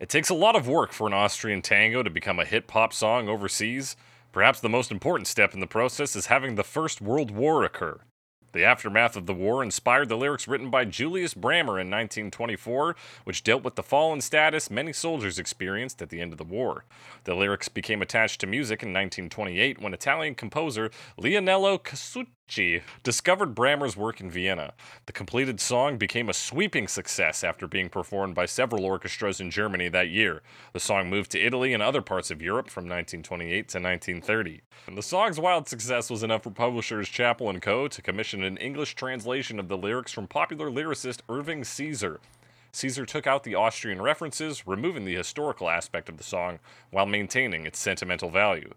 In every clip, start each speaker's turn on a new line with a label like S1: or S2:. S1: It takes a lot of work for an Austrian tango to become a hit pop song overseas. Perhaps the most important step in the process is having the First World War occur. The aftermath of the war inspired the lyrics written by Julius Brammer in 1924, which dealt with the fallen status many soldiers experienced at the end of the war. The lyrics became attached to music in 1928 when Italian composer Leonello Casucci discovered Brammer's work in Vienna. The completed song became a sweeping success after being performed by several orchestras in Germany that year. The song moved to Italy and other parts of Europe from 1928 to 1930. And the song's wild success was enough for publishers Chapel and Co. to commission an English translation of the lyrics from popular lyricist Irving Caesar. Caesar took out the Austrian references, removing the historical aspect of the song while maintaining its sentimental value.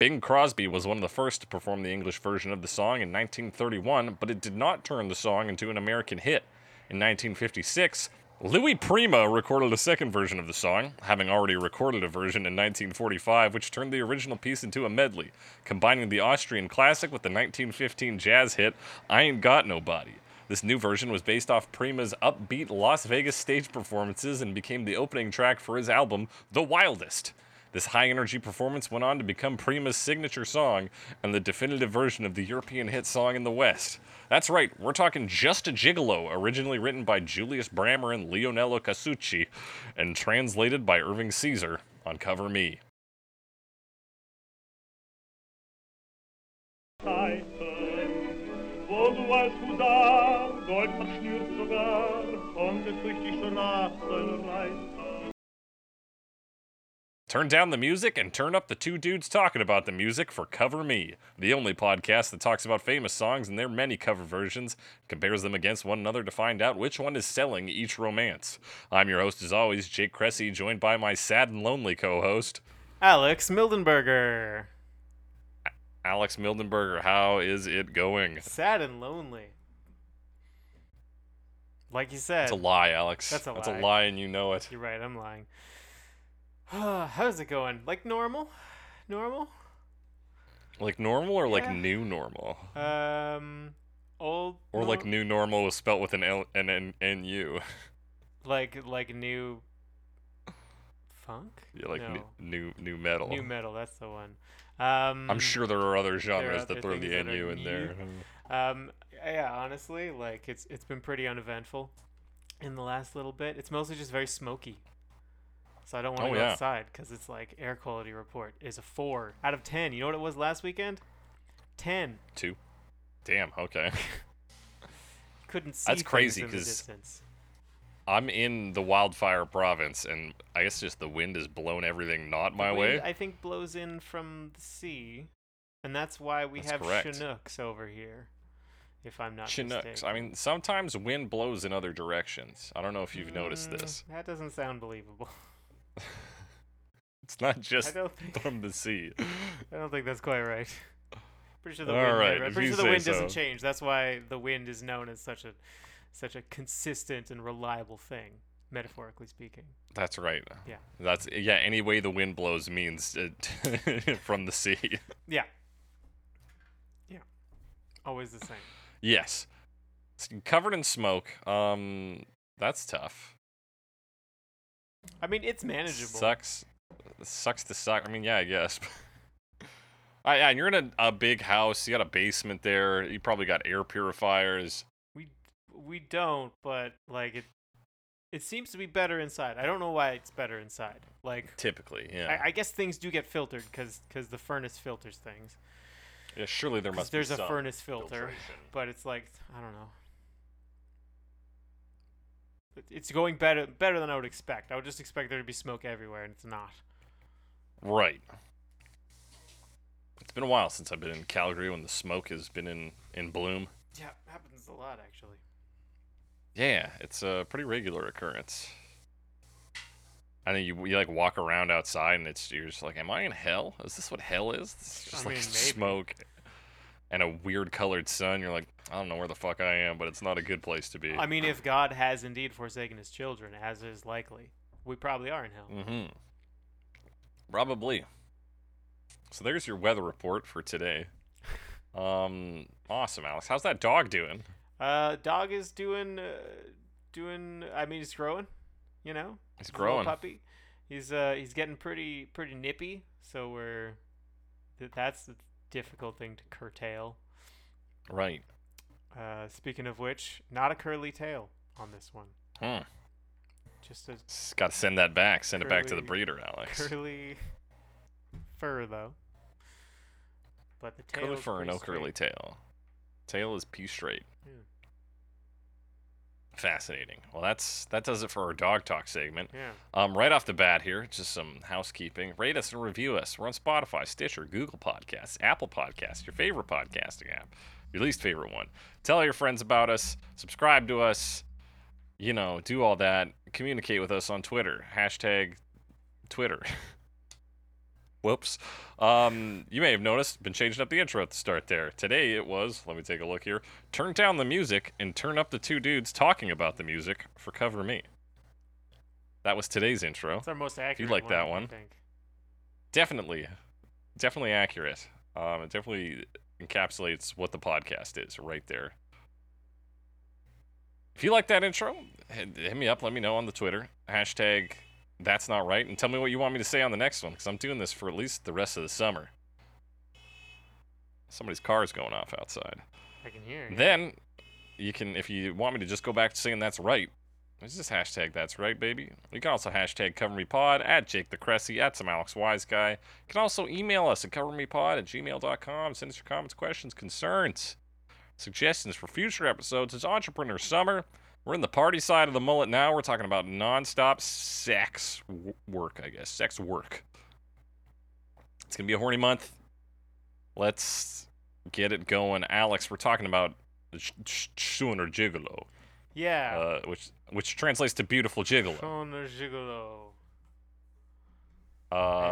S1: Bing Crosby was one of the first to perform the English version of the song in 1931, but it did not turn the song into an American hit. In 1956, Louis Prima recorded a second version of the song, having already recorded a version in 1945, which turned the original piece into a medley, combining the Austrian classic with the 1915 jazz hit I Ain't Got Nobody. This new version was based off Prima's upbeat Las Vegas stage performances and became the opening track for his album, The Wildest. This high energy performance went on to become Prima's signature song and the definitive version of the European hit song in the West. That's right, we're talking Just a Gigolo, originally written by Julius Brammer and Leonello Casucci, and translated by Irving Caesar on Cover Me.
S2: Wo du warst du da, Gold verschnürt sogar, und es richtig schon reißen.
S1: Turn down the music and turn up the two dudes talking about the music for Cover Me, the only podcast that talks about famous songs and their many cover versions, compares them against one another to find out which one is selling each romance. I'm your host, as always, Jake Cressy, joined by my sad and lonely co host,
S3: Alex Mildenberger.
S1: Alex Mildenberger, how is it going?
S3: Sad and lonely. Like you said.
S1: It's a lie, Alex.
S3: That's a
S1: That's
S3: lie.
S1: a lie, and you know it.
S3: You're right, I'm lying. How's it going? Like normal? Normal?
S1: Like normal or like
S3: Yeah.
S1: new normal?
S3: Um old
S1: Or like
S3: nor-
S1: new normal was spelt with an L and an NU.
S3: like like new funk?
S1: Yeah, like
S3: no.
S1: nu- new, new metal.
S3: new metal, that's the one. Um
S1: I'm sure there are other
S3: are
S1: genres
S3: other
S1: that throw
S3: things
S1: the
S3: that are
S1: NU in
S3: new.
S1: there.
S3: Um, yeah, honestly, like it's it's been pretty uneventful in the last little bit. It's mostly just very smoky, so I don't want to
S1: Oh,
S3: go
S1: yeah.
S3: outside because it's like air quality report is a four out of ten. You know what it was last weekend? Ten.
S1: Two. Damn, okay.
S3: Couldn't see.
S1: That's
S3: things
S1: crazy,
S3: in the
S1: 'cause-
S3: distance.
S1: I'm in the wildfire province, and I guess just the wind has blown everything not my
S3: Wind,
S1: way.
S3: I think blows in from the sea, and that's why we
S1: That's
S3: have
S1: correct.
S3: Chinooks over here. If I'm not
S1: Chinooks.
S3: mistaken.
S1: I mean, sometimes wind blows in other directions. I don't know if you've noticed
S3: Mm,
S1: this.
S3: That doesn't sound believable.
S1: It's not just
S3: don't think-
S1: from the sea.
S3: I don't think that's quite right. Pretty sure the
S1: All
S3: wind.
S1: right,
S3: I'm
S1: if
S3: pretty
S1: you
S3: sure the
S1: say
S3: wind doesn't
S1: so.
S3: change. That's why the wind is known as such a such a consistent and reliable thing, metaphorically speaking.
S1: That's right.
S3: Yeah.
S1: That's yeah. Any way the wind blows means uh, from the sea.
S3: Yeah. Yeah. Always the same.
S1: yes. It's covered in smoke. Um, that's tough.
S3: I mean, it's manageable.
S1: Sucks. Sucks to suck. I mean, yeah, I guess. Ah, yeah, and you're in a, a big house. You got a basement there. You probably got air purifiers.
S3: We we don't, but like it it seems to be better inside. I don't know why it's better inside. Like
S1: Typically, yeah.
S3: I, I guess things do get filtered because the furnace filters things.
S1: yeah surely there
S3: 'Cause
S1: must
S3: there's
S1: be
S3: a
S1: some
S3: furnace filter.
S1: filtration.
S3: but it's like I don't know. It- It's going better better than I would expect. I would just expect there to be smoke everywhere, and it's not.
S1: Right. It's been a while since I've been in Calgary when the smoke has been in in bloom.
S3: Yeah, happens a lot actually.
S1: Yeah, it's a pretty regular occurrence. I think you, you like walk around outside and it's you're just like, am I in hell? Is this what hell is? It's just
S3: I
S1: like
S3: mean, maybe.
S1: smoke and a weird colored sun. You're like, I don't know where the fuck I am, but it's not a good place to be.
S3: I mean, if God has indeed forsaken His children, as is likely, we probably are in hell.
S1: mm-hmm. Probably. So there's your weather report for today. Um, awesome, Alex. How's that dog doing?
S3: Uh, dog is doing uh, doing. I mean, he's growing. You know,
S1: He's
S3: He's a little
S1: growing.
S3: puppy. He's uh he's getting pretty pretty nippy, so we're th- that's the difficult thing to curtail.
S1: Right.
S3: Uh, speaking of which, not a curly tail on this one.
S1: Hmm.
S3: Just a
S1: Got to send that back. Send it back to the
S3: Curly-
S1: breeder, Alex.
S3: curly fur though. But the tail
S1: Curly
S3: is
S1: fur,
S3: pretty
S1: no curly
S3: straight.
S1: tail. Tail is pea straight.
S3: Yeah.
S1: Fascinating. Well, that's that does it for our dog talk segment.
S3: Yeah.
S1: Um, right off the bat here, just some housekeeping. Rate us and review us. We're on Spotify, Stitcher, Google Podcasts, Apple Podcasts, your favorite podcasting app, your least favorite one. Tell your friends about us. Subscribe to us. You know, do all that. Communicate with us on Twitter. Hashtag Twitter. Whoops. Um, you may have noticed, been changing up the intro at the start there. Today it was, let me take a look here, turn down the music and turn up the two dudes talking about the music for Cover Me. That was today's intro.
S3: It's our most accurate.
S1: like that
S3: I
S1: one.
S3: think.
S1: Definitely, definitely accurate. Um, it definitely encapsulates what the podcast is right there. If you like that intro, hit hit me up. Let me know on the Twitter hashtag. That's not right, and tell me what you want me to say on the next one, because I'm doing this for at least the rest of the summer. Somebody's car's going off outside.
S3: I can hear. it.
S1: Then you can, if you want me to just go back to saying that's right, it's just hashtag that's right, baby. You can also hashtag cover me pod at Jake the Cressy at some Alex Wise guy. You can also email us at covermepod at gmail.com. Send us your comments, questions, concerns, suggestions for future episodes. It's Entrepreneur Summer. We're in the party side of the mullet now. We're talking about nonstop sex w- work, I guess. Sex work. It's going to be a horny month. Let's get it going. Alex, we're talking about sh- sh- Schooner Gigolo,
S3: yeah.
S1: uh, which which translates to beautiful gigolo,
S3: Shoner Gigolo.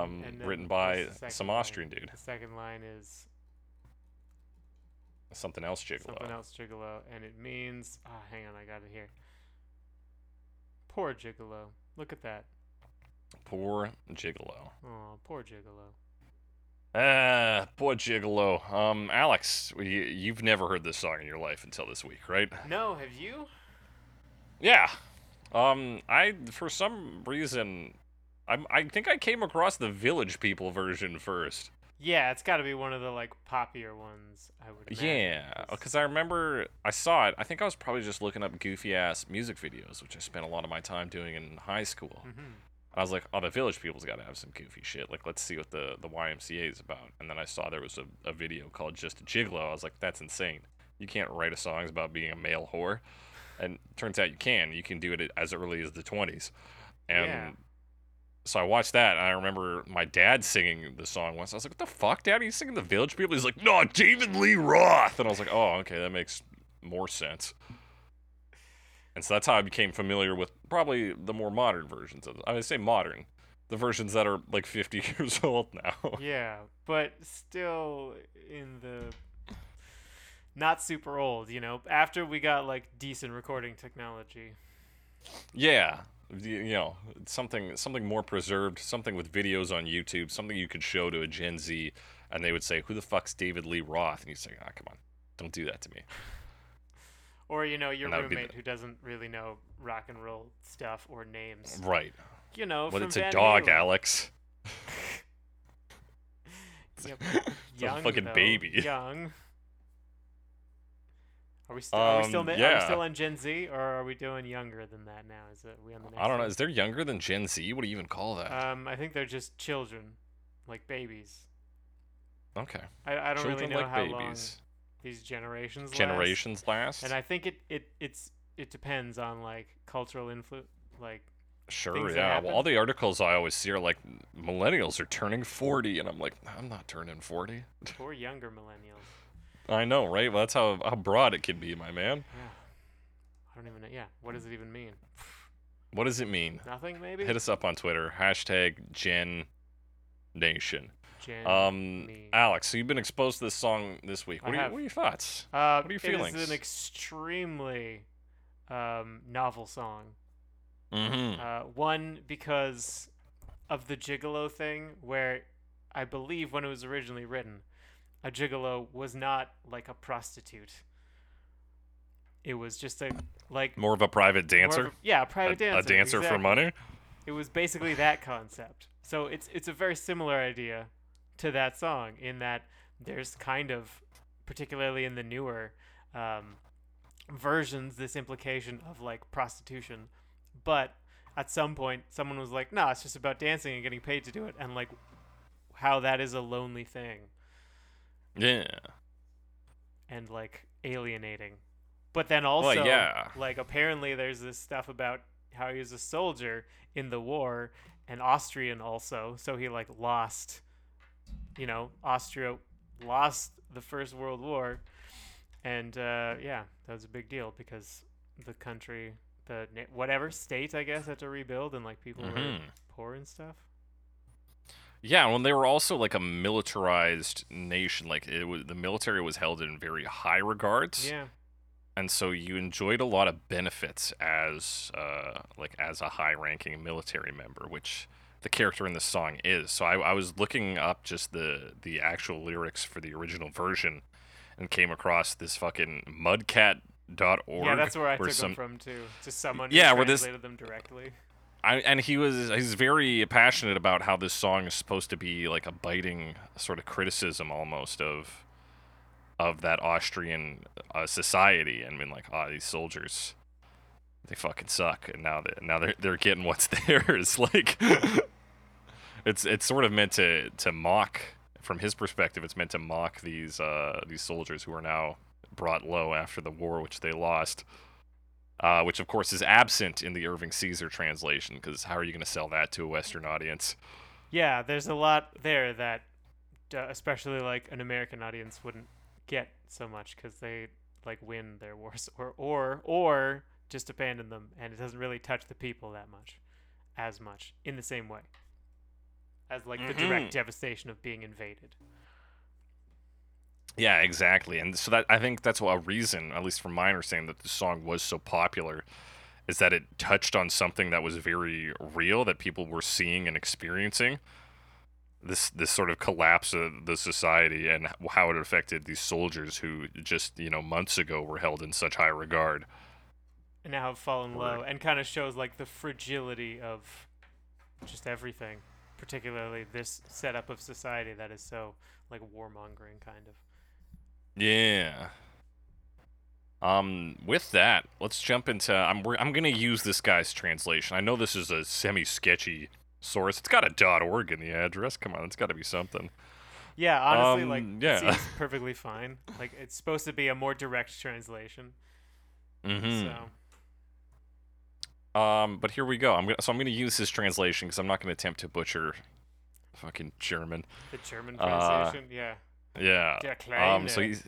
S1: um,
S3: and then
S1: written
S3: what's
S1: by
S3: the second
S1: some
S3: line?
S1: Austrian dude.
S3: The second line is
S1: Something else gigolo.
S3: something else gigolo, and it means ah, hang on, I got it here. Poor gigolo. Look at that.
S1: Poor gigolo.
S3: Oh, poor gigolo.
S1: Ah, poor gigolo. Um, Alex, you, you've never heard this song in your life until this week, right?
S3: No, have you?
S1: Yeah. Um, I for some reason, I'm, I think I came across the Village People version first.
S3: Yeah, it's got to be one of the like poppier ones. I would. Imagine,
S1: Yeah, oh, because I remember I saw it. I think I was probably just looking up goofy ass music videos, which I spent a lot of my time doing in high school.
S3: Mhm.
S1: I was like, oh, the Village People's got to have some goofy shit. Like, let's see what the, the YMCA is about. And then I saw there was a, a video called Just Gigolo. I was like, that's insane. You can't write a song about being a male whore. And turns out you can. You can do it as early as the 20s. And
S3: Yeah.
S1: so I watched that, and I remember my dad singing the song once. I was like, what the fuck, dad? Are you singing The Village People? He's like, no, David Lee Roth. And I was like, oh, okay, that makes more sense. And so that's how I became familiar with probably the more modern versions of I would say modern. The versions that are like 50 years old now.
S3: Yeah, but still in the not super old, you know. After we got like decent recording technology.
S1: yeah. You you know, something something more preserved, something with videos on YouTube, something you could show to a Gen Z and they would say, "Who the fuck's David Lee Roth?" And you say, "Ah, come on. Don't do that to me."
S3: Or you know your
S1: And that would be
S3: roommate who doesn't really know rock and roll stuff or names.
S1: Right.
S3: You know,
S1: Well,
S3: from
S1: it's a
S3: Van
S1: dog,
S3: Halen.
S1: Alex.
S3: Yep.
S1: a
S3: young,
S1: fucking
S3: though.
S1: baby.
S3: Young. Are we still? are we still?
S1: Um,
S3: ma- Are we
S1: yeah.
S3: still on Gen Z, or are we doing younger than that now? Is it we on the next?
S1: I don't know.
S3: one?
S1: Is there younger than Gen Z? What do you even call that?
S3: Um, I think they're just children, like babies.
S1: okay.
S3: I, I don't
S1: Children
S3: really know
S1: like
S3: how long
S1: babies.
S3: these generations last.
S1: Generations last.
S3: And I think it, it it's it depends on like cultural influence. Like
S1: Sure,
S3: things that
S1: yeah. Well, all
S3: happen.
S1: the articles I always see are like millennials are turning 40, and I'm like, I'm not turning 40.
S3: poor younger millennials.
S1: I know, right? Well, that's how, how broad it can be, my man.
S3: Yeah. I don't even know. Yeah. What does it even mean?
S1: What does it mean?
S3: Nothing maybe.
S1: Hit us up on Twitter, hashtag Gen Nation.
S3: Gen
S1: Um,
S3: me.
S1: Alex, so you've been exposed to this song this week.
S3: I
S1: What, are, you,
S3: have.
S1: what are your thoughts?
S3: Uh,
S1: what are your
S3: It is
S1: feelings?
S3: an extremely um, novel song.
S1: Mm-hmm.
S3: Uh, one because of the gigolo thing, where I believe when it was originally written, a gigolo was not like a prostitute. It was just a like
S1: More of a private
S3: more of
S1: dancer?
S3: a- yeah, a private
S1: a,
S3: dancer.
S1: a dancer for
S3: exactly.
S1: money?
S3: It was basically that concept. So it's it's a very similar idea to that song in that there's kind of, particularly in the newer um, versions, this implication of like prostitution, but at some point someone was like, "No, it's just about dancing and getting paid to do it," and like how that is a lonely thing
S1: Yeah.
S3: and like alienating. But then also,
S1: yeah.
S3: like apparently there's this stuff about how he was a soldier in the war and Austrian also, so he like lost, you know, Austria lost the First World War, and uh, yeah, that was a big deal because the country, the na- whatever state I guess had to rebuild and like people were
S1: Mhm.
S3: poor and stuff.
S1: Yeah, when they were also like a militarized nation, like it was the military was held in very high regards,
S3: Yeah,
S1: and so you enjoyed a lot of benefits as uh, like as a high-ranking military member, which the character in this song is. So I, I was looking up just the the actual lyrics for the original version, and came across this fucking mudcat.org.
S3: yeah, that's where I took
S1: some,
S3: them from too. Just someone who
S1: Yeah, where this-
S3: translated them directly.
S1: I, and he was he's very passionate about how this song is supposed to be like a biting sort of criticism almost of of that Austrian uh, society and been like ah these soldiers they fucking suck and now they now they're they're getting what's theirs like it's it's sort of meant to to mock from his perspective it's meant to mock these uh these soldiers who are now brought low after the war which they lost uh, which of course is absent in the Irving Caesar translation, because how are you going to sell that to a Western audience?
S3: Yeah, there's a lot there that, uh, especially like an American audience wouldn't get so much because they like win their wars or or or just abandon them, and it doesn't really touch the people that much, as much in the same way as like the
S1: Mhm.
S3: direct devastation of being invaded.
S1: Yeah, exactly. And so that I think that's a reason, at least from my understanding, that the song was so popular, is that it touched on something that was very real that people were seeing and experiencing. This this sort of collapse of the society and h- how it affected these soldiers who just you know months ago were held in such high regard.
S3: And now have fallen low, and kind of shows like the fragility of just everything, particularly this setup of society that is so like warmongering kind of.
S1: Yeah. Um, with that, let's jump into. I'm we're, I'm gonna use this guy's translation. I know this is a semi-sketchy source. It's got a dot org in the address. Come on, it's got to be something.
S3: Yeah, honestly, like
S1: Um,
S3: yeah.
S1: yeah.
S3: seems perfectly fine. Like it's supposed to be a more direct translation.
S1: Mm-hmm.
S3: So
S1: Um, but here we go. I'm gonna so I'm gonna use his translation because I'm not gonna attempt to butcher fucking German.
S3: the German
S1: Uh,
S3: translation, yeah.
S1: Yeah.
S3: Der
S1: Um, so
S3: Kleine.
S1: he's,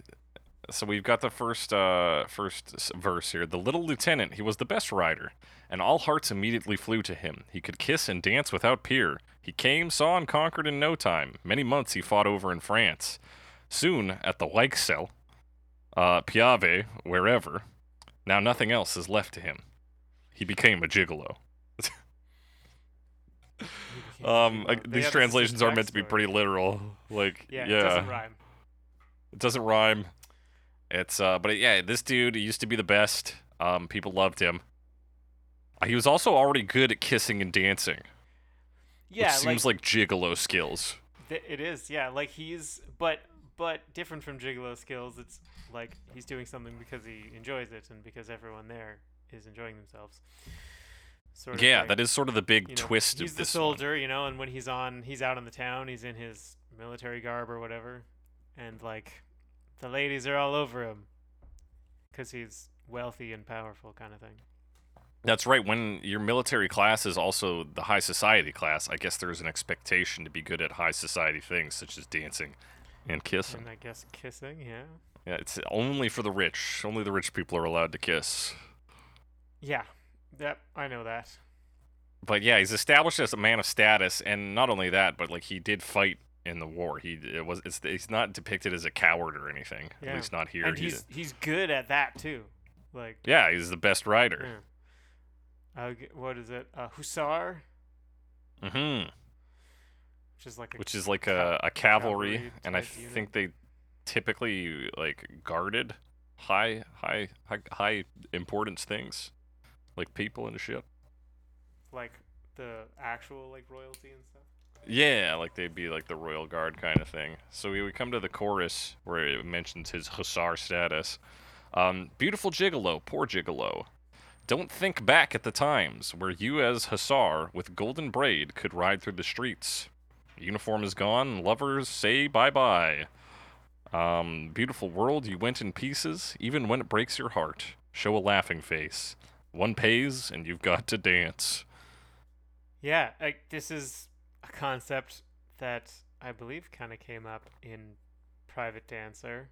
S1: so we've got the first uh, first s- verse here. The little lieutenant, he was the best rider, and all hearts immediately flew to him. He could kiss and dance without peer. He came, saw, and conquered in no time. Many months he fought over in France. Soon at the Weichsel, uh, Piave, wherever. Now nothing else is left to him. He became a gigolo. Um,
S3: They
S1: uh,
S3: have this
S1: these
S3: just
S1: translations are meant to be
S3: backstory.
S1: pretty literal. Like,
S3: Yeah,
S1: yeah,
S3: it doesn't rhyme.
S1: it doesn't rhyme. It's uh, but yeah, this dude he used to be the best. Um, people loved him. Uh, He was also already good at kissing and dancing,
S3: Yeah,
S1: which seems like, gigolo skills.
S3: Th- it is, yeah. Like he's, but but different from gigolo skills. It's like he's doing something because he enjoys it and because everyone there is enjoying themselves. Sort
S1: Yeah,
S3: thing.
S1: that is sort of the big
S3: you know,
S1: twist
S3: He's
S1: of
S3: the
S1: this. one.
S3: soldier, you know, and when he's on, he's out in the town, he's in his military garb or whatever, and like, the ladies are all over him, because he's wealthy and powerful, kind of thing.
S1: That's right. When your military class is also the high society class, I guess there's an expectation to be good at high society things such as dancing and kissing.
S3: And I guess kissing, yeah,
S1: Yeah, it's only for the rich. Only the rich people are allowed to kiss.
S3: yeah, yep, I know that.
S1: but yeah, he's established as a man of status, and not only that, but like he did fight in the war. He it was it's he's not depicted as a coward or anything.
S3: Yeah.
S1: At least not here.
S3: and
S1: He
S3: he's
S1: did-
S3: he's good at that too, like.
S1: yeah, he's the best rider.
S3: yeah. Uh, g- what is it? Uh, hussar,
S1: hmm
S3: which is like a
S1: Which is like
S3: Ca-
S1: a, a cavalry,
S3: cavalry
S1: and I
S3: type unit.
S1: think they typically like guarded high high high high importance things, like people and shit.
S3: like the actual like royalty and stuff.
S1: Yeah, like they'd be like the royal guard kind of thing. So we would come to the chorus where it mentions his hussar status. Um, Beautiful gigolo, poor gigolo. Don't think back at the times where you, as hussar with golden braid, could ride through the streets. Uniform is gone. Lovers say bye bye. Um, beautiful world, you went in pieces, even when it breaks your heart. Show a laughing face. One pays, and you've got to dance.
S3: Yeah, like this is a concept that I believe kind of came up in Private Dancer.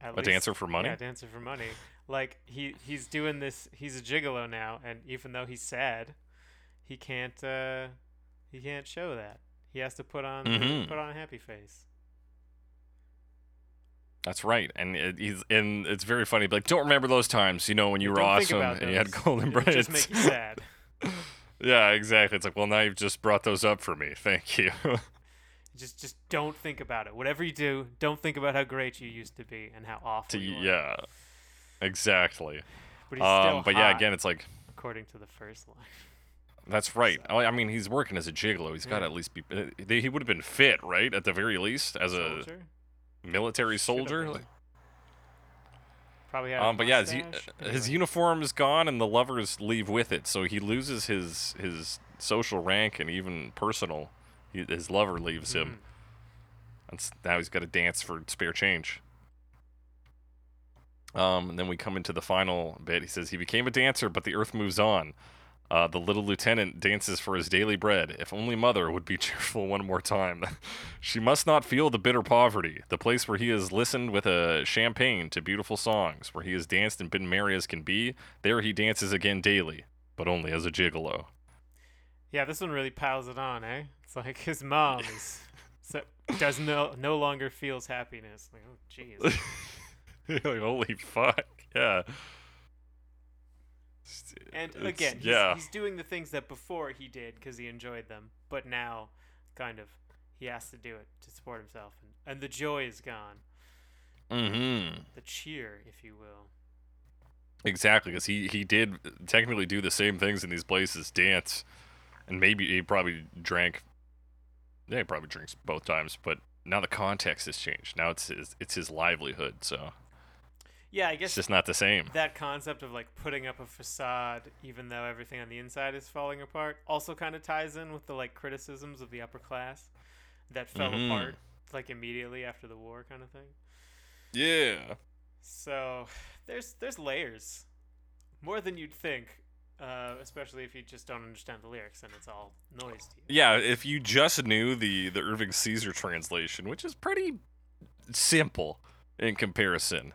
S3: At
S1: A dancer for money?
S3: Yeah, Dancer for Money. Like he he's doing this. He's a gigolo now, and even though he's sad, he can't uh he can't show that. He has to put on
S1: Mhm.
S3: put on a happy face.
S1: That's right, and it, he's and it's very funny. But like, don't remember those times, you know, when you were
S3: Don't think
S1: awesome
S3: about
S1: and you had
S3: those.
S1: golden
S3: It'll
S1: braids.
S3: Just make you sad.
S1: yeah, exactly. It's like, well, now you've just brought those up for me. Thank you.
S3: just just don't think about it. Whatever you do, don't think about how great you used to be and how
S1: to,
S3: awful you were.
S1: yeah, exactly.
S3: but he's still
S1: Um, but yeah,
S3: hot,
S1: again, it's like
S3: according to the first line.
S1: that's right. Oh, I mean, he's working as a gigolo. He's got to
S3: Yeah.
S1: at least be. uh, They, he would have been fit, right, at the very least, as
S3: Soldier?
S1: a military
S3: Should've
S1: soldier.
S3: been.
S1: Like,
S3: Probably had. a
S1: Um, but yeah, his, u-
S3: mustache.
S1: uh, his
S3: Anyway.
S1: uniform is gone, and the lovers leave with it. So he loses his his social rank and even personal. He, his lover leaves him,
S3: Hmm.
S1: and s- now he's got to dance for spare change. Um, and then we come into the final bit. He says he became a dancer, but the earth moves on. Uh, the little lieutenant dances for his daily bread. If only mother would be cheerful one more time. she must not feel the bitter poverty, the place where he has listened with a champagne to beautiful songs, where he has danced and been merry as can be. There he dances again daily, but only as a gigolo.
S3: Yeah, this one really piles it on, eh? It's like his mom is so, does no no longer feels happiness. Like, oh jeez.
S1: Like, Holy fuck! Yeah.
S3: And
S1: It's-
S3: again, he's,
S1: yeah.
S3: he's doing the things that before he did because he enjoyed them, but now, kind of, he has to do it to support himself, and, and the joy is gone,
S1: Mm-hmm.
S3: the cheer, if you will.
S1: Exactly, because he he did technically do the same things in these places, dance, and maybe he probably drank. Yeah, he probably drinks both times, but now the context has changed. Now it's his, it's his livelihood, so
S3: Yeah, I
S1: it's
S3: guess
S1: just not the same.
S3: that concept of like putting up a facade even though everything on the inside is falling apart also kind of ties in with the like criticisms of the upper class that fell
S1: Mhm.
S3: apart like immediately after the war kind of thing
S1: Yeah.
S3: so there's there's layers more than you'd think uh, especially if you just don't understand the lyrics and it's all noise to you
S1: Yeah, if you just knew the the Irving Caesar translation, which is pretty simple in comparison.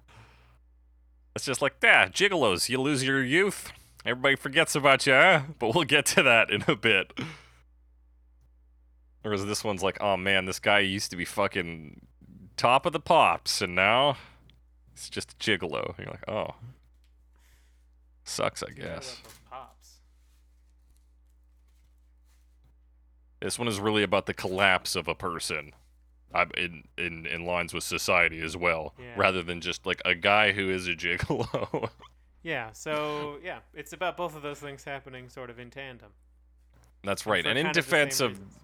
S1: It's just like that, gigolos, you lose your youth. Everybody forgets about you, huh? But we'll get to that in a bit. Whereas this one's like, oh man, this guy used to be fucking top of the pops, and now it's just a gigolo. You're like, oh. Sucks, I
S3: Fill it
S1: guess.
S3: up with pops
S1: This one is really about the collapse of a person, i in in in lines with society as well,
S3: Yeah.
S1: rather than just like a guy who is a gigolo.
S3: yeah so yeah it's about both of those things happening sort of in tandem
S1: That's right.
S3: for
S1: And in
S3: kind of the same
S1: defense of
S3: reasons.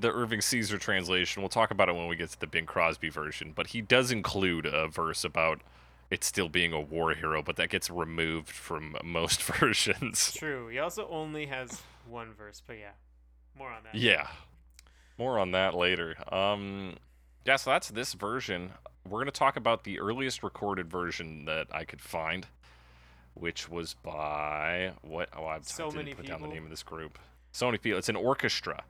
S1: the Irving Caesar translation, we'll talk about it when we get to the Bing Crosby version. But he does include a verse about it still being a war hero, but that gets removed from most versions.
S3: True. He also only has one verse, but yeah, more on that.
S1: Yeah. More on that later. Um yeah, so that's this version. We're going to talk about the earliest recorded version that I could find, which was by what oh I
S3: So
S1: didn't
S3: many
S1: put down the
S3: people?
S1: name of this group. So many people. It's an orchestra.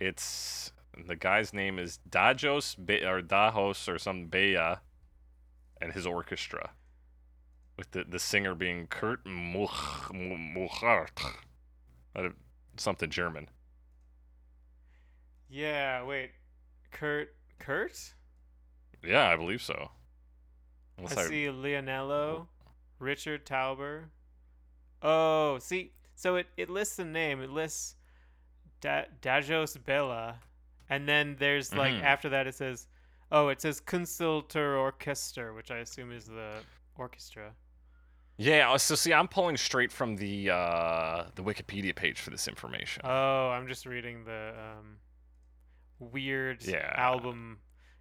S1: It's the guy's name is Dajos Be- or Dajos or some Beya and his orchestra. With the, the singer being Kurt Much, Muchart. I don't- Something German.
S3: Yeah. Wait, Kurt. Kurt.
S1: Yeah, I believe so.
S3: I
S1: Unless I,
S3: see Leonello, Richard Tauber. Oh, see, so it it lists the name. It lists da- Dajos Bella, and then there's like
S1: Mhm.
S3: after that it says, oh, it says Consultor Orchester, which I assume is the orchestra.
S1: Yeah, uh, so see, I'm pulling straight from the uh, the Wikipedia page for this information.
S3: Oh, I'm just reading the um, weird
S1: Yeah.
S3: album.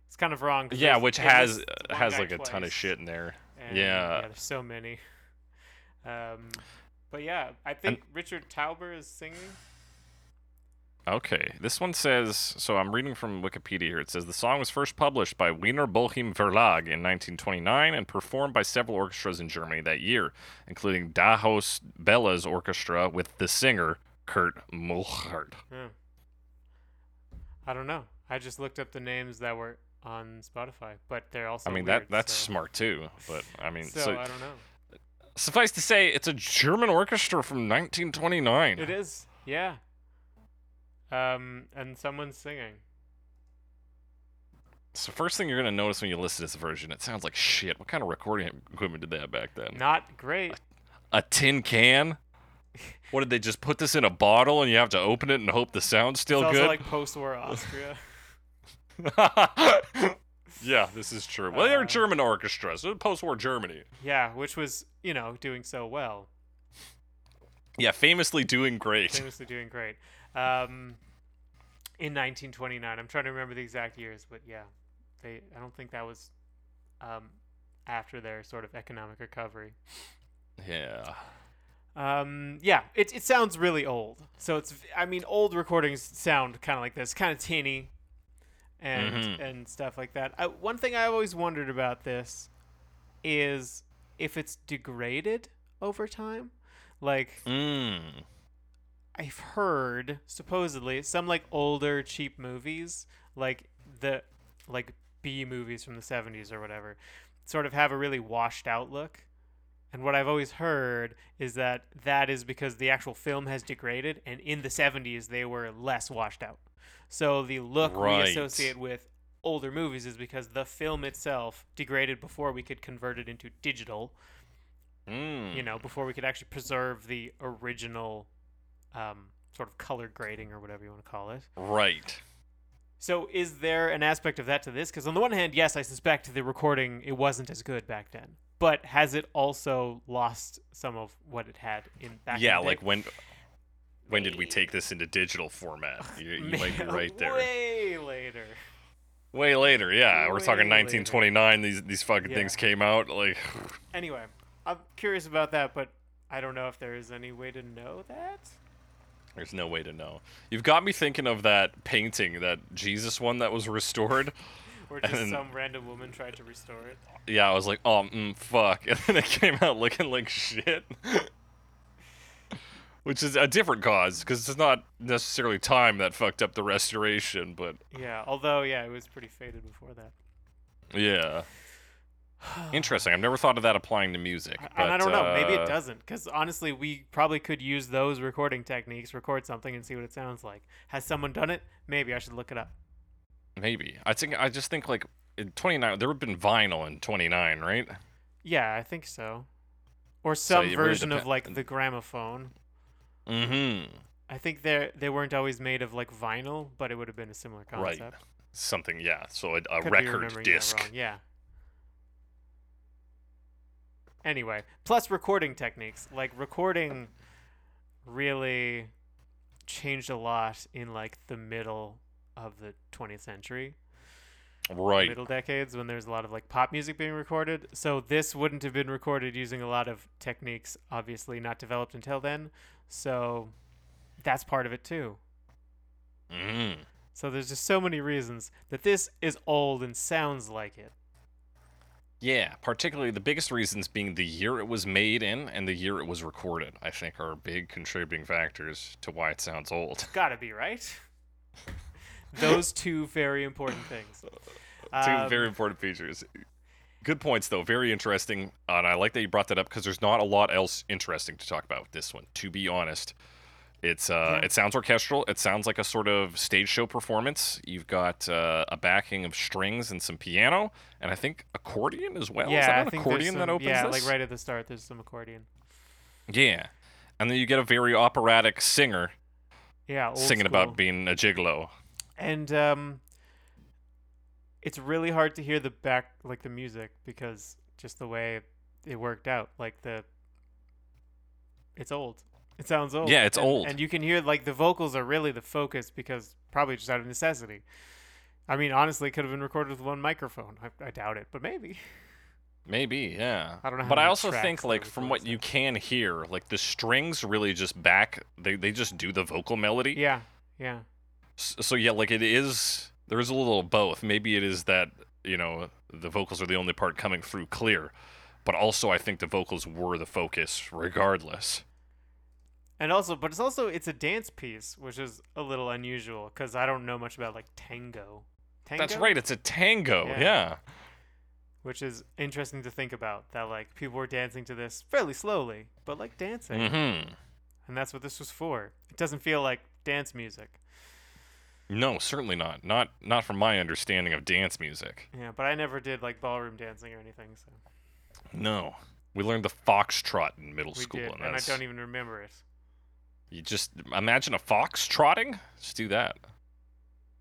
S3: It's kind of wrong. 'cause
S1: yeah,
S3: there's-
S1: which
S3: it
S1: has uh,
S3: lists one
S1: has
S3: guy
S1: like a ton of
S3: twice,
S1: shit in there.
S3: and,
S1: yeah.
S3: There's so many. Um, but yeah, I think Richard Tauber is singing.
S1: Okay, this one says so. I'm reading from Wikipedia here. It says the song was first published by Wiener Bochum Verlag in 1929 and performed by several orchestras in Germany that year, including Dahos Bella's orchestra with the singer Kurt Mulhart.
S3: Yeah. I don't know. I just looked up the names that were on Spotify, but they're also.
S1: I mean
S3: weird,
S1: that that's
S3: so-
S1: smart too, but I mean
S3: So,
S1: so,
S3: I don't know.
S1: suffice to say it's a German orchestra from 1929.
S3: It is, yeah. Um, and someone's singing.
S1: So first thing you're gonna notice when you listen to this version, it sounds like shit. What kind of recording equipment did they have back then?
S3: Not great.
S1: a tin can. What did they just put this in a bottle and you have to open it and hope the sound's
S3: It's
S1: still
S3: also
S1: good?
S3: like post-war Austria.
S1: yeah, this is true. Well, they're
S3: Uh,
S1: a German orchestra, so post-war Germany.
S3: yeah, which was you know doing so well,
S1: Yeah, famously doing great.
S3: famously doing great. Um, in 1929, I'm trying to remember the exact years, but yeah, they. I don't think that was, um, after their sort of economic recovery.
S1: Yeah.
S3: Um, yeah, it, it sounds really old. So it's I mean old recordings sound kind of like this, kind of tinny, and
S1: Mhm.
S3: and stuff like that. I, one thing I've always wondered about this is if it's degraded over time. Like
S1: Mm.
S3: I've heard supposedly some like older cheap movies, like the like B movies from the 70s or whatever, sort of have a really washed out look. And what I've always heard is that that is because the actual film has degraded and in the 70s they were less washed out. So the look
S1: Right.
S3: we associate with older movies is because the film itself degraded before we could convert it into digital
S1: Mm.
S3: you know, before we could actually preserve the original um, sort of color grading or whatever you want to call it.
S1: Right.
S3: So, is there an aspect of that to this? Because on the one hand, yes, I suspect the recording it wasn't as good back then, but has it also lost some of what it had in back? in
S1: yeah,
S3: the
S1: like
S3: day?
S1: when when did we take this into digital format? You, you might be right there. Way,
S3: Way later.
S1: later, yeah. We're
S3: way
S1: talking
S3: later.
S1: 1929. These these fucking
S3: Yeah.
S1: things came out. Like,
S3: Anyway, I'm curious about that, but I don't know if there is any way to know that.
S1: There's no way to know. You've got me thinking of that painting, that Jesus one that was restored.
S3: Or just
S1: And-
S3: some random woman tried to restore it.
S1: Yeah, I was like, oh, mm, fuck. And then it came out looking like shit. Which is a different cause, because it's not necessarily time that fucked up the restoration, but
S3: Yeah, although yeah, it was pretty faded before that.
S1: yeah. Interesting. I've never thought of that applying to music.
S3: and I
S1: but,
S3: don't know. Maybe
S1: uh,
S3: it doesn't, because honestly, we probably could use those recording techniques, record something, and see what it sounds like. Has someone done it? Maybe I should look it up.
S1: Maybe. I think. I just think like in 29. There would have been vinyl in 29, right?
S3: Yeah, I think so. Or
S1: it
S3: some
S1: really
S3: version of
S1: depen-
S3: like the gramophone.
S1: Mm-hmm.
S3: I think they they weren't always made of like vinyl, but it would have been a similar
S1: Right.
S3: concept.
S1: Something. Yeah. So a, a
S3: Could be
S1: record
S3: remembering that
S1: disc.
S3: wrong, Yeah. Anyway, plus recording techniques. Like recording really changed a lot in like the middle of the 20th century,
S1: Right.
S3: middle decades when there's a lot of like pop music being recorded. So this wouldn't have been recorded using a lot of techniques obviously not developed until then. So that's part of it too.
S1: Mm.
S3: So there's just so many reasons that this is old and sounds like it.
S1: Yeah, particularly the biggest reasons being the year it was made in and the year it was recorded, I think are big contributing factors to why it sounds old.
S3: Gotta be right. Those two very important things. Um,
S1: Two very important features. Good points, though. Very interesting. uh, and I like that you brought that up because there's not a lot else interesting to talk about with this one, to be honest. It's uh,
S3: Yeah.
S1: It sounds orchestral. It sounds like a sort of stage show performance. You've got uh, a backing of strings and some piano, and I think accordion as well. Is that
S3: yeah,
S1: an
S3: I think there's
S1: accordion that
S3: some-
S1: opens
S3: yeah,
S1: this?
S3: like right at the start, there's some accordion.
S1: Yeah. And then you get a very operatic singer
S3: Yeah, old
S1: singing
S3: school.
S1: about being a gigolo.
S3: and um, it's really hard to hear the back like the music because just the way it worked out, like the it's old. It sounds old.
S1: Yeah, it's
S3: and-
S1: old.
S3: And you can hear like the vocals are really the focus because probably just out of necessity. I mean, honestly, it could have been recorded with one microphone. I, I doubt it, but maybe.
S1: Maybe, yeah.
S3: I don't know how
S1: But I
S3: many
S1: also
S3: tracks
S1: think
S3: they
S1: like from what
S3: recorded,
S1: you can hear, like the strings really just back they they just do the vocal melody.
S3: Yeah, yeah.
S1: S- So yeah, like it is there is a little of both. Maybe it is that, you know, the vocals are the only part coming through clear, but also I think the vocals were the focus regardless.
S3: And also, but it's also it's a dance piece, which is a little unusual because I don't know much about like tango. Tango.
S1: That's right, it's a tango.
S3: Yeah.
S1: Yeah.
S3: Which is interesting to think about that like people were dancing to this fairly slowly, but like dancing,
S1: Mhm.
S3: and that's what this was for. It doesn't feel like dance music.
S1: No, certainly not. Not not from my understanding of dance music.
S3: Yeah, but I never did like ballroom dancing or anything, so
S1: No. We learned the foxtrot in middle
S3: we
S1: school
S3: did,
S1: and,
S3: and I
S1: that's-
S3: don't even remember it.
S1: You just imagine a fox trotting. Just do that.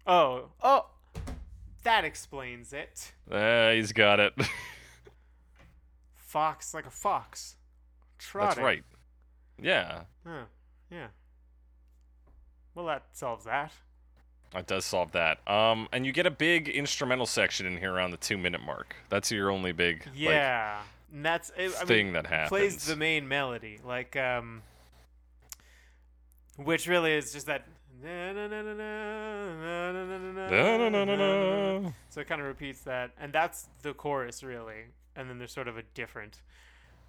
S3: Oh, oh, that explains it.
S1: Uh, he's got it.
S3: Fox like a fox. Trotting.
S1: That's right. Yeah,
S3: Huh. Yeah. Well, that solves that.
S1: that does solve that. Um, and you get a big instrumental section in here around the two-minute mark. That's your only big like,
S3: Yeah, and that's it, I
S1: thing
S3: mean,
S1: that happens.
S3: plays the main melody, like um, which really is just that.
S1: Da-na-na-na-na.
S3: So it kind of repeats that, and that's the chorus really, and then there's sort of a different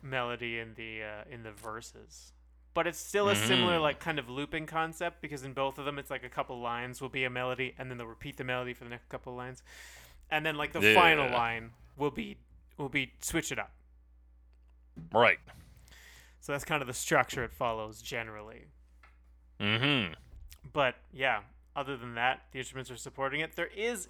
S3: melody in the uh, in the verses. But it's still a similar
S1: Mhm.
S3: like kind of looping concept because in both of them it's like a couple lines will be a melody and then they'll repeat the melody for the next couple lines, and then like the final
S1: Yeah.
S3: line will be will be switch it up.
S1: Right.
S3: So that's kind of the structure it follows generally.
S1: Mm-hmm.
S3: But yeah, other than that, the instruments are supporting it. There is,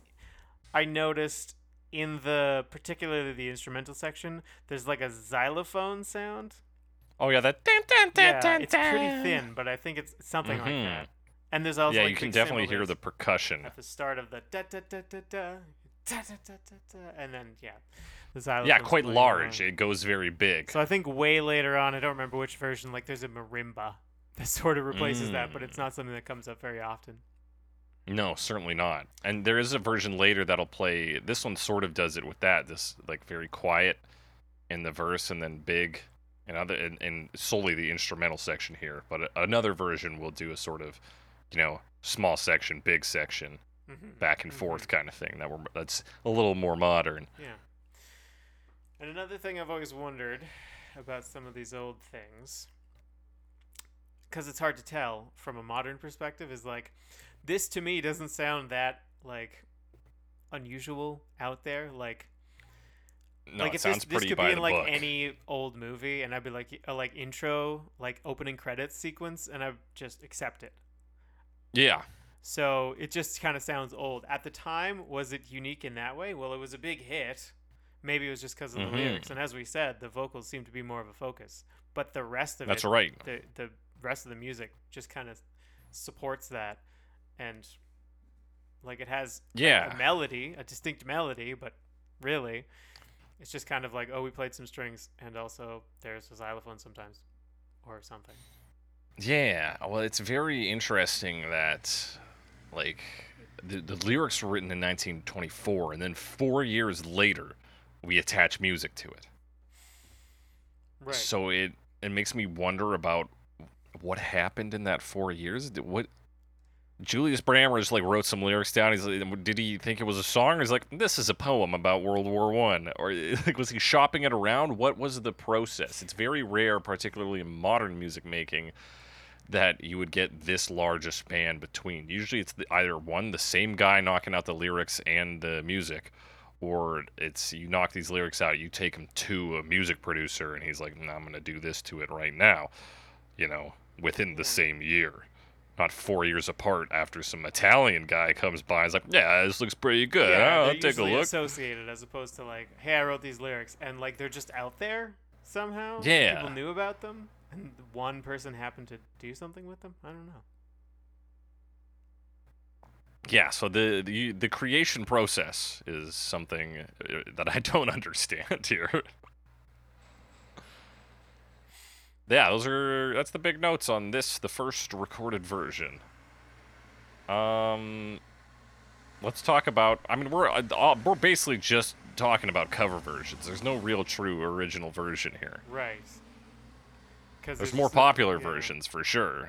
S3: I noticed in the particularly the instrumental section, there's like a xylophone sound.
S1: Oh yeah, that. Dun, dun, dun,
S3: Yeah,
S1: dun,
S3: it's pretty
S1: dun.
S3: thin, but I think it's something like
S1: Mhm.
S3: that. And there's also
S1: Yeah,
S3: like
S1: you can
S3: big
S1: definitely hear
S3: cymbals
S1: the percussion.
S3: at the start of the da da da da da. Da, da, da, da, da, and then yeah, the xylophone.
S1: Yeah, quite large. It goes very big.
S3: So I think way later on, I don't remember which version, like there's a marimba that sort of replaces that, but
S1: Mm.
S3: it's not something that comes up very often.
S1: No, certainly not. And there is a version later that'll play. This one sort of does it with that. This like very quiet in the verse and then big, and other and, and solely the instrumental section here. But a- another version will do a sort of, you know, small section, big section,
S3: Mhm.
S1: back and forth kind of thing. That we're that's a little more modern.
S3: Yeah. And another thing I've always wondered about some of these old things, because it's hard to tell from a modern perspective, is like, this to me doesn't sound that, like, unusual out there. Like,
S1: No,
S3: like
S1: it
S3: if
S1: sounds
S3: this, this
S1: pretty
S3: could
S1: by
S3: be in
S1: the
S3: like
S1: book.
S3: any old movie, and I'd be like a like intro, like opening credits sequence, and I would just accept it.
S1: Yeah,
S3: So it just kind of sounds old. At the time, was it unique in that way? Well, it was a big hit. Maybe it was just because of
S1: Mhm.
S3: the lyrics, and as we said, the vocals seem to be more of a focus. But the rest of
S1: that's
S3: it,
S1: right.
S3: the the rest of the music just kind of supports that, and like it has
S1: Yeah,
S3: a melody, a distinct melody, but really, it's just kind of like, oh, we played some strings, and also there's a xylophone sometimes, or something.
S1: Yeah, well, it's very interesting that, like, the, the lyrics were written in 1924, and then four years later, we attach music to it.
S3: Right.
S1: So it it makes me wonder about what happened in that four years. Did- What Julius Brammer just like wrote some lyrics down. He's like, did he think it was a song? He's like, this is a poem about World War One, or like was he shopping it around? What was the process? It's very rare, particularly in modern music making, that you would get this large a span between. Usually, it's the, either one, the same guy knocking out the lyrics and the music, or it's you knock these lyrics out, you take them to a music producer, and he's like, "Nah, I'm gonna do this to it right now, you know, within
S3: Hmm.
S1: the same year, not four years apart. After some Italian guy comes by, and is like, yeah, this looks pretty good.
S3: yeah,
S1: I'll
S3: they're
S1: take a
S3: usually
S1: look.
S3: associated as opposed to like, hey, I wrote these lyrics, and like they're just out there somehow.
S1: Yeah.
S3: people knew about them, and one person happened to do something with them. I don't know.
S1: yeah, so the, the the creation process is something uh, that I don't understand here. Yeah, those are that's the big notes on this, the first recorded version. Um, let's talk about. I mean, we're uh, uh, we're basically just talking about cover versions. There's no real true original version here.
S3: Right. Because
S1: There's more popular versions for sure.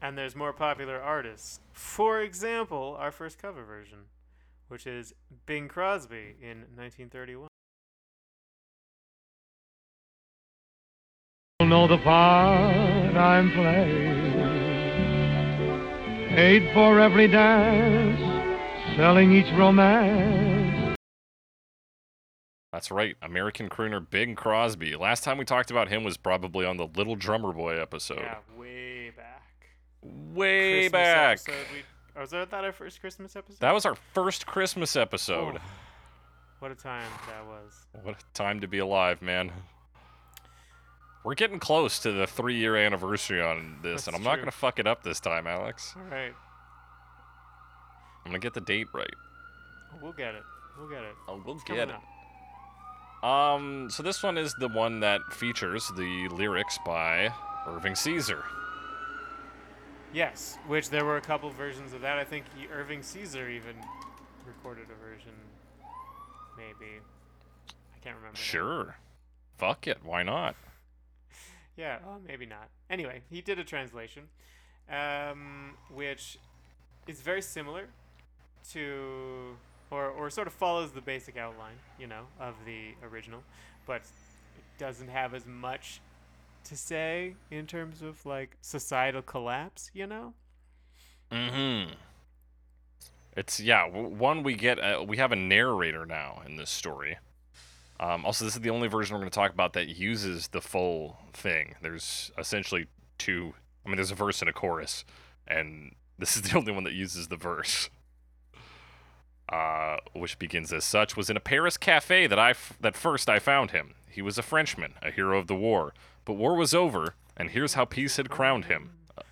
S3: and there's more popular artists. For example, our first cover version, which is Bing Crosby in 1931.
S2: You'll know the part I'm playing. Paid for every dance, selling each romance.
S1: That's right, American crooner Bing Crosby. Last time we talked about him was probably on the Little Drummer Boy episode.
S3: Yeah, way back.
S1: Way
S3: Christmas
S1: back.
S3: Episode we, was that, that our first Christmas episode?
S1: That was our first Christmas episode.
S3: Oh, what a time that was.
S1: What a time to be alive, man. We're getting close to the three year anniversary on this, and
S3: That's
S1: I'm not
S3: true.
S1: going to fuck it up this time, Alex.
S3: All right,
S1: I'm going to get the date right.
S3: we'll get it. We'll get it.
S1: Oh, we'll
S3: It's coming up.
S1: Um, so this one is the one that features the lyrics by Irving Caesar.
S3: Yes, which there were a couple versions of that. I think he- Irving Caesar even recorded a version, maybe. I can't remember. now.
S1: Sure. Fuck it. Why not?
S3: Yeah, well, maybe not. Anyway, he did a translation, um, which is very similar to, or, or sort of follows the basic outline, you know, of the original, but it doesn't have as much to say in terms of like societal collapse, you know?
S1: Mm hmm. It's, yeah, w- one, we get, uh we have a narrator now in this story. Um, also, this is the only version we're going to talk about that uses the full thing. There's essentially two. I mean, there's a verse and a chorus, and this is the only one that uses the verse. Uh, which begins as such was in a Paris cafe that I f- that first I found him. He was a Frenchman, a hero of the war, but war was over, and here's how peace had crowned him: A-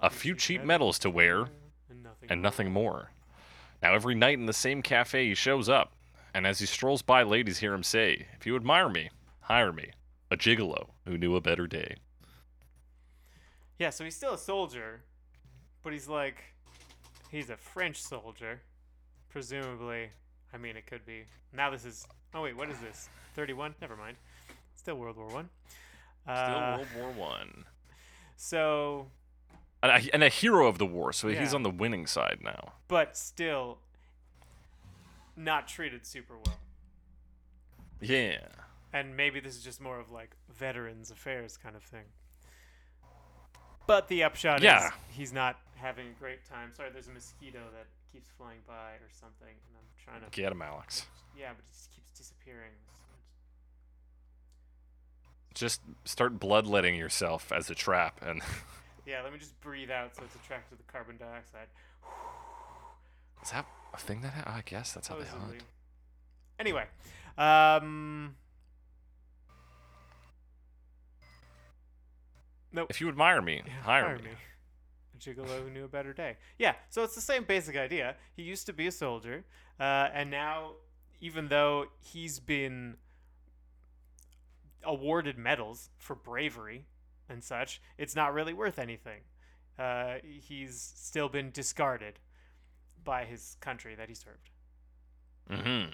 S1: a few cheap medals to wear,
S3: And nothing.
S1: and nothing more. Now, every night in the same cafe, he shows up, and as he strolls by, ladies hear him say, If you admire me, hire me, a gigolo who knew a better day.
S3: Yeah, so he's still a soldier, but he's like, he's a French soldier, presumably. I mean, it could be. Now this is. Oh wait, what is this? Thirty-one. Never mind. Still World War One. Uh,
S1: Still World War One,
S3: so,
S1: and a, and a hero of the war, so he's
S3: Yeah.
S1: on the winning side now.
S3: but still, not treated super well.
S1: Yeah,
S3: And maybe this is just more of like veterans affairs kind of thing. But the upshot
S1: Yeah.
S3: is he's not having a great time. Sorry, there's a mosquito that keeps flying by or something, and I'm trying to
S1: get him, Alex.
S3: Yeah, but it just keeps disappearing.
S1: Just start bloodletting yourself as a trap, and
S3: Yeah, let me just breathe out so it's attracted to the carbon dioxide.
S1: is that a thing that ha- I guess that's how they
S3: Supposedly.
S1: hunt.
S3: Anyway, um, nope.
S1: If you admire me, hire, me.
S3: A gigolo who knew a better day. Yeah, so it's the same basic idea. He used to be a soldier, uh, and now, even though he's been awarded medals for bravery and such, it's not really worth anything. Uh, he's still been discarded by his country that he served.
S1: Mm-hmm.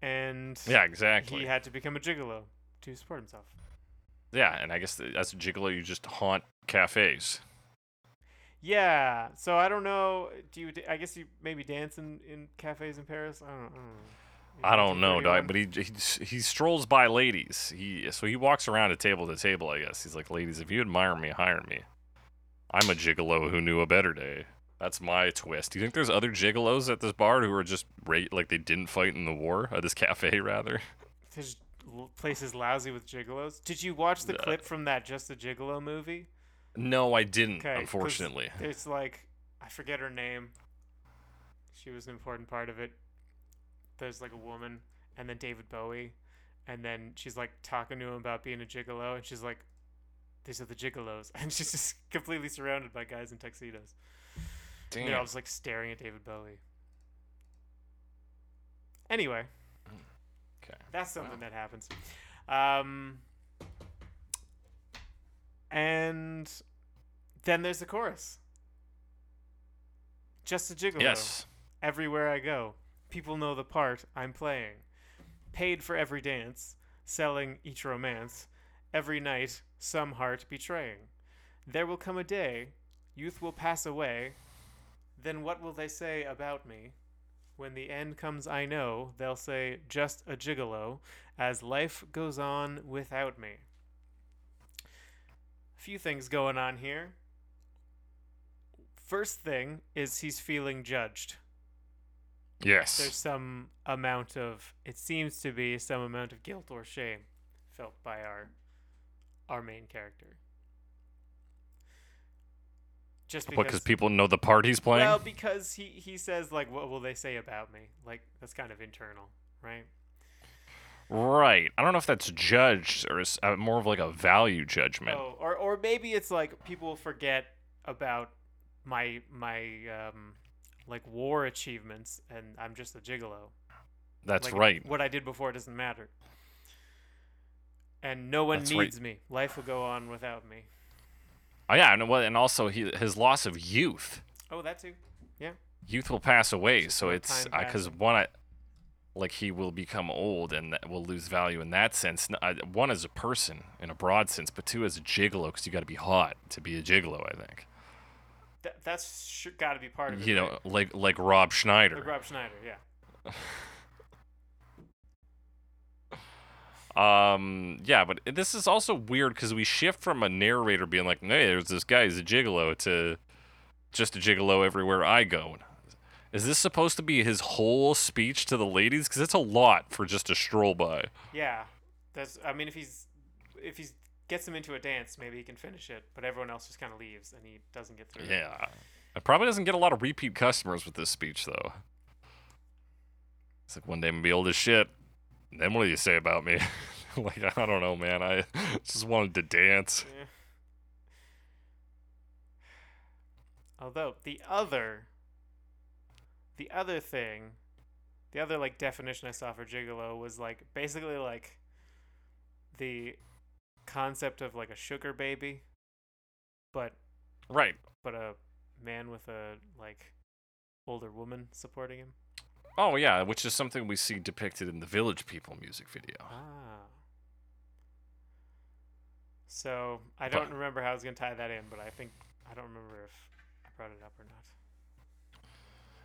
S3: And
S1: Yeah, exactly.
S3: he had to become a gigolo to support himself.
S1: yeah, and I guess th- as a gigolo, you just haunt cafes.
S3: Yeah, so I don't know. Do you? I guess you maybe dance in, in cafes in Paris. I don't. I don't know.
S1: I don't know, dog,
S3: 1931?
S1: but he, he s- he strolls by ladies. He so he walks around a table to table. I guess he's like, ladies, if you admire me, hire me. I'm a gigolo who knew a better day. That's my twist. Do you think there's other gigolos at this bar who are just rate like they didn't fight in the war at this cafe rather?
S3: This l- place is lousy with gigolos. Did you watch the clip from that Just a Gigolo movie?
S1: No, I didn't.
S3: 'Kay, 'cause
S1: unfortunately,
S3: It's like I forget her name. She was an important part of it. There's like a woman, and then David Bowie, and then she's like talking to him about being a gigolo, and she's like, "These are the gigolos," and she's just completely surrounded by guys in tuxedos.
S1: damn.
S3: They're all just like staring at David Bowie. Anyway,
S1: Okay.
S3: that's something that happens. Um, And then there's the chorus. Just a gigolo.
S1: Yes.
S3: Everywhere I go, people know the part I'm playing. Paid for every dance, selling each romance, every night, some heart betraying. There will come a day, youth will pass away. Then what will they say about me? When the end comes, I know they'll say just a gigolo, as life goes on without me. A few things going on here. First thing is he's feeling judged
S1: Yes.
S3: there's some amount of it seems to be some amount of guilt or shame felt by our our main character just
S1: what,
S3: because
S1: because people know the part he's playing?
S3: well because he he says like what will they say about me like that's kind of internal right
S1: right. I don't know if that's judged or is uh, more of like a value judgment.
S3: oh or or maybe it's like people forget about my my um like war achievements and i'm just a gigolo
S1: that's
S3: Like,
S1: right.
S3: What I did before doesn't matter. And no one
S1: That's right.
S3: needs me. Life will go on without me.
S1: Oh, yeah, and what? And also he, his loss of youth.
S3: Oh, that too. Yeah.
S1: Youth will pass away,
S3: It's just
S1: so
S3: about
S1: it's
S3: time
S1: because
S3: passing.
S1: one, I, like he will become old and that will lose value in that sense. N- I- One as a person in a broad sense, but two as a gigolo, because you got to be hot to be a gigolo. I think.
S3: Th- that's sh- got to be part of it.
S1: You
S3: right?
S1: know, like like Rob Schneider.
S3: Like Rob Schneider, yeah.
S1: Um, yeah, but this is also weird because we shift from a narrator being like, "Hey, there's this guy, he's a gigolo," to just a gigolo everywhere I go. Is this supposed to be his whole speech to the ladies? Because it's a lot for just a stroll by.
S3: Yeah. That's. I mean, if he's if he's gets him into a dance, maybe he can finish it. But everyone else just kind of leaves, and he doesn't get through. it.
S1: Yeah, it probably doesn't get a lot of repeat customers with this speech though. It's like one day I'm gonna be old as shit. and Then what do you say about me? like I don't know, man. I just wanted to dance.
S3: Yeah. Although the other, the other thing, the other like definition I saw for gigolo was like basically like the concept of like a sugar baby, but
S1: Right.
S3: but a man with a like older woman supporting him.
S1: Oh yeah, which is something we see depicted in the Village People music video.
S3: Ah. So I
S1: But-
S3: don't remember how I was gonna tie that in, but I think I don't remember if I brought it up or not.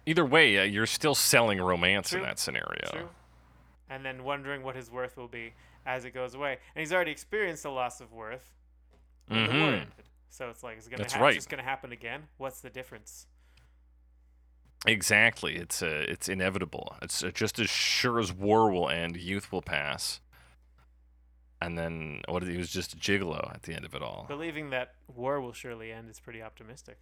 S1: Either way, uh, you're still selling romance in
S3: True.
S1: that scenario.
S3: True. And then wondering what his worth will be as it goes away. And he's already experienced a loss of worth. when the war
S1: Mhm.
S3: ended. So it's like it's gonna
S1: That's
S3: ha-
S1: right.
S3: it's just gonna happen again. What's the difference?
S1: Exactly. It's uh, it's inevitable. It's uh, just as sure as war will end, youth will pass. And then what? did- He was just a gigolo at the end of it all.
S3: Believing that war will surely end is pretty optimistic.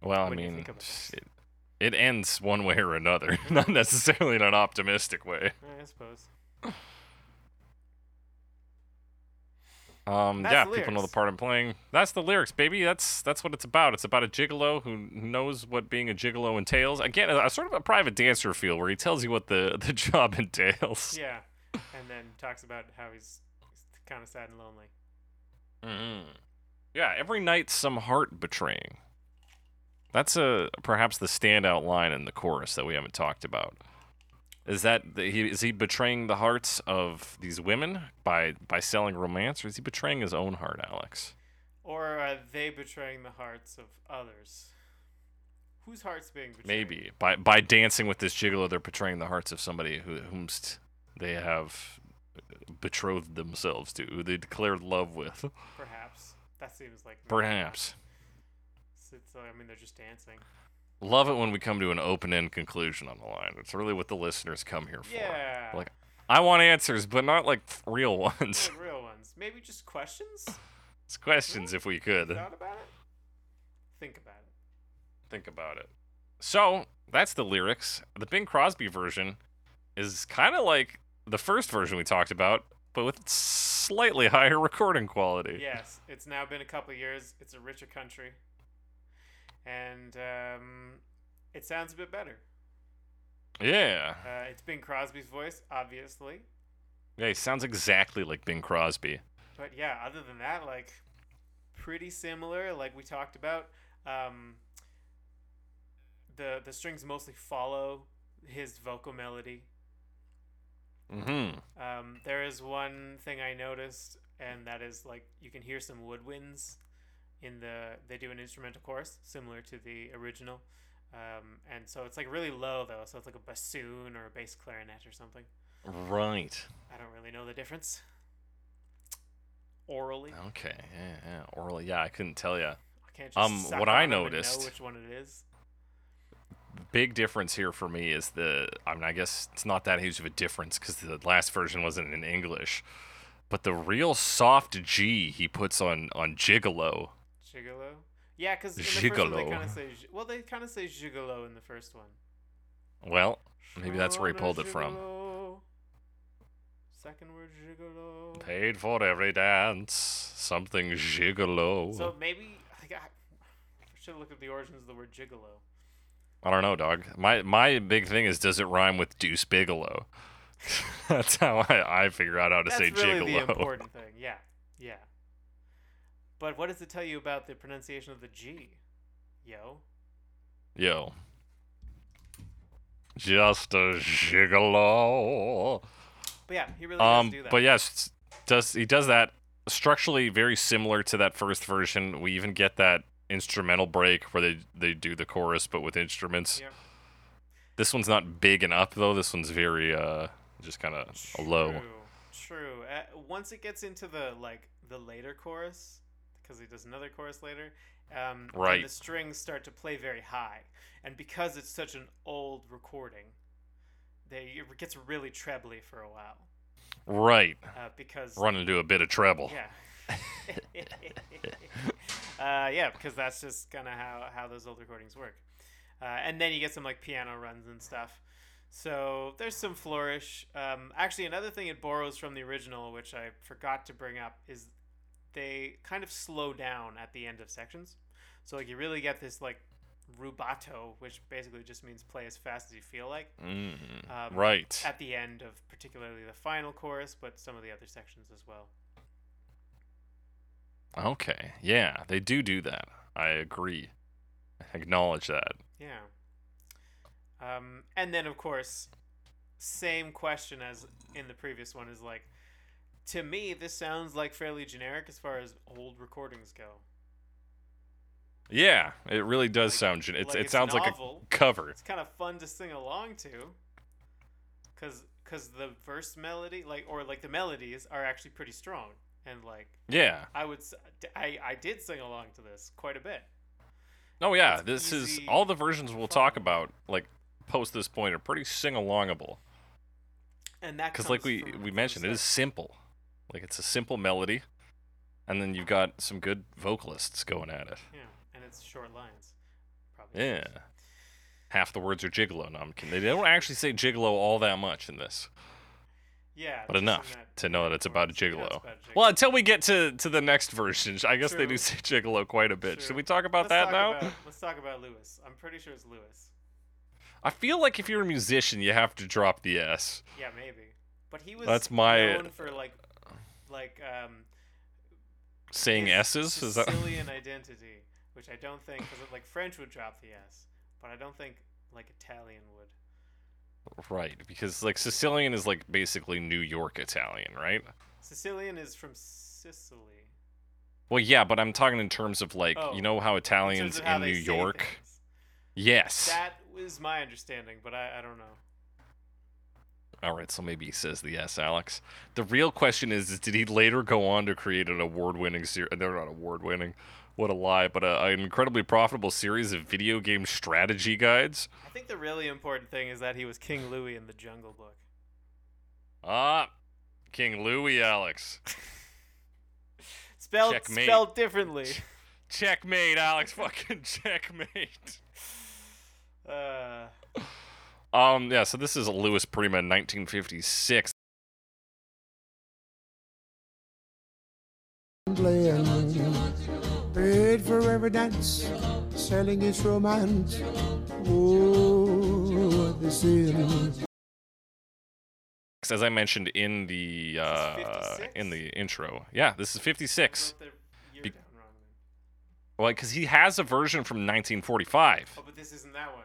S1: Well, I
S3: when you
S1: mean,
S3: think of it.
S1: it, it ends one way or another, not necessarily in an optimistic way.
S3: Eh, I suppose.
S1: Um,
S3: That's
S1: yeah,
S3: the
S1: people know the
S3: lyrics.
S1: part I'm playing. That's the lyrics, baby. That's that's what it's about. It's about a gigolo who knows what being a gigolo entails. Again, a, a sort of a private dancer feel where he tells you what the the job entails.
S3: Yeah. And then talks about how he's, he's kind of sad and lonely.
S1: Mhm. Yeah, every night some heart betraying. That's a perhaps the standout line in the chorus that we haven't talked about. Is that the, he is he betraying the hearts of these women by by selling romance, or is he betraying his own heart, Alex?
S3: Or are they betraying the hearts of others? Whose hearts being betrayed?
S1: Maybe by by dancing with this gigolo, they're betraying the hearts of somebody who whomst they have betrothed themselves to, who they declared love with.
S3: Perhaps. That seems like
S1: Perhaps
S3: So it's, I mean, they're just dancing.
S1: love it when we come to an open-end conclusion on the line. It's really what the listeners come here for.
S3: Yeah.
S1: Like, I want answers, but not like real ones.
S3: Not real ones. Maybe just questions?
S1: It's questions if we could.
S3: Thought about it? Think about it.
S1: Think about it. So that's the lyrics. The Bing Crosby version is kind of like the first version we talked about, but with slightly higher recording quality.
S3: Yes, it's now been a couple of years. It's a richer country. And um, it sounds a bit better.
S1: Yeah.
S3: Uh, it's Bing Crosby's voice, obviously.
S1: Yeah, he sounds exactly like Bing Crosby.
S3: But yeah, other than that, like, pretty similar, like we talked about. Um, the the strings mostly follow his vocal melody.
S1: Mm-hmm.
S3: Um, there is one thing I noticed, and that is like you can hear some woodwinds in the. They do an instrumental chorus similar to the original, um, and so it's like really low though. So it's like a bassoon or a bass clarinet or something.
S1: Right.
S3: I don't really know the difference. Orally,
S1: Okay. Yeah, yeah. Orally, yeah, I couldn't tell you.
S3: I can't just
S1: Um,
S3: suck
S1: what I
S3: on 'em and
S1: noticed-
S3: know which one it is.
S1: Big difference here for me is the. I mean, I guess it's not that huge of a difference because the last version wasn't in English, but the real soft G he puts on on gigolo.
S3: Gigolo. Yeah, because in the first one they
S1: Gigolo.
S3: kind of say gi- well, they kind of say gigolo in the first one.
S1: Well, maybe that's where he pulled it from.
S3: Gigolo. Second word gigolo.
S1: Paid for every dance, something gigolo.
S3: So maybe like, I should have looked up the origins of the word gigolo.
S1: I don't know, dog. My my big thing is does it rhyme with Deuce Bigelow? That's how I, I figure out how to
S3: That's
S1: say
S3: really
S1: gigolo.
S3: the important thing. Yeah, yeah. But what does it tell you about the pronunciation of the G? Yo,
S1: Yo. Just a gigolo.
S3: but yeah, he really
S1: Um,
S3: does do that.
S1: but yes, does he does that structurally very similar to that first version? We even get that instrumental break where they they do the chorus but with instruments.
S3: Yep.
S1: This one's not big and up though. This one's very uh just kind of low.
S3: True. true. Uh, once it gets into the like the later chorus, because he does another chorus later, um, then
S1: Right.
S3: The strings start to play very high, and because it's such an old recording, they it gets really trebly for a while.
S1: Right.
S3: Uh, because
S1: Run into a bit of treble.
S3: yeah. uh, yeah, because that's just kind of how, how those old recordings work. Uh, and then you get some like piano runs and stuff. So there's some flourish. Um, actually, another thing it borrows from the original, which I forgot to bring up, is they kind of slow down at the end of sections. So like you really get this like rubato, which basically just means play as fast as you feel like
S1: Mm,
S3: Um,
S1: right.
S3: at the end of particularly the final chorus, but some of the other sections as well.
S1: Okay. Yeah, they do do that. I agree. Acknowledge that.
S3: Yeah. Um, and then of course, same question as in the previous one is like, to me this sounds like fairly generic as far as old recordings go.
S1: Yeah, it really does
S3: Like-
S1: sound. Gen- it's,
S3: like
S1: it
S3: it's
S1: sounds like
S3: novel.
S1: a cover.
S3: It's kind of fun to sing along to, cause cause the verse melody like or like the melodies are actually pretty strong and like
S1: Yeah.
S3: I would s- I I did sing along to this quite a bit.
S1: Oh yeah.
S3: It's
S1: this is
S3: easy
S1: all the versions we'll talk
S3: fun.
S1: about. Like post this point are pretty sing alongable
S3: And that
S1: because like
S3: comes
S1: we
S3: from-
S1: we
S3: from
S1: mentioned it
S3: stuff-
S1: is simple. Like it's a simple melody, and then you've got some good vocalists going at it.
S3: yeah, and it's short lines. Probably.
S1: Yeah. Half the words are gigolo. No, I'm kidding. They don't actually say gigolo all that much in this.
S3: Yeah.
S1: but
S3: just in
S1: enough
S3: that-
S1: to know that it's about a
S3: chorus. Yeah,
S1: gigolo.
S3: it's about a
S1: Well, until we get to, to the next version, I guess they
S3: True.
S1: do say gigolo quite a bit.
S3: True.
S1: Should we talk about that
S3: Let's talk
S1: now?
S3: about- let's talk about Lewis. I'm pretty sure it's Lewis.
S1: I feel like if you're a musician, you have to drop the S.
S3: Yeah, maybe. But he was
S1: That's my-
S3: known for like like um
S1: Saying
S3: his
S1: S's is that?
S3: Sicilian identity, which I don't think cuz like French would drop the s, but I don't think like Italian would.
S1: right, because like Sicilian is like basically New York Italian, right?
S3: Sicilian is from Sicily.
S1: Well, yeah, but I'm talking in terms of like
S3: Oh,
S1: you know how
S3: in terms
S1: Italians
S3: of
S1: in,
S3: how
S1: New
S3: they say
S1: York.
S3: things.
S1: Yes.
S3: That was my understanding, but I, I don't know.
S1: All right, so maybe he says the S, Alex. The real question is, is did he later go on to create an award-winning series? They're not award-winning. What a lie! But a, an incredibly profitable series of video game strategy guides.
S3: I think the really important thing is that he was King Louis in the Jungle Book.
S1: Ah, King Louis, Alex.
S3: Spelled
S1: Checkmate.
S3: spelled differently.
S1: Checkmate, Alex. Fucking checkmate.
S3: Uh,
S1: Um, yeah. So this is Louis Prima, 1956.
S4: Glenn. Paid for every dance, selling its romance. Oh, the sin.
S1: As I mentioned in the
S3: This is
S1: uh,
S3: 56?
S1: in the intro, yeah, this is 56.
S3: wrote the year
S1: Be-
S3: down wrong.
S1: Well, because he has a version from 1945.
S3: Oh, but this isn't that one.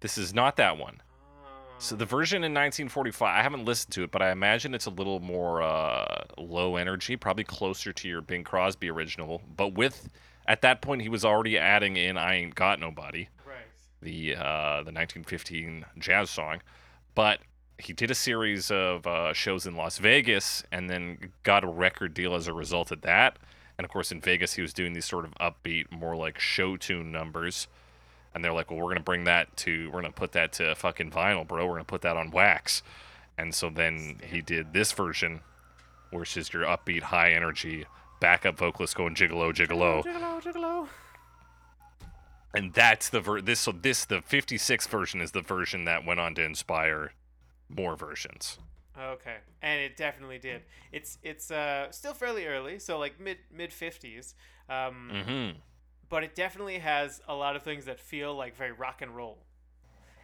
S1: This is not that one.
S3: Oh.
S1: So the version in 1945, I haven't listened to it, but I imagine it's a little more uh, low energy, probably closer to your Bing Crosby original. But with at that point, he was already adding in "I Ain't Got Nobody,"
S3: right.
S1: the uh, the 1915 jazz song. But he did a series of uh, shows in Las Vegas, and then got a record deal as a result of that. And of course, in Vegas, he was doing these sort of upbeat, more like show tune numbers and they're like, "Well, we're gonna bring that to, we're gonna put that to fucking vinyl, bro. We're gonna put that on wax." And so then he did this version, which is your upbeat, high energy backup vocalist going gigolo, gigolo,
S3: Gigolo, gigolo.
S1: and that's the ver- this so this the 56 version is the version that went on to inspire more versions.
S3: Okay, and it definitely did. It's it's uh still fairly early, so like mid mid fifties. Um,
S1: Mm-hmm.
S3: but it definitely has a lot of things that feel like very rock and roll.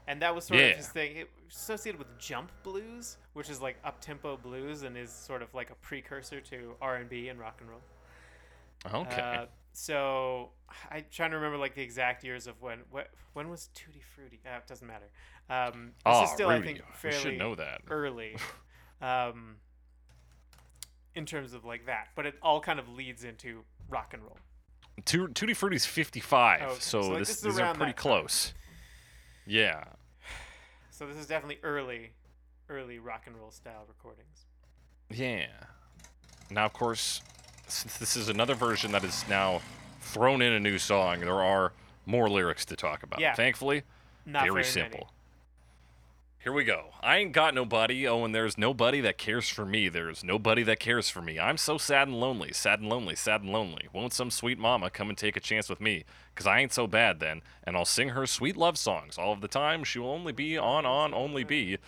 S3: And that was sort
S1: Yeah.
S3: of his thing. It was associated with jump blues, which is like up tempo blues and is sort of like a precursor to R and B and rock and roll.
S1: Okay.
S3: Uh, so I'm trying to remember like the exact years of when what, when was Tutti Frutti? Uh, it doesn't matter. Um, this
S1: oh,
S3: is still
S1: Rudy,
S3: I think
S1: we
S3: fairly
S1: should know that.
S3: early um, in terms of like that but it all kind of leads into rock and roll
S1: Tu- Tutti Frutti's 55,
S3: Oh, okay.
S1: so,
S3: So, like,
S1: this,
S3: this is
S1: these are
S3: around
S1: pretty
S3: that time.
S1: close. Yeah.
S3: so this is definitely early early rock and roll style recordings
S1: Yeah. Now, of course, since this is another version that is now thrown in a new song, there are more lyrics to talk about.
S3: Yeah.
S1: Thankfully,
S3: not
S1: very,
S3: very many.
S1: simple. Here we go. I ain't got nobody. Oh, and there's nobody that cares for me. There's nobody that cares for me. I'm so sad and lonely, sad and lonely, sad and lonely. Won't some sweet mama come and take a chance with me? 'Cause I ain't so bad then, and I'll sing her sweet love songs all of the time. She will only be on, on, only be.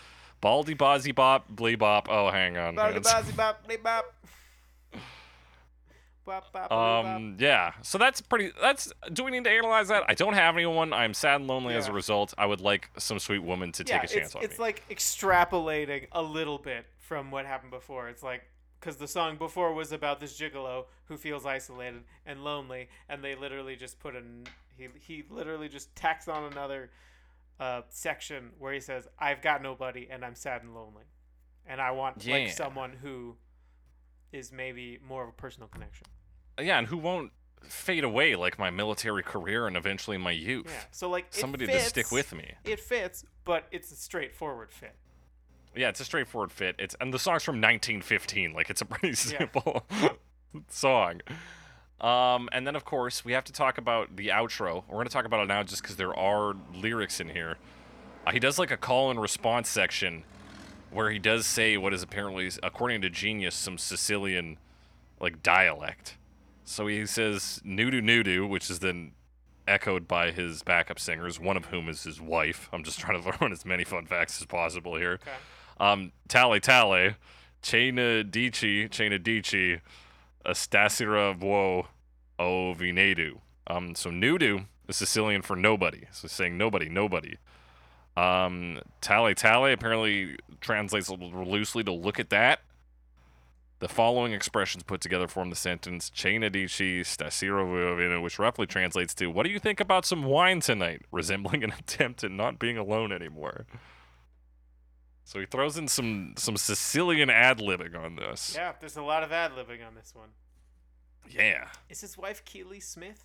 S1: Baldy, bozzy, bop, blee, bop. Oh, hang on.
S3: Bop,
S1: It's-
S3: bop, bop, bop, bop. Bop, bop, bop, bop.
S1: Um, yeah. So that's pretty. That's. Do we need to analyze that? I don't have anyone. I'm sad and lonely as a
S3: Yeah.
S1: result. I would like some sweet woman to
S3: yeah,
S1: take a chance
S3: it's,
S1: on
S3: it's
S1: me.
S3: like extrapolating a little bit from what happened before. It's like because the song before was about this gigolo who feels isolated and lonely, and they literally just put an he he literally just tacks on another uh, section where he says, "I've got nobody, and I'm sad and lonely, and I want
S1: Yeah.
S3: like someone who is maybe more of a personal connection."
S1: yeah, and who won't fade away like my military career and eventually my youth?
S3: Yeah, so like it
S1: Somebody to
S3: fits,
S1: stick with me.
S3: It fits, but it's a straightforward fit.
S1: Yeah, it's a straightforward fit. It's and the song's from 1915. Like it's a pretty simple song. Um, and then of course we have to talk about the outro. We're gonna talk about it now just because there are lyrics in here. Uh, he does like a call and response section where he does say what is apparently, according to Genius, some Sicilian like dialect. So he says "nudu nudu," which is then echoed by his backup singers, one of whom is his wife. I'm just trying to learn as many fun facts as possible here.
S3: Okay.
S1: Um, Tally Tally, Chaina Dici, Chaina Dici, Astasira Vuo, O Vinedu. Um, so Nudu is Sicilian for nobody. So saying nobody, nobody. Um, Tally Tally apparently translates a little loosely to look at that. The following expressions put together form the sentence Chaina Dici, Stasira Vuo Vino, which roughly translates to What do you think about some wine tonight? resembling an attempt at not being alone anymore. So he throws in some some Sicilian ad libbing on this.
S3: Yeah, there's a lot of ad libbing on this one.
S1: Yeah,
S3: Is his wife Keely Smith?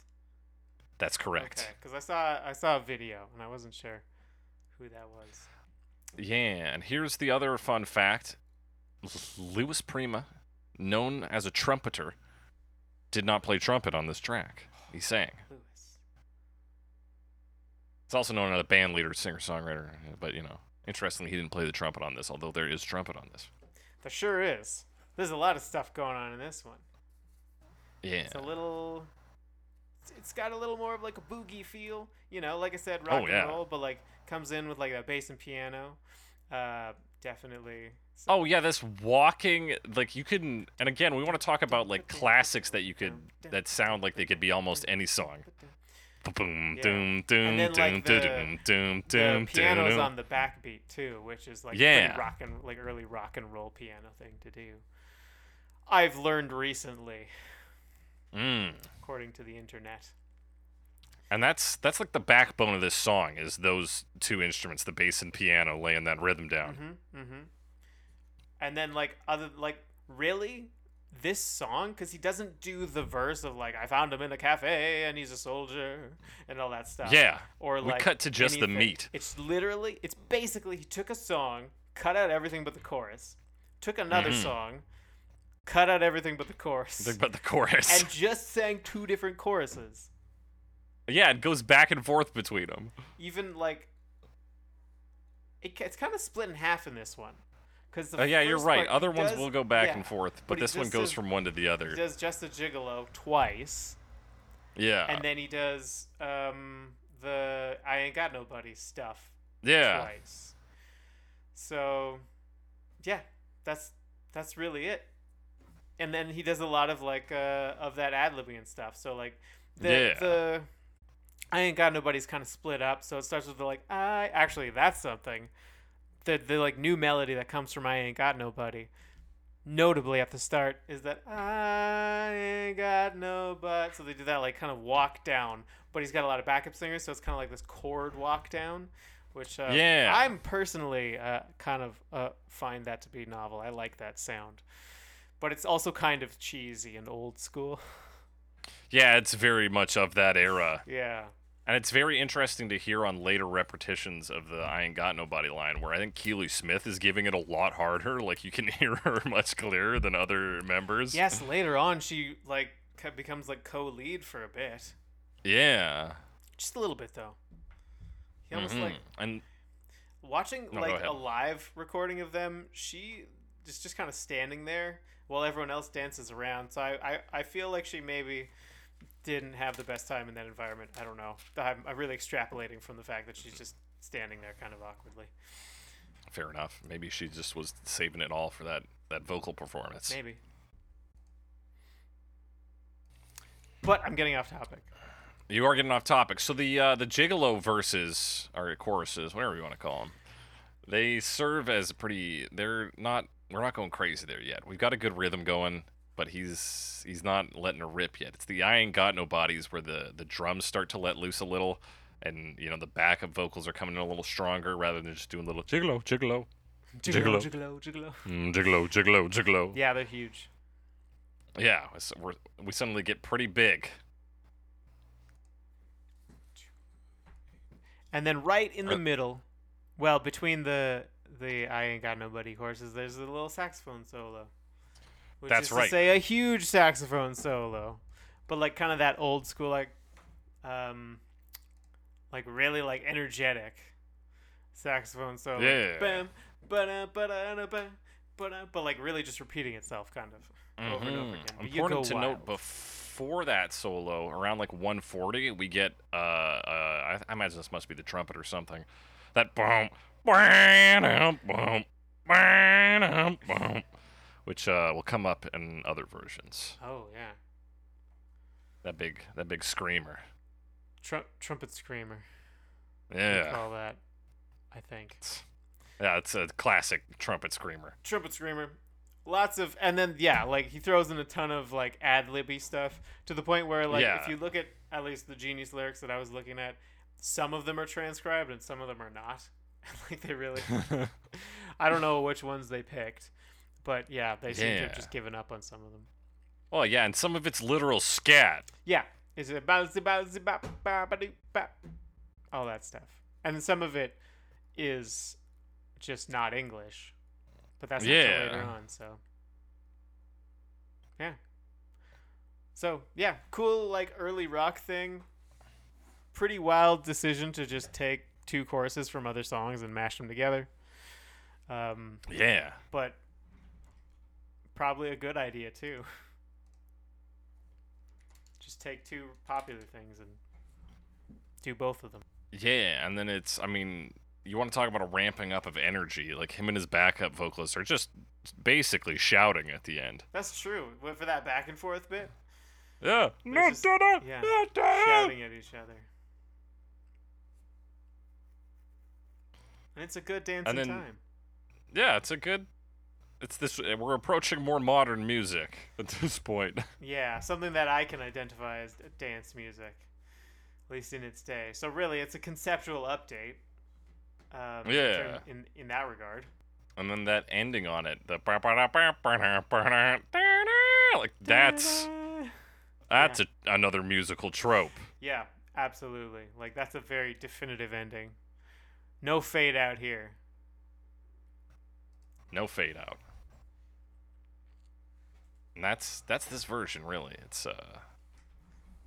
S1: that's correct.
S3: Okay, because I saw I saw a video and I wasn't sure who that was.
S1: Yeah, and here's the other fun fact: Louis Prima, known as a trumpeter, did not play trumpet on this track. He sang.
S3: Lewis.
S1: He's also known as a band leader, singer, songwriter. But you know, interestingly, he didn't play the trumpet on this, although there is trumpet on this.
S3: There sure is. There's a lot of stuff going on in this one.
S1: Yeah.
S3: It's a little. it's- It's got a little more of like a boogie feel, you know. Like I said,
S1: Oh,
S3: rock
S1: yeah.
S3: and roll, but like comes in with like that bass and piano. Uh, definitely.
S1: Oh yeah, this walking like you can and again we want to talk about like classics that you could that sound like they could be almost any song. Boom
S3: Yeah.
S1: doom doom
S3: And then,
S1: doom
S3: like, the-
S1: doom doom doom
S3: the piano's
S1: doom.
S3: on the backbeat too, which is like
S1: Yeah.
S3: pretty rock and like early rock and roll piano thing to do. I've learned recently,
S1: Mm.
S3: according to the internet.
S1: and that's that's like the backbone of this song is those two instruments, the bass and piano, laying that rhythm down.
S3: Mm-hmm, mm-hmm. And then like other like really this song because he doesn't do the verse of like I found him in a cafe and he's a soldier and all that stuff.
S1: Yeah,
S3: Or
S1: we
S3: like
S1: cut to just the
S3: anything.
S1: meat.
S3: It's literally it's basically he took a song, cut out everything but the chorus, took another song, cut out everything but the chorus,
S1: Think about Mm-hmm. the chorus.
S3: and just sang two different choruses.
S1: yeah, it goes back and forth between them.
S3: even like it, ca- it's kind of split in half in this one because
S1: Uh, yeah, you're right. Other ones
S3: does,
S1: will go back
S3: yeah,
S1: and forth, but,
S3: but he
S1: this one
S3: just
S1: goes
S3: says-
S1: from one to the
S3: he
S1: other.
S3: does just the gigolo twice
S1: yeah,
S3: and then he does um the i ain't got nobody stuff
S1: yeah.
S3: twice so yeah that's that's really it and then he does a lot of like uh of that ad libbing and stuff so like the
S1: Yeah.
S3: the i ain't got nobody's kind of split up so it starts with the like i actually that's something the the like new melody that comes from i ain't got nobody notably at the start is that I ain't got no but. So they do that like kind of walk down, but he's got a lot of backup singers, so it's kind of like this chord walk down, which uh,
S1: Yeah.
S3: I'm personally uh, kind of uh, find that to be novel. I like that sound, but it's also kind of cheesy and old school.
S1: Yeah, it's very much of that era.
S3: yeah,
S1: And it's very interesting to hear on later repetitions of the I Ain't Got Nobody line, where I think Keely Smith is giving it a lot harder. Like, you can hear her much clearer than other members.
S3: yes. Later on, she like ca- becomes like co-lead for a bit,
S1: Yeah.
S3: just a little bit though. He almost like
S1: Mhm. and
S3: watching
S1: No, go
S3: like
S1: ahead.
S3: a live recording of them she is just kind of standing there while everyone else dances around so I, I i feel like she maybe didn't have the best time in that environment i don't know i'm, I'm really extrapolating from the fact that she's just standing there kind of awkwardly
S1: fair enough. Maybe she just was saving it all for that, that vocal performance.
S3: maybe but i'm getting off topic
S1: You are getting off topic. So the uh, the gigolo verses or choruses, whatever you want to call them, they serve as pretty. They're not. We're not going crazy there yet. We've got a good rhythm going, but he's he's not letting it rip yet. It's the I ain't got no bodies where the the drums start to let loose a little, and you know the backup vocals are coming in a little stronger rather than just doing little gigolo, gigolo, Gigolo.
S3: Jiggalo, jiggalo, jiggalo.
S1: mm, gigolo, gigolo, gigolo.
S3: yeah they're huge
S1: Yeah, it's- we're, we suddenly get pretty big.
S3: And then right in the
S1: Uh,
S3: middle, well, between the the I ain't got nobody horses, there's a little saxophone solo. Which
S1: That's
S3: is to
S1: right.
S3: say a huge saxophone solo. But like kind of that old school like um like really like energetic saxophone solo.
S1: Yeah.
S3: Bam ba-da, ba-da, da, ba, ba-da, but like really just repeating itself kind of over and over
S1: Mhm.
S3: again. But you
S1: Important
S3: go
S1: to
S3: wild.
S1: note before that solo, around like 140, we get uh, uh I, I imagine this must be the trumpet or something. That boom, boom, boom, boom, boom, which uh, will come up in other versions.
S3: Oh yeah.
S1: That big, that big screamer.
S3: Tru- trumpet screamer. we
S1: Yeah,
S3: Call that I think.
S1: yeah, it's a classic trumpet screamer.
S3: trumpet screamer lots of and then yeah like he throws in a ton of like ad libby stuff to the point where like
S1: Yeah.
S3: if you look at at least the genius lyrics that i was looking at some of them are transcribed and some of them are not like they really i don't know which ones they picked but yeah they seem to
S1: Yeah.
S3: have just given up on some of them
S1: Oh yeah, and some of it's literal scat.
S3: yeah it's a bouncy bouncy bop bop ba-dee, bop all that stuff and then some of it is just not english but that's not till later
S1: Yeah.
S3: on so yeah so yeah cool like early rock thing pretty wild decision to just take two choruses from other songs and mash them together um
S1: Yeah.
S3: but probably a good idea too. Just take two popular things and do both of them.
S1: Yeah, and then it's I mean, you want to talk about a ramping up of energy. Like him and his backup vocalist are just basically shouting at the end.
S3: That's true. Went for that back and forth bit.
S1: Yeah.
S3: They're just- yeah, shouting at each other. And it's a good dancing
S1: then-
S3: time.
S1: Yeah, it's a good it's this uh, we're approaching more modern music at this point.
S3: Yeah, something that I can identify as d- dance music. at least in its day. So really, it's a conceptual update. Um, in
S1: Yeah.
S3: term- In in that regard.
S1: and then that ending on it, the like that's that's a, another musical trope.
S3: Yeah, absolutely. Like that's a very definitive ending. No fade out here.
S1: No fade out. And that's that's this version really. It's a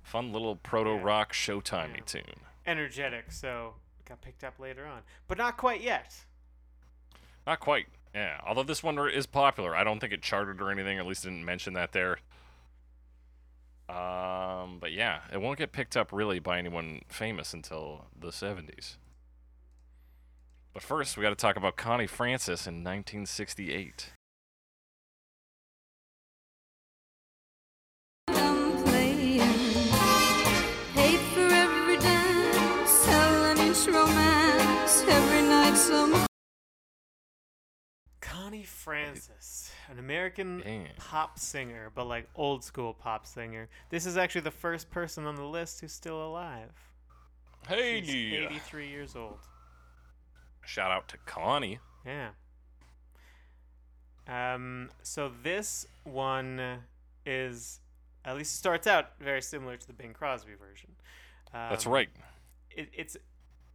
S1: fun little proto rock showtimey
S3: Yeah.
S1: tune.
S3: Energetic, so it got picked up later on, but not quite yet.
S1: Not quite. Yeah, although this one is popular. I don't think it charted or anything, or at least didn't mention that there. Um, but yeah, it won't get picked up really by anyone famous until the 70s. But first, we got to talk about Connie Francis in 1968.
S5: I'm playing. Paid for every dance, selling each romance, every night some
S3: Connie Francis, an American
S1: Damn.
S3: pop singer, but like old school pop singer. This is actually the first person on the list who's still alive.
S1: Hey,
S3: She's
S1: yeah.
S3: 83 years old.
S1: shout out to Connie.
S3: Yeah. Um. So this one is at least starts out very similar to the Bing Crosby version. Um,
S1: That's right.
S3: It, it's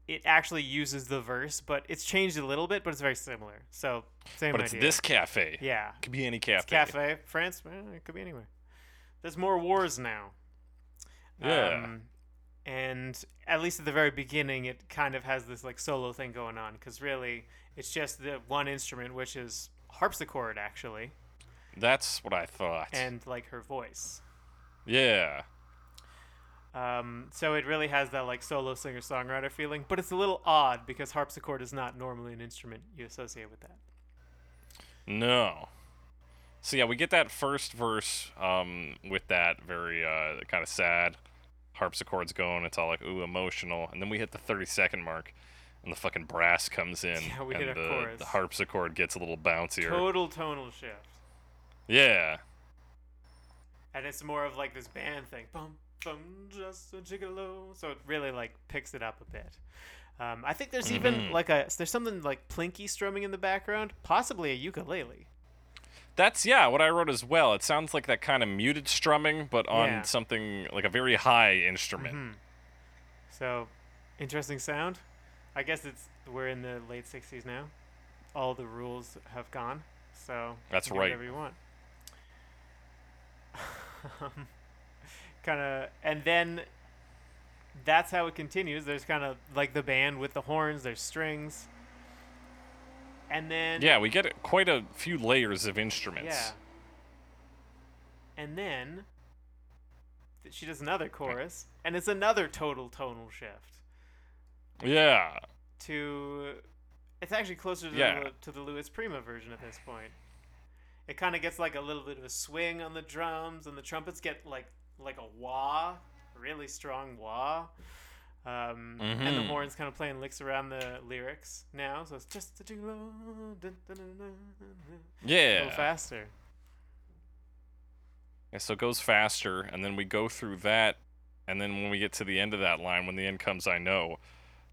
S3: it actually uses the verse, but it's changed a little bit, but it's very similar. So same
S1: But it's
S3: idea.
S1: this cafe.
S3: Yeah.
S1: Could be any
S3: It's cafe France. eh, it could be anywhere. There's more wars now.
S1: Yeah.
S3: Um, and at least at the very beginning, it kind of has this like solo thing going on because really it's just the one instrument, which is harpsichord actually,
S1: That's what I thought.
S3: and like her voice.
S1: yeah.
S3: Um, so it really has that like solo singer songwriter feeling, but it's a little odd because harpsichord is not normally an instrument you associate with that.
S1: No. So yeah, we get that first verse um, with that very uh, kind of sad harpsichords going. It's all like ooh emotional, and then we hit the thirty second mark, and the fucking brass comes in,
S3: Yeah, we
S1: and
S3: hit our
S1: the,
S3: chorus.
S1: the harpsichord gets a little bouncier.
S3: Total tonal shift,
S1: Yeah,
S3: and it's more of like this band thing. Bum bum, just a gigolo. So it really like picks it up a bit. Um, I think there's even like a there's something like plinky strumming in the background, possibly a ukulele.
S1: that's yeah what I wrote as well. It sounds like that kind of muted strumming, but on
S3: Yeah.
S1: something like a very high instrument.
S3: So, interesting sound. I guess it's we're in the late '60s now. All the rules have gone, so you
S1: That's
S3: can do
S1: right.
S3: Whatever you want. kind of, and then that's how it continues. There's kind of like the band with the horns. There's strings, and then
S1: Yeah, we get quite a few layers of instruments.
S3: yeah. And then th- she does another chorus, and it's another total tonal shift
S1: Yeah.
S3: to. It's actually closer to,
S1: Yeah.
S3: the, Lu- to the Louis Prima version at this point. It kind of gets like a little bit of a swing on the drums, and the trumpets get like like a wah, really strong wah. Um, And the
S1: Mhm.
S3: horns kind of playing licks around the lyrics now, so it's just a jingle, dun, dun, dun, dun, dun. a
S1: Yeah.
S3: little faster.
S1: Yeah, so it goes faster, and then we go through that, and then when we get to the end of that line, when the end comes, I know,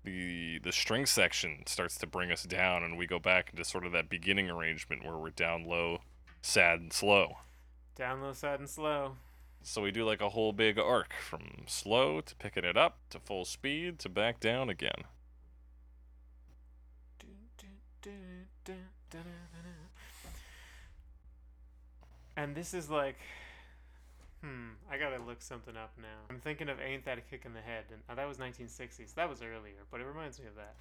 S1: the the string section starts to bring us down, and we go back into sort of that beginning arrangement where we're down low, sad and slow.
S3: Down low, sad and slow.
S1: So we do like a whole big arc from slow to picking it up to full speed to back down again.
S3: And this is like, hmm, I gotta look something up now. I'm thinking of "Ain't That a Kick in the Head," and oh, that was 1960s. That was earlier, but it reminds me of that.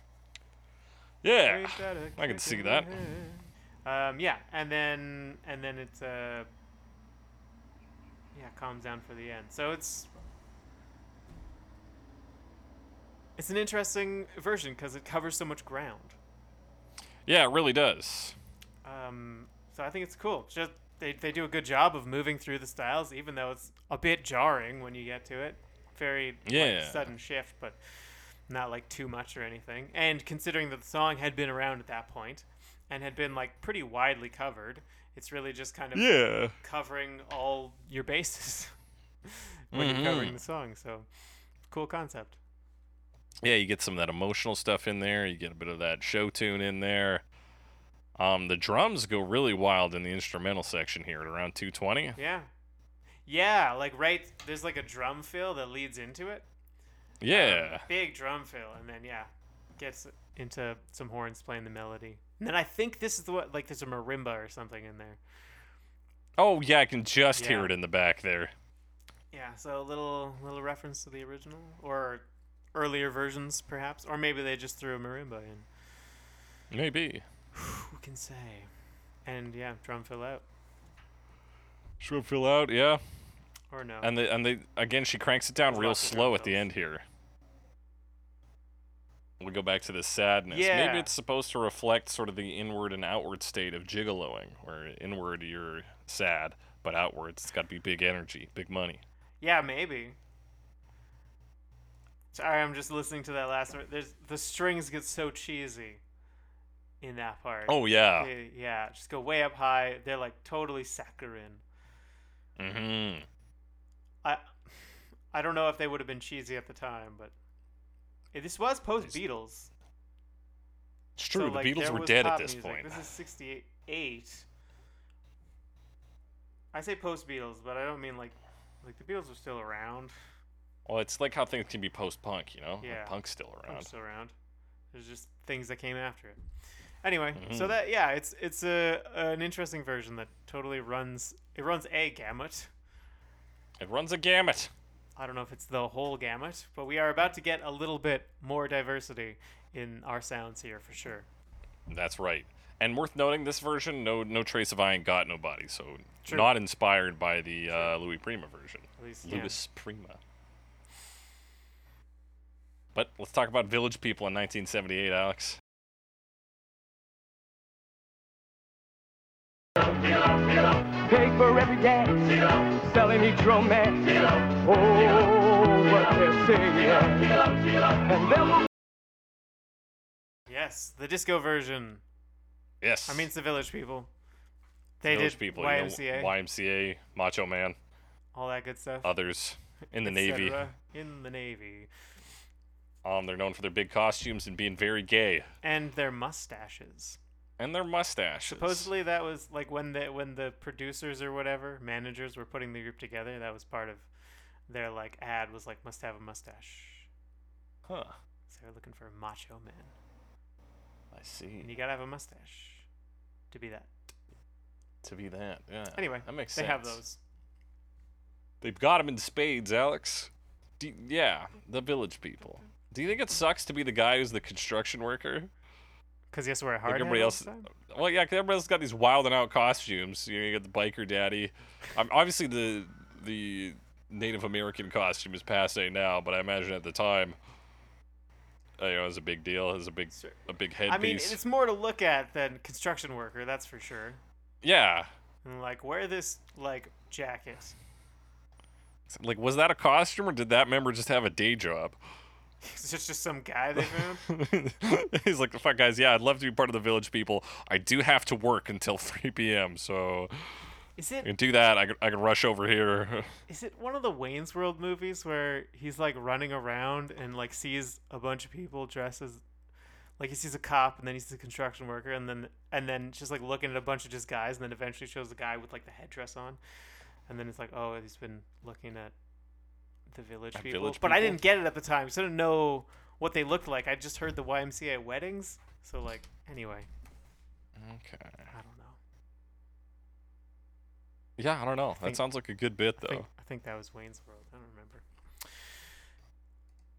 S1: Yeah,
S3: Ain't that a
S1: I can
S3: kick
S1: see
S3: in the
S1: that.
S3: head? Um, yeah, and then and then it's uh, yeah, calms down for the end. So it's it's an interesting version because it covers so much ground.
S1: Yeah, it really does.
S3: Um, so I think it's cool. Just they, they do a good job of moving through the styles, even though it's a bit jarring when you get to it. Very like,
S1: Yeah.
S3: sudden shift, but not like too much or anything. And considering that the song had been around at that point and had been like pretty widely covered, it's really just kind of
S1: Yeah.
S3: covering
S1: Mm-hmm.
S3: all your bases when you're covering the song. So cool concept.
S1: yeah, you get some of that emotional stuff in there. You get a bit of that show tune in there. Um, the drums go really wild in the instrumental section here at around 220.
S3: Yeah. Yeah, like right there's like a drum fill that leads into it.
S1: Yeah,
S3: Big drum fill and then yeah, gets into some horns playing the melody. And then I think this is the what like there's a marimba or something in there.
S1: Oh yeah, I can just hear
S3: Yeah.
S1: it in the back there.
S3: Yeah, so a little little reference to the original or earlier versions perhaps or maybe they just threw a marimba in.
S1: Maybe.
S3: Who can say? And yeah, drum fill out
S1: Should fill out, yeah.
S3: or no.
S1: And they and they again she cranks it down
S3: There's
S1: real
S3: lots of
S1: slow at the
S3: drop-downs.
S1: end here. We go back to this sadness.
S3: Yeah.
S1: Maybe it's supposed to reflect sort of the inward and outward state of gigoloing, where inward you're sad, but outward it's got to be big energy, big money.
S3: Yeah, maybe. Sorry, I'm just listening to that last one. There's the strings get so cheesy in that part.
S1: Oh yeah.
S3: They- yeah, just go way up high. They're like totally saccharine.
S1: Mm-hmm.
S3: I I don't know if they would have been cheesy at the time, but Eh, this was post Beatles.
S1: It's true.
S3: so,
S1: the
S3: like,
S1: Beatles
S3: there
S1: were
S3: was
S1: dead at
S3: pop
S1: this
S3: music.
S1: point.
S3: This is 68. I say post Beatles, but I don't mean like like the Beatles were still around.
S1: Well, it's like how things can be post-punk, you know? Like,
S3: Yeah.
S1: punk's still around.
S3: Punk's around. There's just things that came after it. Anyway,
S1: Mm-hmm.
S3: so that yeah, it's it's a an interesting version that totally runs it runs a gamut.
S1: It runs a gamut.
S3: I don't know if it's the whole gamut, but we are about to get a little bit more diversity in our sounds here for sure.
S1: That's right. And worth noting, this version, no no trace of I ain't got nobody, so
S3: True.
S1: not inspired by the uh, Louis Prima version.
S3: At least yeah.
S1: Louis Prima. But let's talk about Village People in 1978, Alex.
S6: Pay for every dance, selling each romance. Oh, what they're saying. And there will
S3: Yes, the disco version.
S1: Yes.
S3: I mean, it's the Village People. They
S1: Village
S3: did
S1: People, You
S3: YMCA,
S1: know, YMCA, Macho Man,
S3: all that good stuff.
S1: others in the
S3: et
S1: Navy.
S3: cetera, In the Navy,
S1: Um, they're known for their big costumes and being very gay,
S3: and their mustaches.
S1: and their mustache.
S3: Supposedly that was like when the when the producers or whatever managers were putting the group together. That was part of their like ad was like must have a mustache.
S1: Huh.
S3: So they're looking for a macho man,
S1: I
S3: and
S1: see.
S3: you gotta have a mustache to be that.
S1: To be that, yeah.
S3: Anyway,
S1: that makes
S3: they
S1: sense.
S3: have those.
S1: They've got him in spades, Alex. Do yeah, the village people. Do you think it sucks to be the guy who's the construction worker?
S3: Cause he has to wear a hard
S1: Like
S3: hat
S1: everybody
S3: all
S1: else.
S3: the time?
S1: Well, yeah, 'cause everybody else got these wild and out costumes. You know, you got the biker daddy. Um, obviously, the the Native American costume is passe now, but I imagine at the time, uh, you know, it was a big deal. It was a big
S3: Sure.
S1: a big
S3: I mean,
S1: headpiece.
S3: it's more to look at than construction worker. That's for sure.
S1: yeah.
S3: And like wear this like jacket.
S1: Like, was that a costume, or did that member just have a day job?
S3: It's just just some guy they found.
S1: He's like, fuck, guys, yeah, I'd love to be part of the village people. I do have to work until 3 p.m., so
S3: Is
S1: I
S3: it
S1: can do that. I can, I can rush over here.
S3: Is it one of the Wayne's World movies where he's like running around and like sees a bunch of people dressed as like he sees a cop and then he sees a construction worker and then and then just like looking at a bunch of just guys and then eventually shows a guy with like the headdress on and then it's like oh he's been looking at the village
S1: At
S3: people
S1: village
S3: but I
S1: people?
S3: didn't get it at the time so I didn't know what they looked like I just heard the YMCA weddings so like anyway
S1: okay.
S3: I don't know
S1: Yeah, I don't know.
S3: think-
S1: that sounds like a good bit,
S3: I think,
S1: though.
S3: I think that was Wayne's World I don't remember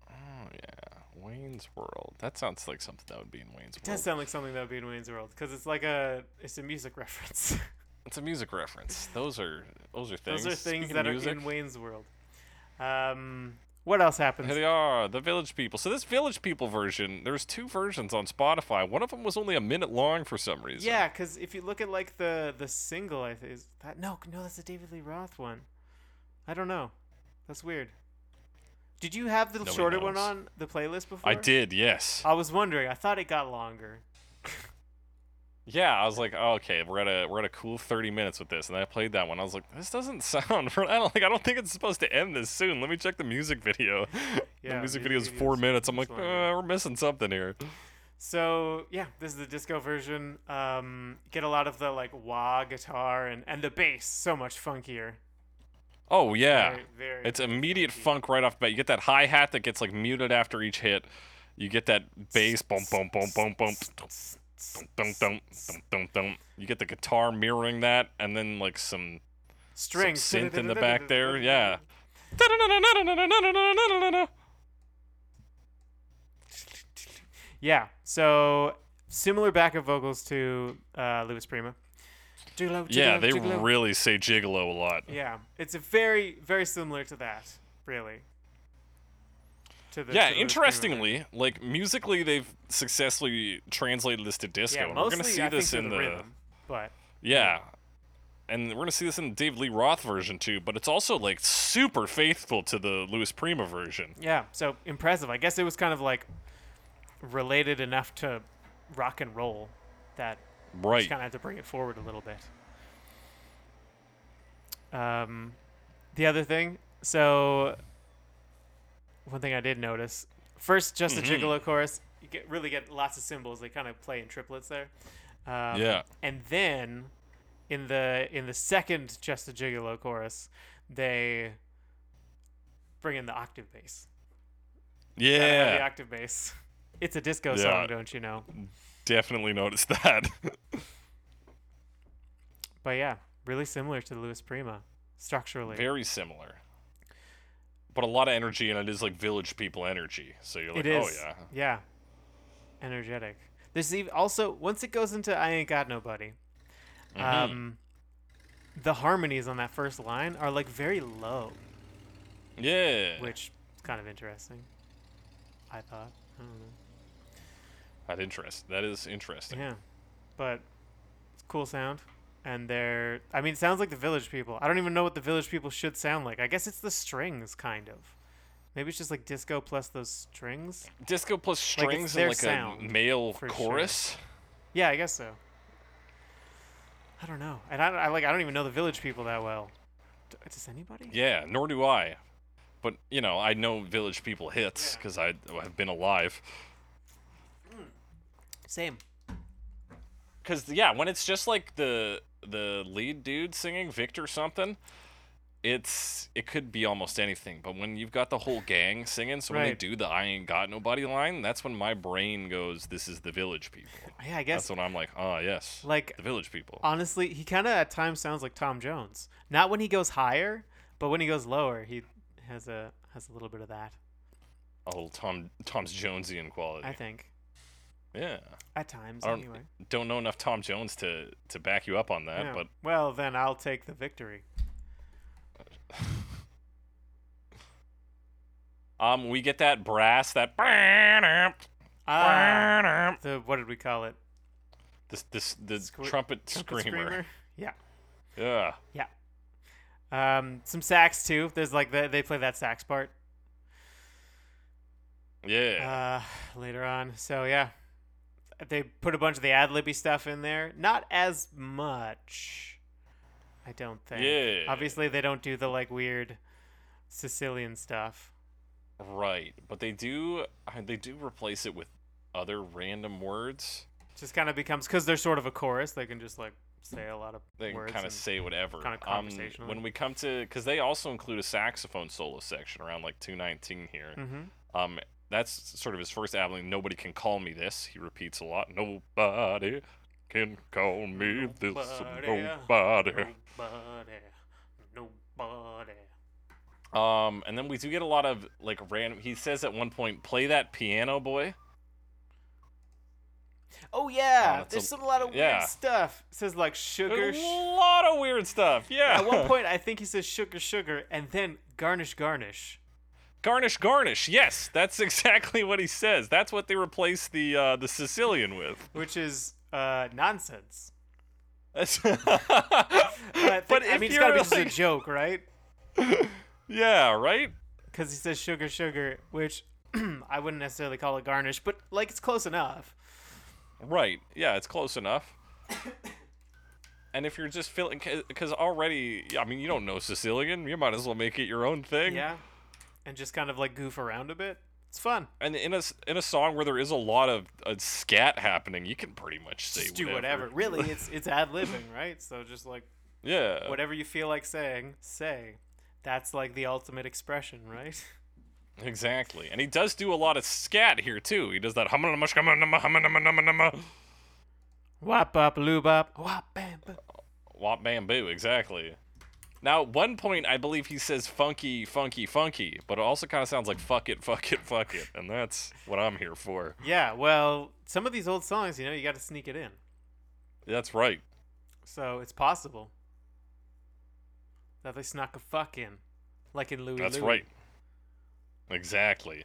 S1: Oh, yeah. Wayne's World. That sounds like something that would be in Wayne's
S3: does
S1: World.
S3: sound like something that would be in Wayne's World because it's like a it's a music reference.
S1: It's a music reference. Those are those are things.
S3: Those are things
S1: Speaking
S3: that
S1: of
S3: are
S1: music,
S3: in Wayne's World. Um, what else happens?
S1: Here they are, the Village People. So this Village People version, there's two versions on Spotify. One of them was only a minute long for some reason.
S3: Yeah, because if you look at like the the single, I think is that no no that's the David Lee Roth one. I don't know. That's weird. Did you have the
S1: Nobody
S3: shorter one
S1: knows.
S3: on the playlist before?
S1: I did, yes.
S3: I was wondering. I thought it got longer.
S1: Yeah, I was like, oh, okay, we're at a we're at a cool 30 minutes with this, and I played that one. I was like, this doesn't sound. I don't like. I don't think it's supposed to end this soon. Let me check the music video. the
S3: Yeah,
S1: music
S3: music
S1: video is four
S3: video's
S1: minutes. I'm
S3: much
S1: like, uh,
S3: longer.
S1: we're missing something here.
S3: So yeah, this is the disco version. Um, get a lot of the like wah guitar and and the bass so much funkier.
S1: Oh yeah,
S3: Very, very
S1: it's immediate funk right off the bat. You get that hi hat that gets like muted after each hit. You get that bass bump bump bump bump bump. Dum, dum, dum, dum, dum. You get the guitar mirroring that, and then like some some
S3: strings
S1: synth in the back there. Yeah. It
S3: Yeah. So similar backup vocals to uh, Louis Prima. Gigolo,
S1: Yeah,
S3: gigolo,
S1: they
S3: gigolo.
S1: really say gigolo a lot.
S3: Yeah, it's a very very similar to that, really. To
S1: Yeah,
S3: the, to the Louis Prima.
S1: interestingly, like musically, they've successfully translated this to disco.
S3: Yeah,
S1: and we're
S3: mostly
S1: gonna see
S3: I
S1: this
S3: think
S1: in
S3: to the, rhythm, but
S1: yeah, and we're gonna see this in the David Lee Roth version too. But it's also like super faithful to the Louis Prima version.
S3: Yeah, so impressive. I guess it was kind of like related enough to rock and roll that you
S1: Right.
S3: kind of had to bring it forward a little bit. Um, the other thing, so one thing I did notice first, just the
S1: Mm-hmm.
S3: gigolo chorus, you get really get lots of cymbals. They kind of play in triplets there. Um,
S1: Yeah.
S3: and then in the in the second just a gigolo chorus, they bring in the octave bass gotta have the
S1: Yeah.
S3: octave bass. It's a disco
S1: Yeah.
S3: song, don't you know?
S1: Definitely noticed that.
S3: But yeah, really similar to Louis Prima structurally.
S1: Very similar. But a lot of energy, and it is like village people energy. So you're like,
S3: it is.
S1: oh yeah,
S3: yeah. Energetic. There's even, also once it goes into I ain't got nobody.
S1: Mm-hmm.
S3: Um, the harmonies on that first line are like very low,
S1: yeah.
S3: which is kind of interesting. I thought. I don't know.
S1: That interest. That is interesting.
S3: Yeah, but it's cool sound. And they're, I mean, it sounds like the Village People. I don't even know what the Village People should sound like. I guess it's the strings, kind of. Maybe it's just like disco plus those strings.
S1: Disco plus
S3: Like, it's
S1: strings
S3: their
S1: and like
S3: sound,
S1: a male
S3: for sure.
S1: chorus.
S3: Yeah, I guess so. I don't know, and I, don't- I like, I don't even know the Village People that well. D- does anybody?
S1: Yeah, nor do I. But you know, I know Village People hits because I have been alive.
S3: Same.
S1: Because yeah, when it's just like the the lead dude singing Victor something, it's it could be almost anything. But when you've got the whole gang singing, so when they
S3: Right.
S1: do the "I ain't got nobody" line, that's when my brain goes, "This is the Village People."
S3: Yeah, I
S1: That's
S3: guess.
S1: when I'm like, "Ah, yes,
S3: Like, uh,
S1: the Village People."
S3: honestly, he kind of at times sounds like Tom Jones. Not when he goes higher, but when he goes lower, he has a has a little bit of that.
S1: A little Tom Tom's Jonesian quality.
S3: I think
S1: yeah,
S3: at times.
S1: I don't
S3: Anyway.
S1: don't know enough Tom Jones to to back you up on that,
S3: Yeah.
S1: but
S3: well, then I'll take the victory.
S1: Um, we get that brass, that
S3: Ah, the what did we call it?
S1: this this the
S3: Sque-
S1: trumpet,
S3: Trumpet
S1: screamer.
S3: Yeah,
S1: Yeah,
S3: yeah. Um, some sax too. There's like the, they play that sax part
S1: yeah.
S3: uh, later on. So yeah, they put a bunch of the ad libby stuff in there. Not as much, I don't think.
S1: Yeah.
S3: Obviously, they don't do the like weird Sicilian stuff.
S1: right. But they do uh, they do replace it with other random words.
S3: Just kind of becomes because they're sort of a chorus. They can just like say a lot of
S1: They
S3: words.
S1: kind of
S3: and-
S1: say whatever.
S3: kinda
S1: Um,
S3: conversational.
S1: when we come to, because they also include a saxophone solo section around like 219 here.
S3: Mhm.
S1: Um, that's sort of his first album. Nobody can call me this. He repeats a lot. Nobody can call me this.
S3: Nobody.
S1: Nobody.
S3: Nobody. Nobody.
S1: Um, and then we do get a lot of like random. He says at one point, "Play that piano, boy."
S3: Oh yeah,
S1: that's
S3: there's
S1: a-
S3: some a lot of
S1: yeah.
S3: weird stuff. It says like sugar.
S1: There's
S3: Sh-
S1: a lot of weird stuff. Yeah.
S3: at one point, I think he says sugar, sugar, and then garnish, garnish.
S1: garnish, garnish. Yes, that's exactly what he says. That's what they replace the uh, the Sicilian with.
S3: which is uh, nonsense.
S1: That's
S3: But, I
S1: But
S3: think- I
S1: if
S3: mean, it's
S1: you're,
S3: gotta be just a
S1: like-
S3: joke, right?
S1: yeah, right.
S3: Because he says sugar, sugar, which I wouldn't necessarily call it garnish, but like it's close enough.
S1: Right. Yeah, it's close enough. And if you're just feeling, because already, I mean, you don't know Sicilian, you might as well make it your own thing.
S3: Yeah. And just kind of like goof around a bit. It's fun.
S1: And in a s- in a song where there is a lot of uh, scat happening, you can pretty much say
S3: Just do whatever. Really, it's it's ad libbing, right? So just like
S1: Yeah.
S3: whatever you feel like saying, say. That's like the ultimate expression, right?
S1: Exactly. And he does do a lot of scat here too. He does that humma-numma, shkamma-numma, humma-numma-numma-numma.
S3: Wop bop loo bop. Wop bam bam.
S1: Wop bamboo, exactly. Now, at one point, I believe he says funky, funky, funky, but it also kind of sounds like fuck it, fuck it, fuck it. And that's what I'm here for.
S3: Yeah, well, some of these old songs, you know, you got to sneak it in.
S1: That's right.
S3: So it's possible that they snuck a fuck in, like in Louis.
S1: That's
S3: Louie.
S1: right. Exactly.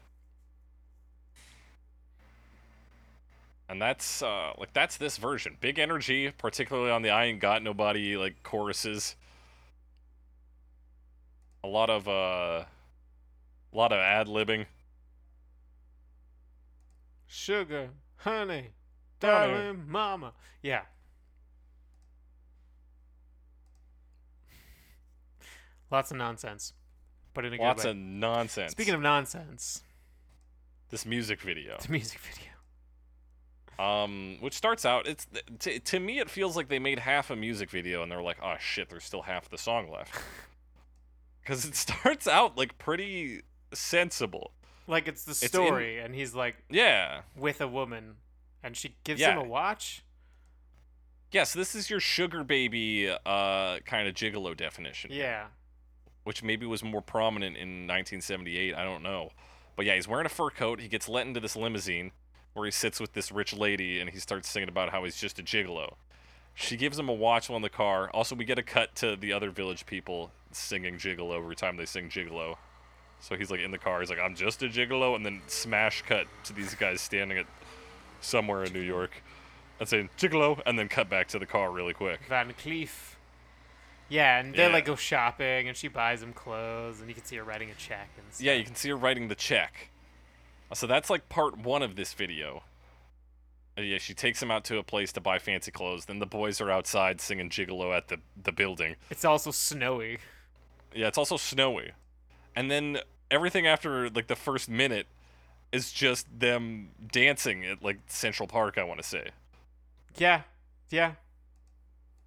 S1: And that's uh like that's this version. Big energy, particularly on the I ain't got nobody like choruses. A lot of uh a lot of ad libbing.
S3: Sugar, honey,
S1: Honey.
S3: darling, mama. Yeah. Lots of nonsense, but in a
S1: Lots
S3: good way.
S1: of nonsense.
S3: Speaking of nonsense,
S1: this music video.
S3: the music video.
S1: Um, which starts out it's t- to me it feels like they made half a music video and they're like, oh shit, there's still half the song left. Because it starts out like pretty sensible.
S3: Like it's the
S1: in-
S3: story, and he's like
S1: Yeah.
S3: with a woman, and she gives him
S1: Yeah.
S3: a watch.
S1: Yeah, so this is your sugar baby uh kind of gigolo definition.
S3: Yeah.
S1: Which maybe was more prominent in 1978, I don't know. But yeah, he's wearing a fur coat, he gets let into this limousine where he sits with this rich lady and he starts singing about how he's just a gigolo. She gives him a watch while in the car. Also, we get a cut to the other village people singing gigolo every time they sing gigolo. So he's like in the car, he's like, I'm just a gigolo, and then smash cut to these guys standing at somewhere in New York and saying gigolo, and then cut back to the car really quick.
S3: Van Cleef. Yeah, and they
S1: Yeah.
S3: like go shopping, and she buys him clothes, and you can see her writing a check and stuff.
S1: Yeah, you can see her writing the check. Uh, So that's like part one of this video. Uh, Yeah, she takes him out to a place to buy fancy clothes. Then the boys are outside singing gigolo at the, the building.
S3: It's also snowy.
S1: Yeah, it's also snowy. And then everything after like the first minute is just them dancing at like Central Park, I want to say.
S3: Yeah, yeah.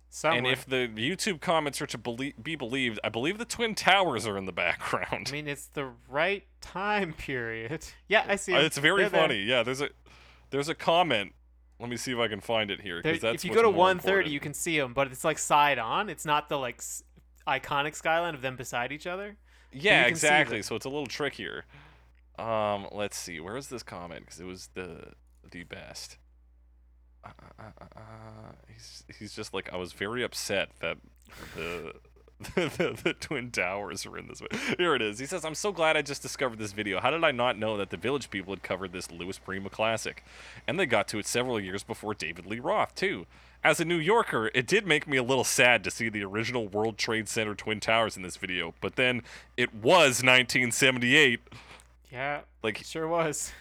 S3: Somewhere.
S1: And if the YouTube comments are to belie- be believed, I believe the Twin Towers are in the background.
S3: I mean, it's the right time period. Yeah, I see.
S1: Uh,
S3: it.
S1: It's very
S3: They're there.
S1: funny. Yeah, there's a there's a comment. Let me see if I can find it here.
S3: They're-
S1: 'cause that's
S3: if you
S1: what's
S3: go to
S1: more
S3: 130,
S1: important.
S3: you can see them, but it's like side on. It's not the like s- iconic skyline of them beside each other.
S1: yeah,
S3: you can see
S1: exactly.
S3: them.
S1: So it's a little trickier. Um, let's see. Where is this comment? Because it was the the best. Uh, uh, uh, uh, he's he's just like I was very upset that the. the, the, the twin towers were in this vi- here it is he says i'm so glad i just discovered this video how did i not know that the village people had covered this lewis prima classic and they got to it several years before david lee roth too as a new yorker it did make me a little sad to see the original world trade center twin towers in this video but then it was 1978
S3: Yeah,
S1: Like-
S3: it sure was.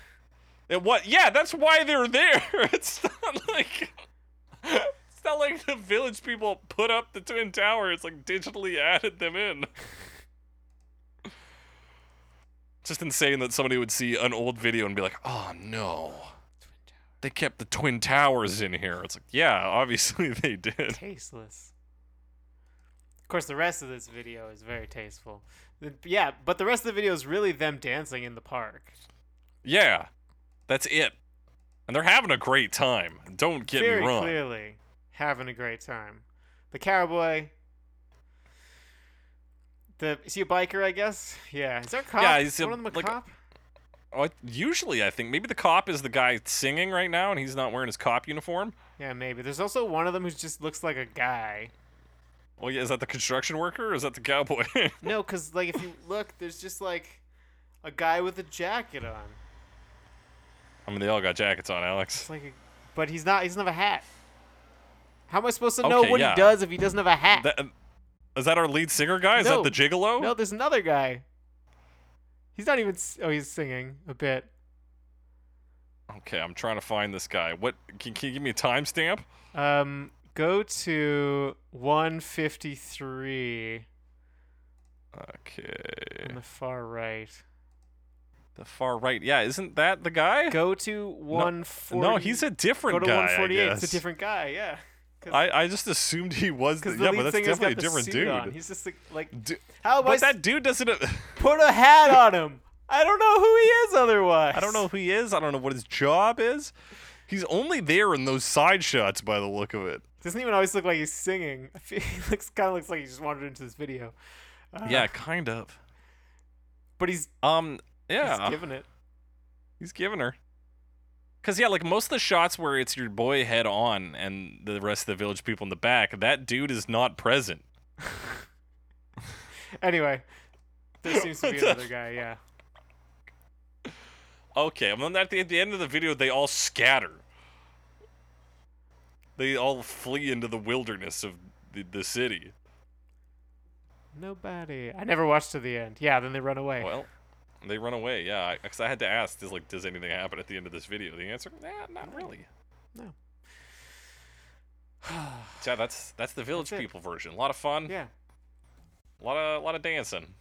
S1: it what? Yeah, that's why they're there. It's not like it's not like the village people put up the twin tower. It's like digitally added them in. Just insane that somebody would see an old video and be like, "Oh no, they kept the twin towers in here." It's like, yeah, obviously they did.
S3: tasteless. Of course, the rest of this video is very tasteful. The- Yeah, but the rest of the video is really them dancing in the park.
S1: Yeah, that's it. And they're having a great time. Don't get
S3: very
S1: me wrong.
S3: clearly having a great time. The cowboy. The is he a biker? I guess. Yeah. Is there a cop?
S1: Yeah, he's a-
S3: one of them a
S1: like a-
S3: cop.
S1: Oh, I- usually, I think maybe the cop is the guy singing right now, and he's not wearing his cop uniform.
S3: Yeah, maybe. There's also one of them who just looks like a guy.
S1: Well, yeah, is that the construction worker or is that the cowboy?
S3: No, because like if you look, there's just like a guy with a jacket on.
S1: I mean, they all got jackets on,
S3: It's
S1: Alex.
S3: like, a, but he's not. He doesn't have a hat. How am I supposed to know
S1: Okay,
S3: what
S1: yeah.
S3: he does if he doesn't have a hat?
S1: That, is that our lead singer guy? Is
S3: No.
S1: that the gigolo?
S3: no, there's another guy. He's not even. s- Oh, he's singing a bit.
S1: Okay, I'm trying to find this guy. What? Can, can you give me a timestamp?
S3: Um, Go to 153 on
S1: Okay.
S3: the far right.
S1: The far right. Yeah, isn't that the guy?
S3: Go to 140.
S1: no, he's a different
S3: Go to
S1: guy.
S3: 148.
S1: I
S3: It's
S1: guess.
S3: a different guy. Yeah. Because
S1: I, I just assumed he was. The,
S3: the
S1: yeah,
S3: lead
S1: but that's
S3: singer's
S1: definitely
S3: got
S1: a
S3: the
S1: different
S3: suit
S1: dude.
S3: on. He's just like, like
S1: Du-
S3: how am I
S1: but
S3: s-
S1: that dude doesn't.
S3: put a hat on him? I don't know who he is otherwise.
S1: I don't know who he is. I don't know what his job is. He's only there in those side shots by the look of it.
S3: Doesn't even always look like he's singing. I feel, he looks kind of looks like he just wandered into this video. Uh,
S1: yeah, kind of.
S3: but he's,
S1: Um, yeah,
S3: he's giving it.
S1: he's giving her. Cause yeah, like most of the shots where it's your boy head on and the rest of the village people in the back, that dude is not present.
S3: Anyway, there seems to be
S1: What the
S3: another guy. Yeah.
S1: Okay, and then at the, at the end of the video, they all scatter. They all flee into the wilderness of the, the city.
S3: Nobody. I never watched to the end. Yeah. Then they run away.
S1: Well, they run away. Yeah, because I, had to ask, does like, does anything happen at the end of this video? The answer, nah, not really.
S3: No.
S1: So yeah, that's that's the village
S3: That's it.
S1: people version. A lot of fun.
S3: yeah.
S1: A lot of lot of dancing.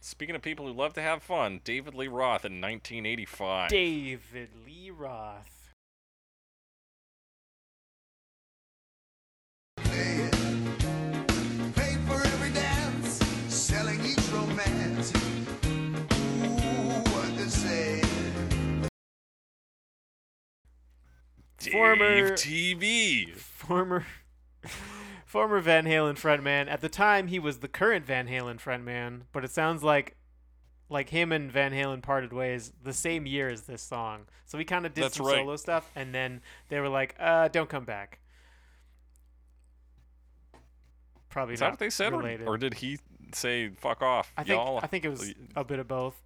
S1: Speaking of people who love to have fun, David Lee Roth in 1985.
S3: David Lee Roth.
S7: Pay for every dance, selling each romance. Ooh, what to say?
S1: Dave
S3: former-
S1: TV.
S3: former former Van Halen frontman. At the time, he was the current Van Halen frontman, but it sounds like like him and Van Halen parted ways the same year as this song. So he kind of did
S1: That's
S3: some
S1: right.
S3: solo stuff, and then they were like, "Uh, don't come back." Probably
S1: Is that
S3: not
S1: what they said, or,
S3: related.
S1: or did he say "fuck off"?
S3: I think
S1: y'all?
S3: I think it was
S1: Y-
S3: a bit of both.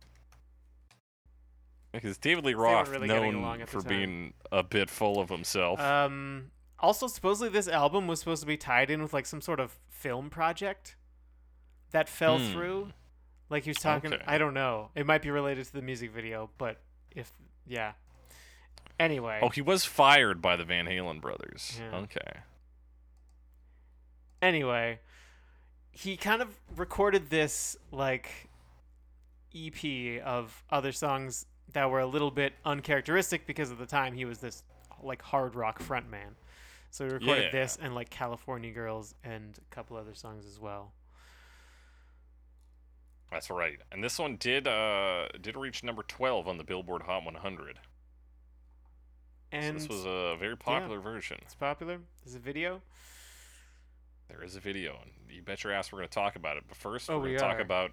S1: because David Lee
S3: weren't
S1: Roth
S3: really getting along
S1: known
S3: at
S1: for
S3: the time.
S1: being a bit full of himself.
S3: Um, also, supposedly this album was supposed to be tied in with like some sort of film project that fell
S1: Hmm.
S3: through. Like he was talking.
S1: Okay.
S3: I don't know. It might be related to the music video, but if yeah. Anyway,
S1: oh, he was fired by the Van Halen brothers.
S3: Yeah.
S1: Okay.
S3: anyway, he kind of recorded this like EP of other songs that were a little bit uncharacteristic because of the time he was this like hard rock frontman. So he recorded
S1: Yeah.
S3: this and like California Girls and a couple other songs as well.
S1: That's right. And this one did uh did reach number 12 on the Billboard Hot 100.
S3: And
S1: so this was a very popular version.
S3: it's popular. There's a video.
S1: There is a video, and you bet your ass we're going to talk about it. But first,
S3: Oh,
S1: we're going
S3: we
S1: to talk
S3: are.
S1: about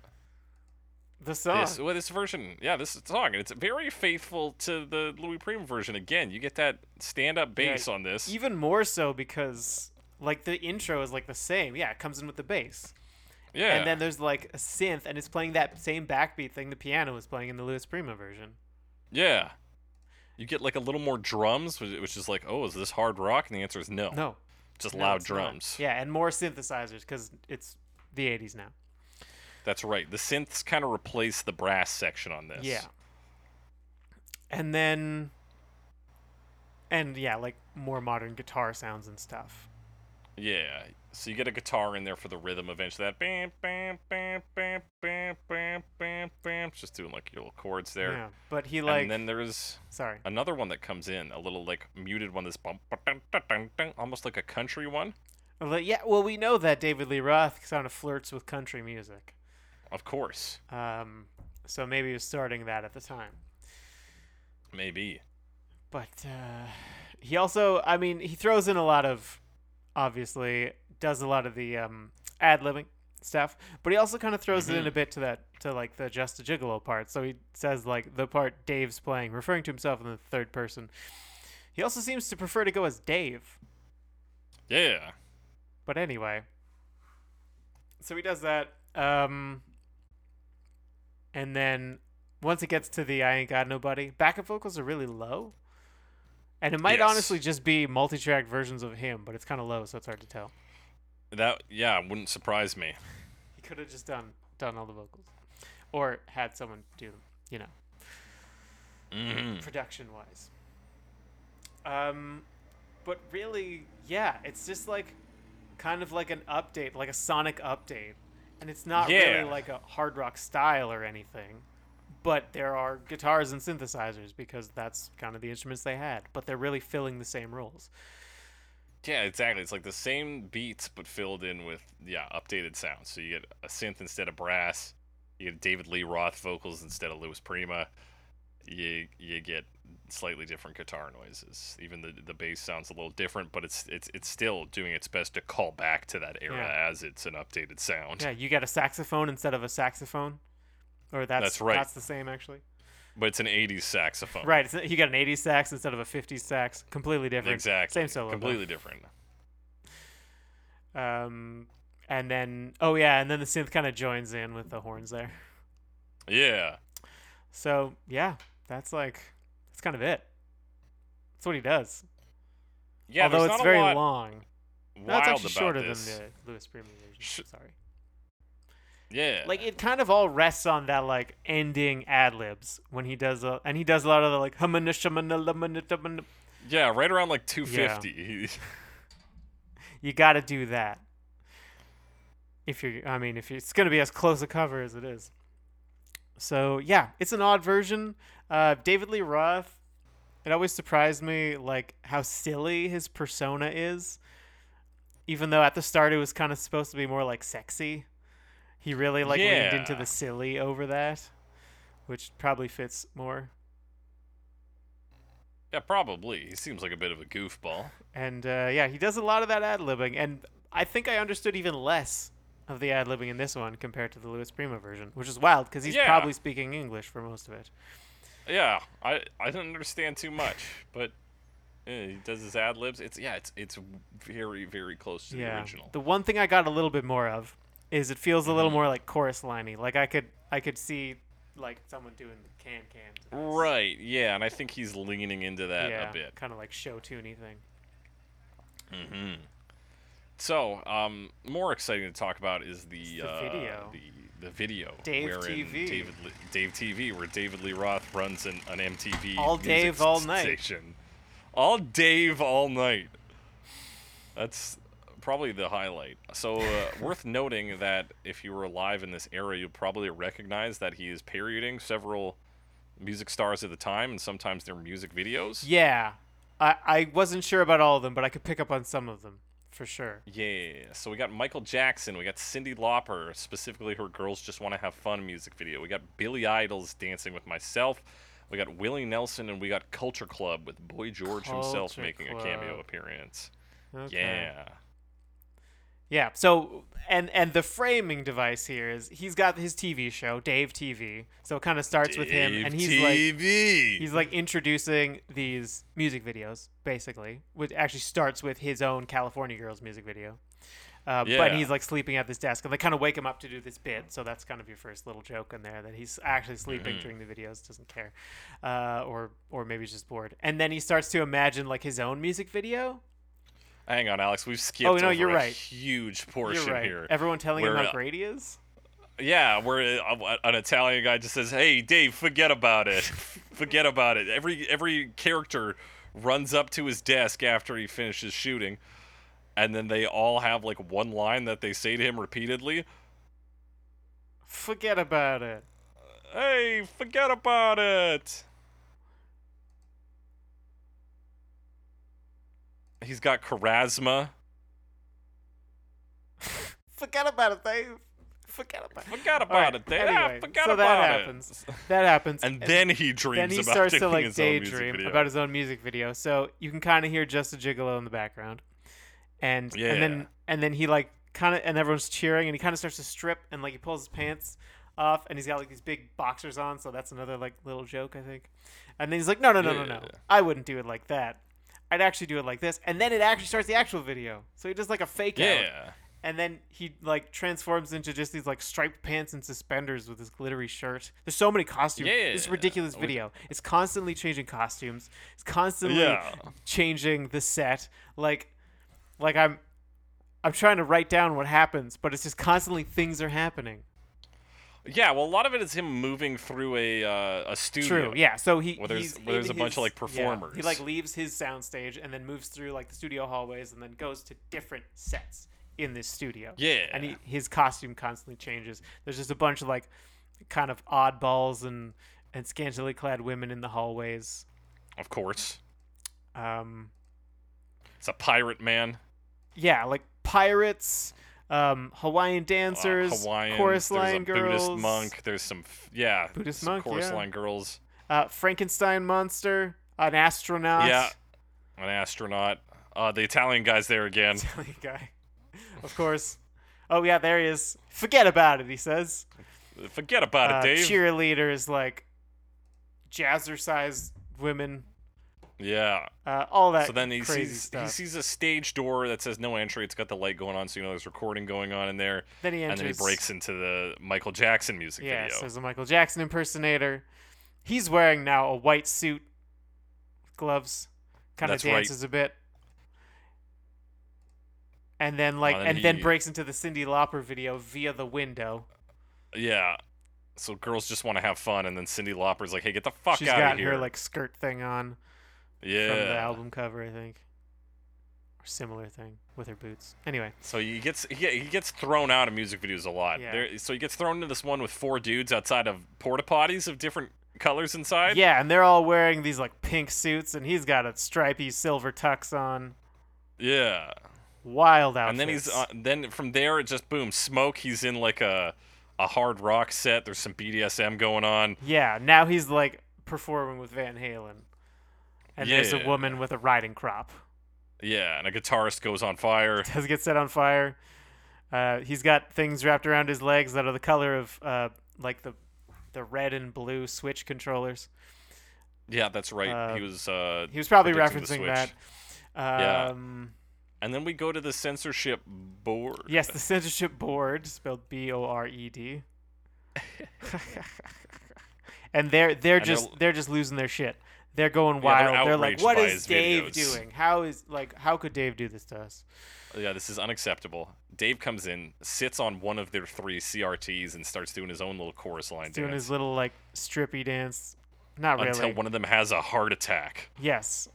S3: The song.
S1: this well, this version. Yeah, this song, and it's very faithful to the Louis Prima version. Again, you get that stand-up
S3: Yeah,
S1: bass on this.
S3: Even more so because like the intro is like the same. Yeah, it comes in with the bass.
S1: yeah,
S3: And then there's like a synth and it's playing that same backbeat thing the piano was playing in the Louis Prima version.
S1: yeah. You get like a little more drums, which which is like, oh, is this hard rock? And the answer is no.
S3: No.
S1: Oh. just
S3: no,
S1: loud
S3: it's not.
S1: drums.
S3: Yeah, and more synthesizers cuz it's the 80s now.
S1: That's right. The synths kind of replace the brass section on this.
S3: Yeah. And then and yeah, like more modern guitar sounds and stuff.
S1: Yeah. So you get a guitar in there for the rhythm eventually. That bam, bam, bam, bam, bam, bam, bam, bam. It's Just doing like your little chords there.
S3: Yeah, but he like
S1: and then there's
S3: sorry.
S1: another one that comes in, a little like muted one. This bump, ba-dun, da-dun, dun, almost like a country one.
S3: Well, yeah, well, we know that David Lee Roth kind of flirts with country music.
S1: Of course,
S3: Um, so maybe he was starting that at the time.
S1: maybe.
S3: But uh, he also, I mean, he throws in a lot of, obviously, does a lot of the um, ad libbing stuff, but he also kind of throws it in a bit to that, to like the Just a Gigolo part. So he says, like, the part Dave's playing, referring to himself in the third person. He also seems to prefer to go as Dave.
S1: Yeah.
S3: But anyway, so he does that. Um, and then once it gets to the I Ain't Got Nobody, backup vocals are really low. And it might
S1: Yes.
S3: honestly just be multi track versions of him, but it's kind of low, so it's hard to tell.
S1: That yeah wouldn't surprise me.
S3: He could have just done done all the vocals or had someone do them, you know,
S1: Mhm.
S3: production wise. Um, But really, yeah, it's just like kind of like an update, like a sonic update. And it's not
S1: Yeah.
S3: really like a hard rock style or anything. But there are guitars and synthesizers because that's kind of the instruments they had. But they're really filling the same roles.
S1: Yeah, exactly. It's like the same beats but filled in with yeah updated sounds. So you get a synth instead of brass. You get David Lee Roth vocals instead of Louis Prima. You you get slightly different guitar noises. Even the the bass sounds a little different, but it's it's it's still doing its best to call back to that era
S3: Yeah.
S1: as it's an updated sound.
S3: Yeah, you got a saxophone instead of a saxophone. Or that's
S1: That's right.
S3: That's the same actually.
S1: But it's an '80s saxophone.
S3: Right, it's, you got an 80s sax instead of a 50s sax. Completely different.
S1: Exactly.
S3: Same solo. though.
S1: Completely different.
S3: Um, and then oh yeah, and then the synth kind of joins in with the horns there.
S1: Yeah.
S3: So yeah, that's like that's kind of it. That's what he does.
S1: Yeah.
S3: Although
S1: there's
S3: it's
S1: not
S3: very
S1: a lot
S3: long.
S1: Wild
S3: No, it's actually
S1: about
S3: shorter
S1: this.
S3: than the Lewis Premium version.
S1: Sh-
S3: Sorry.
S1: Yeah.
S3: Like it kind of all rests on that like ending ad libs when he does a, and he does a lot of the like "Humana, shamana, lamana, tamana."
S1: yeah, right around like 250.
S3: you got to do that. If you're, I mean, if you it's going to be as close a cover as it is. So yeah, it's an odd version. Uh, David Lee Roth. It always surprised me, like how silly his persona is. Even though at the start it was kind of supposed to be more like sexy, he really like leaned into
S1: Yeah.
S3: the silly over that, which probably fits more.
S1: Yeah, probably. He seems like a bit of a goofball.
S3: And uh, yeah, he does a lot of that ad libbing, and I think I understood even less of the ad libbing in this one compared to the Louis Prima version, which is wild because he's
S1: Yeah.
S3: probably speaking English for most of it.
S1: Yeah, I I didn't understand too much, but eh, he does his ad libs. It's yeah, it's it's very very close to the
S3: yeah.
S1: original. Mm-hmm.
S3: The one thing I got a little bit more of is it feels a little more like chorus liney. Like I could I could see like someone doing the can can.
S1: right. Yeah, and I think he's leaning into that
S3: Yeah,
S1: a bit.
S3: kind of like show tuney thing.
S1: So, um, more exciting to talk about is the
S3: the
S1: uh,
S3: video.
S1: the the video
S3: Dave
S1: wherein
S3: TV.
S1: David Lee- Dave TV where David Lee Roth runs an, an MTV
S3: All
S1: music
S3: Dave, all night.
S1: station. All Dave all night. That's probably the highlight. So uh, worth noting that if you were alive in this era, you'll probably recognize that he is parodying several music stars at the time and sometimes their music videos.
S3: Yeah. I I wasn't sure about all of them, but I could pick up on some of them for sure.
S1: Yeah, so we got Michael Jackson, we got Cindy Lauper, specifically her Girls Just Want to Have Fun music video. We got Billy Idol's Dancing with Myself. We got Willie Nelson, and we got Culture Club with Boy George himself
S3: Culture
S1: making a cameo
S3: Club.
S1: appearance.
S3: Okay.
S1: Yeah.
S3: Yeah. So and and the framing device here is he's got his TV show Dave TV. So it kind of starts with him and he's like
S1: TV.
S3: he's like introducing these music videos basically, which actually starts with his own California Girls music video. Uh, But
S1: Yeah.
S3: he's like sleeping at this desk, and they kind of wake him up to do this bit. So that's kind of your first little joke in there that he's actually sleeping
S1: Mm-hmm.
S3: during the videos, doesn't care, uh, or or maybe he's just bored. And then he starts to imagine like his own music video,
S1: Hang on, Alex. We've skipped
S3: Oh, no,
S1: over
S3: you're
S1: a
S3: right.
S1: huge portion
S3: You're right.
S1: here.
S3: Everyone telling him
S1: where,
S3: how
S1: uh,
S3: great he is.
S1: Yeah, where uh, an Italian guy just says, "Hey, Dave, forget about it. forget about it." Every every character runs up to his desk after he finishes shooting, and then they all have like one line that they say to him repeatedly.
S3: Forget about it.
S1: "Hey, forget about it." He's got charisma.
S3: Forget about it, Dave. Forget about it.
S1: Forget
S3: All
S1: about
S3: right,
S1: it, Dave. Ah,
S3: Anyway,
S1: forget
S3: so
S1: about
S3: that
S1: it.
S3: happens. That happens.
S1: And then he dreams
S3: then he
S1: about
S3: starts to
S1: doing
S3: like
S1: his own music
S3: daydream
S1: video.
S3: about his own music video. So you can kind of hear just a gigolo in the background, and and
S1: Yeah.
S3: then and then he like kind of and everyone's cheering, and he kind of starts to strip, and like he pulls his pants off, and he's got like these big boxers on. So that's another like little joke, I think. And then he's like, no, no, no, no, no,
S1: Yeah.
S3: I wouldn't do it like that. I'd actually do it like this, and then it actually starts the actual video. So he does like a fake out,
S1: yeah.
S3: and then he like transforms into just these like striped pants and suspenders with this glittery shirt. There's so many costumes. This
S1: Yeah,
S3: ridiculous
S1: we-
S3: video. It's constantly changing costumes. It's constantly
S1: Yeah.
S3: changing the set. Like, like I'm, I'm trying to write down what happens, but it's just constantly things are happening.
S1: Yeah, well, a lot of it is him moving through a uh, a studio.
S3: True. Yeah. So he
S1: Where there's-
S3: he's
S1: where there's
S3: in
S1: a bunch of, like,
S3: his- yeah, he
S1: performers.
S3: like leaves his soundstage and then moves through like the studio hallways and then goes to different sets in this studio.
S1: Yeah.
S3: And he, his costume constantly changes. There's just a bunch of like kind of oddballs and and scantily clad women in the hallways.
S1: Of course,
S3: Um,
S1: it's a pirate man. uh,
S3: yeah, like pirates, um, Hawaiian
S1: uh,
S3: dancers,
S1: Hawaiian.
S3: chorus
S1: there's
S3: line
S1: a
S3: girls,
S1: Buddhist monk. There's some f- yeah.
S3: Buddhist
S1: some
S3: monk,
S1: Chorus
S3: yeah.
S1: line girls.
S3: uh, Frankenstein monster, an astronaut.
S1: Yeah. An astronaut. Uh, the Italian guy's there again.
S3: Italian guy. Of course. Oh yeah, there he is. Forget about it, he says.
S1: Forget about
S3: Uh,
S1: it, Dave.
S3: cheerleaders like jazzercise women,
S1: Yeah.
S3: uh, all that.
S1: So then he
S3: crazy
S1: sees
S3: stuff.
S1: he sees a stage door that says no entry. It's got the light going on, so you know there's recording going on in there.
S3: Then he
S1: and then he
S3: enters-
S1: breaks into the Michael Jackson music
S3: Yes,
S1: video.
S3: there's a Michael Jackson impersonator. He's wearing now a white suit, gloves, kind of
S1: That's right.
S3: dances a bit, and then like
S1: then
S3: and then
S1: he-
S3: breaks into the Cindy Lauper video via the window.
S1: Yeah. So girls just want to have fun, and then Cindy Lauper's like, "Hey, get the fuck
S3: She's
S1: out
S3: got
S1: of here!"
S3: her like skirt thing on.
S1: yeah.
S3: from the album cover, I think, or similar thing with her boots. Anyway,
S1: So he gets he, he gets thrown out of music videos a lot.
S3: Yeah.
S1: There, so he gets thrown into this one with four dudes outside of porta potties of different colors inside.
S3: yeah, and they're all wearing these like pink suits, and he's got a stripy silver tux on.
S1: Yeah.
S3: Wild outfits.
S1: And then he's on, then from there it just boom smoke. He's in like a a hard rock set. There's some BDSM going on.
S3: yeah. Now he's like performing with Van Halen, and there's a
S1: Yeah.
S3: woman with a riding crop.
S1: Yeah, and a guitarist goes on fire.
S3: Does get set on fire. Uh, he's got things wrapped around his legs that are the color of uh, like the the red and blue Switch controllers.
S1: Yeah, that's right. he
S3: Uh,
S1: was uh
S3: He was probably
S1: predicting the
S3: referencing
S1: Switch.
S3: that.
S1: Yeah.
S3: Um,
S1: And then we go to the censorship board.
S3: Yes, the censorship board, spelled B O R E D. and they're they're
S1: And they're-
S3: just they're, just losing their shit. They're going
S1: Yeah, they're
S3: wild. they're like,
S1: outraged
S3: what
S1: by
S3: is
S1: his
S3: Dave
S1: videos."
S3: doing? How is like how could Dave do this to us?
S1: Yeah, this is unacceptable. Dave comes in, sits on one of their three CRTs, and starts doing his own little chorus line
S3: Doing
S1: dance
S3: his little like strippy dance. Not really.
S1: until one of them has a heart attack.
S3: Yes.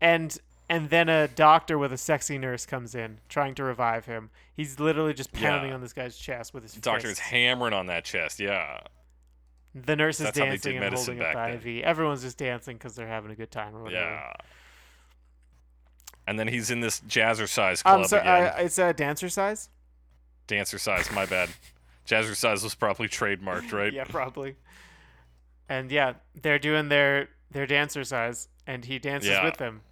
S3: And and then a doctor with a sexy nurse comes in trying to revive him. He's literally just pounding
S1: Yeah.
S3: on this guy's chest with his
S1: Doctor is
S3: fists.
S1: hammering on that chest. Yeah,
S3: The nurse is
S1: That's how they did
S3: dancing and
S1: medicine
S3: holding up
S1: back
S3: the IV. Everyone's just dancing because they're having a good time or whatever.
S1: yeah. And then he's in this jazzercise club
S3: Um, so
S1: again.
S3: uh, it's a dancer size.
S1: Dancer size, my bad. Jazzercise was probably trademarked, right?
S3: Yeah, probably. And yeah, they're doing their their dancer size, and he dances
S1: Yeah.
S3: with them.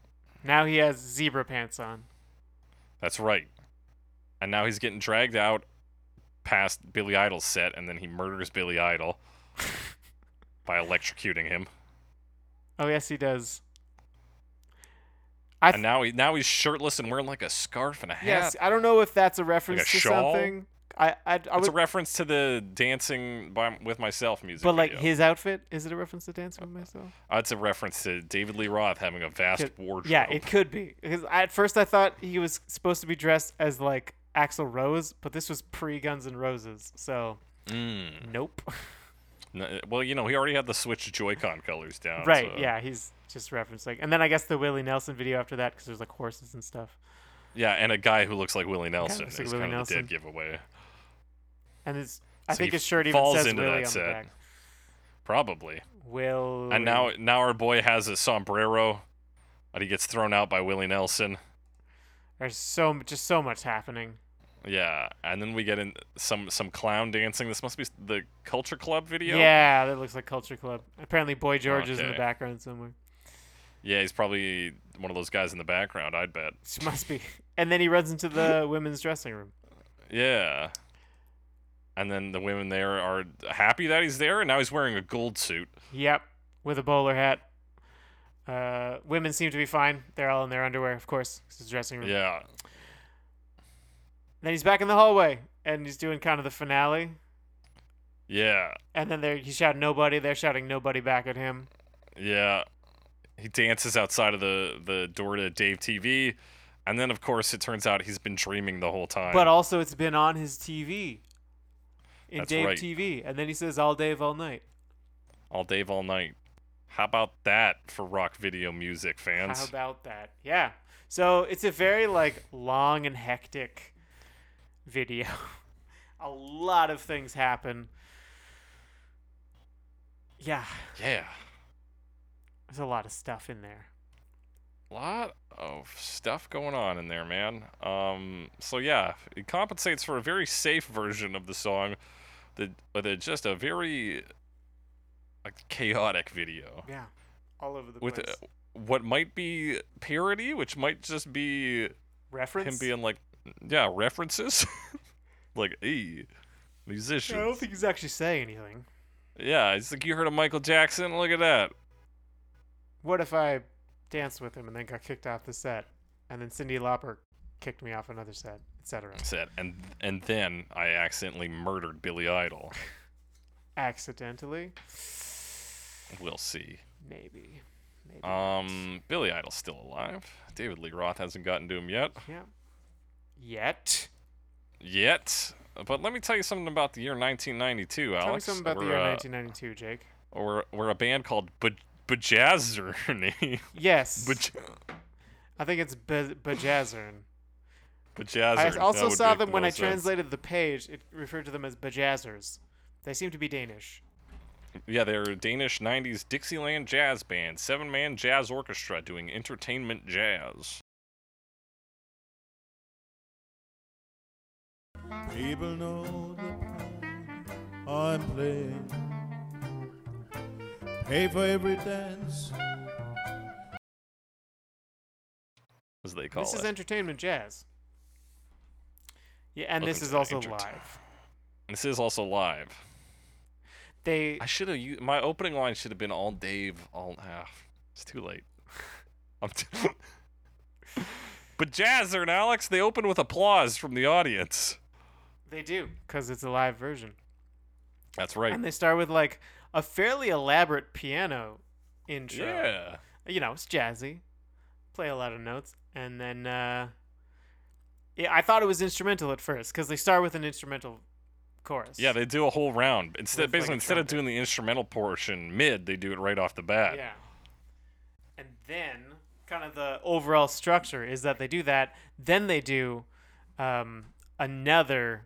S3: Now he has zebra pants on.
S1: That's right. And now he's getting dragged out past Billy Idol's set, and then he murders Billy Idol by electrocuting him.
S3: Oh yes, he does. I
S1: And
S3: th-
S1: now he now he's shirtless and wearing like a scarf and a hat.
S3: yes, I don't know if that's a reference to
S1: shawl?
S3: something. I I, I
S1: it's a
S3: would,
S1: reference to the dancing by, with myself music.
S3: but like
S1: video.
S3: his outfit is it a reference to dancing with myself?
S1: Uh, it's a reference to David Lee Roth having a vast
S3: Could-
S1: wardrobe.
S3: Yeah, it could be. Because I- at first I thought he was supposed to be dressed as like Axl Rose, but this was pre Guns N' Roses, so nope.
S1: Mm. N- uh, well, you know, he already had the Switch Joy-Con colors down.
S3: right?
S1: so-
S3: Yeah, he's just referencing. And then I guess the Willie Nelson video after that, because there's like horses and stuff.
S1: Yeah, and a guy who looks like Willie Nelson
S3: looks
S1: is
S3: like Willie
S1: kind of the
S3: Nelson.
S1: dead giveaway.
S3: And it's I
S1: So
S3: think
S1: he
S3: his shirt even
S1: falls
S3: says
S1: into
S3: Willie
S1: that
S3: on the
S1: set.
S3: back.
S1: Probably.
S3: Will
S1: And now, now our boy has a sombrero, and he gets thrown out by Willie Nelson.
S3: there's so m- just so much happening.
S1: Yeah, and then we get in some some clown dancing. This must be the Culture Club video.
S3: Yeah, that looks like Culture Club. Apparently, Boy George is in the
S1: Okay.
S3: background somewhere.
S1: Yeah, he's probably one of those guys in the background. I'd bet.
S3: She must be. And then he runs into the women's dressing room.
S1: Yeah. And then the women there are happy that he's there, and now he's wearing a gold suit.
S3: Yep, with a bowler hat. Uh, women seem to be fine. They're all in their underwear, of course. 'cause It's a dressing room.
S1: Yeah.
S3: Then he's back in the hallway, and he's doing kind of the finale.
S1: Yeah.
S3: And then they're, he's shouting nobody. They're shouting nobody back at him.
S1: Yeah. He dances outside of the, the door to Dave TV. And then, of course, it turns out he's been dreaming the whole time.
S3: But also, it's been on his TV. in
S1: That's
S3: Dave
S1: right.
S3: TV, and then he says all Dave all night.
S1: All Dave, all night. How about that for rock video music, fans?
S3: How about that? Yeah. So it's a very like long and hectic video. a lot of things happen. Yeah,
S1: yeah.
S3: there's a lot of stuff in there.
S1: lot of stuff going on in there, man. Um, so yeah, it compensates for a very safe version of the song, that with a, just a very like chaotic video
S3: Yeah, all over the
S1: with
S3: place.
S1: uh what might be parody, which might just be him
S3: Reference.
S1: being like, yeah, references, like, hey, musician.
S3: I don't think he's actually saying anything.
S1: Yeah, it's like you heard of Michael Jackson. Look at that.
S3: What if I danced with him and then got kicked off the set, and then Cindy Lauper kicked me off another set, etc.
S1: Said, and and then I accidentally murdered Billy Idol.
S3: Accidentally,
S1: We'll see.
S3: maybe. Maybe. not.
S1: Um, Billy Idol's still alive. David Lee Roth hasn't gotten to him yet.
S3: Yeah. Yet.
S1: Yet. But let me tell you something about the year 1992,
S3: Tell me
S1: Alex.
S3: something about the
S1: We're,
S3: year
S1: uh,
S3: 1992, Jake.
S1: We're, we're a band called Ba- Bajazzerny.
S3: Yes.
S1: Baj-
S3: I think it's Ba- Bajazern.
S1: Bajazzern.
S3: I
S1: That
S3: also
S1: would
S3: saw
S1: make
S3: them when
S1: more
S3: I
S1: sense.
S3: translated the page. It referred to them as Bajazzers. They seem to be Danish.
S1: Yeah, they're a Danish 90s Dixieland jazz band, seven man jazz orchestra doing entertainment jazz.
S8: People know the part I'm playing. Pay for every dance.
S1: As they call
S3: this
S1: it.
S3: is entertainment jazz. Yeah, and this
S1: Welcome
S3: is
S1: to
S3: also
S1: entertain-
S3: live.
S1: this is also live.
S3: They
S1: I should have. u- My opening line should have been all Dave. All ah, it's too late. I'm t- but Jazzer and Alex, they open with applause from the audience.
S3: they do because it's a live version,
S1: That's right.
S3: and they start with like a fairly elaborate piano intro.
S1: yeah.
S3: you know, it's jazzy. Play a lot of notes, and then uh, yeah, I thought it was instrumental at first because they start with an instrumental chorus.
S1: Yeah, they do a whole round. Instead,
S3: With, like,
S1: basically,
S3: a
S1: instead of
S3: trumpet.
S1: doing the instrumental portion mid, they do it right off the bat.
S3: yeah. And then kind of the overall structure is that they do that, then they do um, another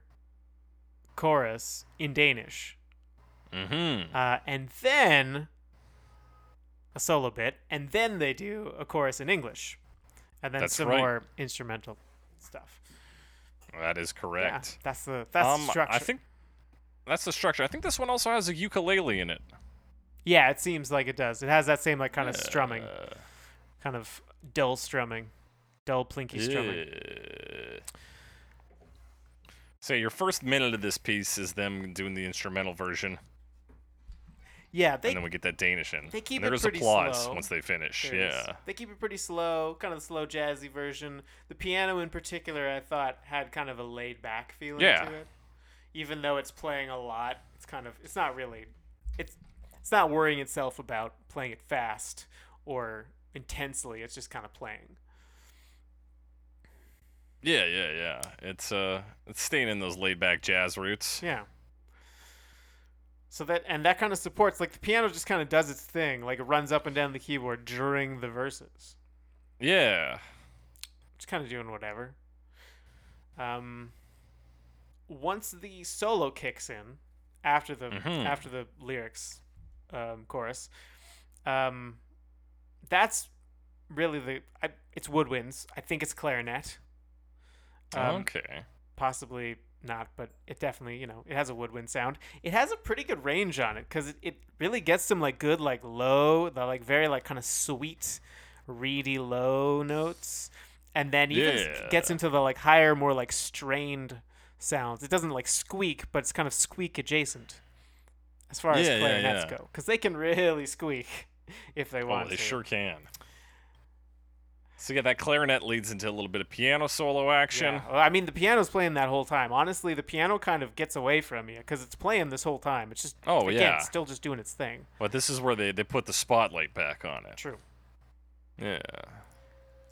S3: chorus in Danish,
S1: Mm-hmm.
S3: uh, and then a solo bit, and then they do a chorus in English, and then
S1: That's
S3: some
S1: right.
S3: more instrumental stuff.
S1: That is
S3: Yeah,
S1: correct. Um,
S3: that's the that's the structure.
S1: I think that's the structure. I think this one also has a ukulele in it.
S3: Yeah, it seems like it does. It has that same like kind of strumming,
S1: Uh,
S3: kind of dull strumming, dull plinky strumming.
S1: Yeah. So your first minute of this piece is them doing the instrumental version,
S3: Yeah, they
S1: and then we get that Danish in.
S3: they keep
S1: and
S3: it
S1: there's
S3: pretty
S1: applause
S3: slow.
S1: once they finish.
S3: there it is.
S1: yeah,
S3: they keep it pretty slow, kind of the slow jazzy version. The piano in particular, I thought had kind of a laid back feeling
S1: Yeah.
S3: to it, even though it's playing a lot. It's kind of it's not really it's it's not worrying itself about playing it fast or intensely. It's just kind of playing.
S1: yeah, yeah, yeah. It's uh, it's staying in those laid-back jazz roots.
S3: Yeah. So that and that kind of supports like the piano just kind of does its thing, like it runs up and down the keyboard during the verses.
S1: Yeah,
S3: It's kind of doing whatever. Um once the solo kicks in after the
S1: Mhm.
S3: after the lyrics um chorus um that's really the I, it's woodwinds. I think it's clarinet. Um,
S1: okay.
S3: possibly not, but it definitely, you know, it has a woodwind sound. It has a pretty good range on it because it, it really gets some like good, like low, the like very like kind of sweet, reedy low notes, and then even s- gets
S1: Yeah.
S3: into the like higher, more like strained sounds. It doesn't like squeak, but it's kind of squeak adjacent as far as
S1: Yeah, yeah,
S3: clarinets
S1: yeah.
S3: go because they can really squeak if they
S1: Oh,
S3: want
S1: they
S3: to.
S1: sure can. So yeah, that clarinet leads into a little bit of piano solo action.
S3: Yeah. Well, I mean, the piano's playing that whole time. Honestly, the piano kind of gets away from you because it's playing this whole time. It's just
S1: Oh,
S3: again,
S1: yeah.
S3: still just doing its thing.
S1: But this is where they, they put the spotlight back on it.
S3: True.
S1: Yeah.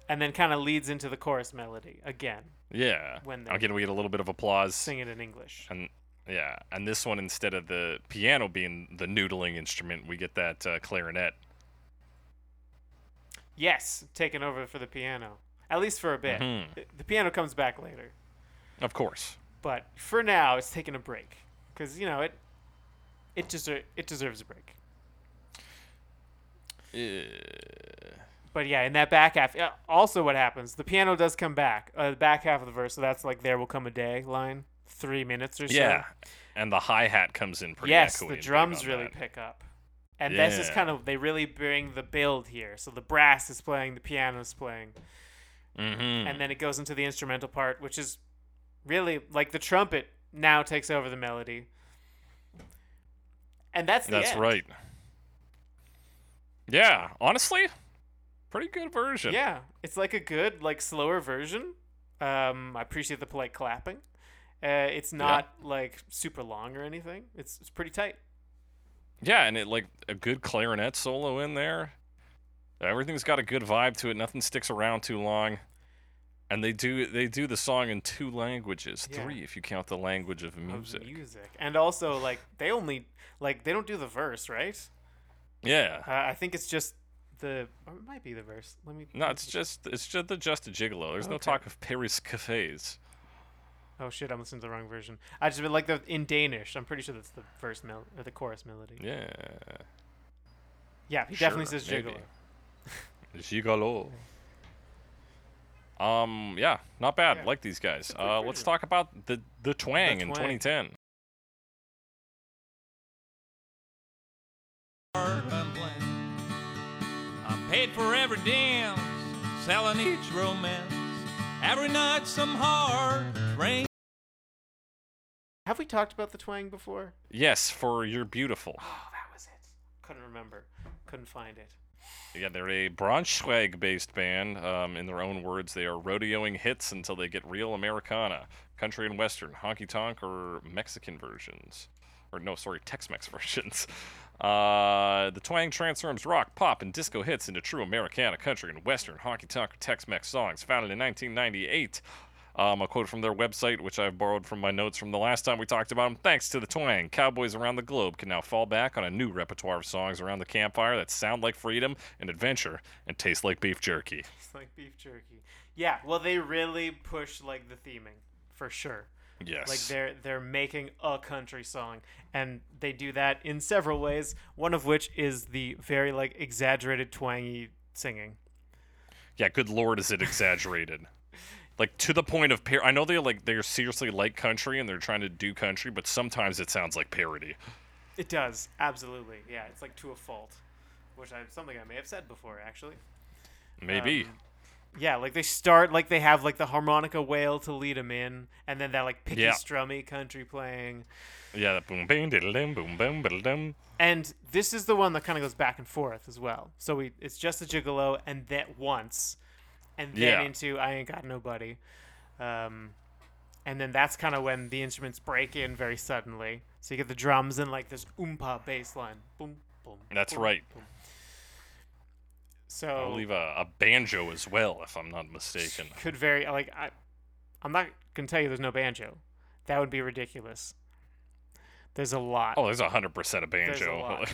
S3: And then kind of leads into the chorus melody again.
S1: Yeah.
S3: When they-
S1: Again, we get a little bit of applause.
S3: Sing it in English.
S1: And Yeah, and this one instead of the piano being the noodling instrument, we get that uh, clarinet.
S3: Yes, taken over for the piano. At least for a bit. The-
S1: Mm-hmm.
S3: The piano comes back later.
S1: Of course.
S3: But for now, it's taking a break cuz you know, it it deser- it deserves a break. But yeah, in that back half, yeah, also what happens? The piano does come back. Uh, the back half of the verse, so that's like "There will come a day" line, three minutes or so.
S1: Yeah, and the hi hat comes in pretty
S3: Yes,
S1: echoey
S3: the
S1: and big
S3: drums
S1: on
S3: really
S1: that.
S3: pick up, and this is
S1: Yeah.
S3: kind of they really bring the build here. So the brass is playing, the piano's playing,
S1: Mhm.
S3: and then it goes into the instrumental part, which is really like the trumpet now takes over the melody. And that's the
S1: That's
S3: end.
S1: right. Yeah, honestly, pretty good version.
S3: Yeah, it's like a good, like slower version. Um, I appreciate the polite clapping. Uh, it's not like super long or anything. It's it's pretty tight.
S1: Yeah, and it like a good clarinet solo in there. Everything's got a good vibe to it. Nothing sticks around too long. And they do they do the song in two languages,
S3: Yeah.
S1: three if you count the language of
S3: of
S1: music.
S3: music, and also like they only like they don't do the verse, right?
S1: yeah.
S3: Uh, I think it's just the or it might be the verse. Let me.
S1: No, it's just it's just the just a gigolo. There's no
S3: Okay.
S1: talk of Paris cafes.
S3: Oh shit! I'm listening to the wrong version. I just been like the in Danish. I'm pretty sure that's the verse mel or the chorus melody. Yeah,
S1: Yeah.
S3: he definitely
S1: sure,
S3: says
S1: maybe.
S3: gigolo.
S1: Gigolo. Um, yeah, not bad.
S3: Yeah.
S1: Like these guys.
S3: pretty
S1: Uh, let's
S3: version.
S1: talk about the the twang, in
S3: twang.
S1: 2010.
S9: I'm paid for every dance, selling each romance. Every night some hard rain.
S3: Have we talked about the twang before?
S1: Yes, for you're beautiful.
S3: Oh, that was it. Couldn't remember. Couldn't find it.
S1: Yeah, they're a Braunschweig based band. Um, in their own words, they are rodeoing hits until they get real Americana, country and western, honky tonk, or Mexican versions. Or, no, sorry, Tex Mex versions. Uh, the twang transforms rock, pop, and disco hits into true Americana, country, and western, honky tonk, or Tex Mex songs, founded in 1998. Um, a quote from their website, which I've borrowed from my notes from the last time we talked about them. Thanks to the twang, cowboys around the globe can now fall back on a new repertoire of songs around the campfire that sound like freedom and adventure and taste like beef jerky.
S3: It's like beef jerky. Yeah, well, they really push like the theming for sure.
S1: Yes.
S3: Like they're they're making a country song, and they do that in several ways. One of which is the very like exaggerated twangy singing.
S1: yeah, good lord, is it exaggerated? like to the point of par- I know they like they're seriously like country and they're trying to do country, but sometimes it sounds like parody.
S3: It does absolutely. Yeah, it's like to a fault, which I something I may have said before actually.
S1: Maybe.
S3: Um, Yeah, like they start like they have like the harmonica wail to lead them in, and then that like picky
S1: Yeah.
S3: strummy country playing.
S1: yeah, that boom bang diddle dum boom bang diddle dum.
S3: And this is the one that kind of goes back and forth as well. So we it's just a gigolo and that once, and then
S1: Yeah.
S3: into I ain't got nobody, um, and then that's kind of when the instruments break in very suddenly. So you get the drums and like this oompa bass line, boom, boom.
S1: That's
S3: boom,
S1: right.
S3: boom.
S1: I
S3: So
S1: believe a, a banjo as well, if I'm not mistaken.
S3: could vary. Like I, I'm not gonna tell you there's no banjo. That would be ridiculous. There's a lot.
S1: Oh, there's 100% a
S3: There's a
S1: banjo.
S3: lot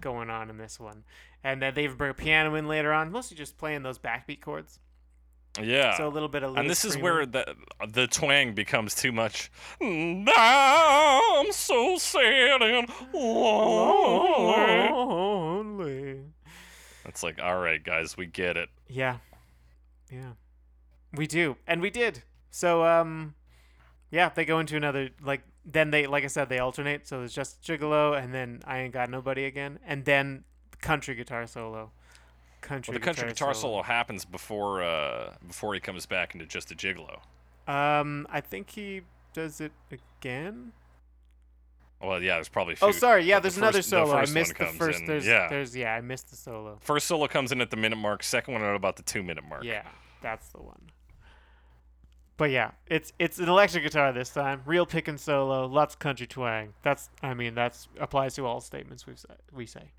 S3: going on in this one. And then they even bring a piano in later on, mostly just playing those backbeat chords.
S1: yeah.
S3: So a little bit of
S1: Ah. and
S3: Lou
S1: this is
S3: Screamo.
S1: where the the twang becomes too much. "And I'm so sad and
S3: Oh.
S1: lonely.
S3: Lonely.
S1: It's like, all right, guys, we get it.
S3: Yeah. Yeah. We do. And we did. So um yeah, they go into another like then they like I said, they alternate, so there's just Gigolo and then I Ain't Got Nobody again. And then country guitar solo. Country
S1: Well, the country guitar solo happens before uh, before he comes back into just a gigolo.
S3: Um I think he does it again.
S1: Well, yeah, there's probably. A few,
S3: Oh, sorry.
S1: but
S3: Yeah,
S1: the
S3: there's another
S1: first- the
S3: solo. I
S1: first one
S3: missed the
S1: comes
S3: first.
S1: in.
S3: There's,
S1: yeah,
S3: there's, yeah, I missed the solo.
S1: first solo comes in at the minute mark. Second one at about the two minute mark.
S3: Yeah, that's the one. But yeah, it's it's an electric guitar this time. Real pick and solo. Lots of country twang. That's, I mean, that's applies to all statements we say. We say.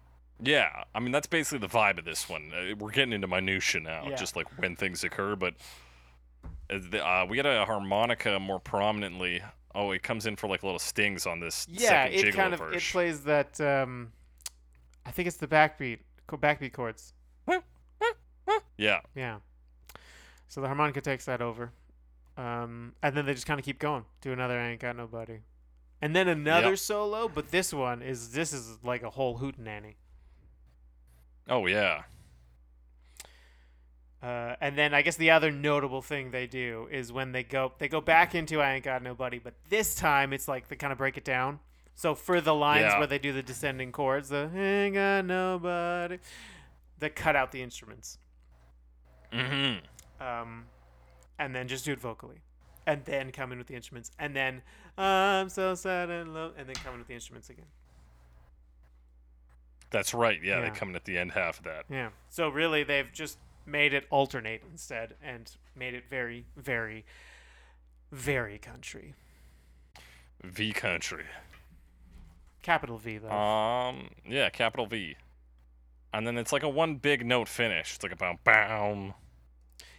S1: Yeah, I mean that's basically the vibe of this one. Uh, We're getting into minutia now,
S3: Yeah.
S1: just like when things occur. But uh, the- uh, we get a harmonica more prominently Oh, it comes in for like little stings on this
S3: Yeah,
S1: second
S3: it
S1: gigolo
S3: kind of
S1: verse.
S3: it plays that. Um, I think it's the backbeat, co- backbeat chords.
S1: yeah,
S3: Yeah. So the harmonica takes that over, um, and then they just kind of keep going. Do another "I Ain't Got Nobody," and then another
S1: Yep.
S3: solo. But this one is this is like a whole hootenanny.
S1: Oh yeah.
S3: Uh, and then I guess the other notable thing they do is when they go they go back into I ain't got nobody, but this time it's like they kind of break it down. So for the lines
S1: Yeah.
S3: where they do the descending chords, the ain't got nobody, they cut out the instruments,
S1: hmm
S3: um, and then just do it vocally, and then come in with the instruments, and then I'm so sad and low, and then come in with the instruments again.
S1: That's right. Yeah, they
S3: Yeah.
S1: come in at the end half of that.
S3: Yeah. So really, they've just made it alternate instead, and made it very, very, very country.
S1: V country.
S3: Capital V though.
S1: Um, yeah, capital V. And then it's like a one big note finish. It's like a boom, boom.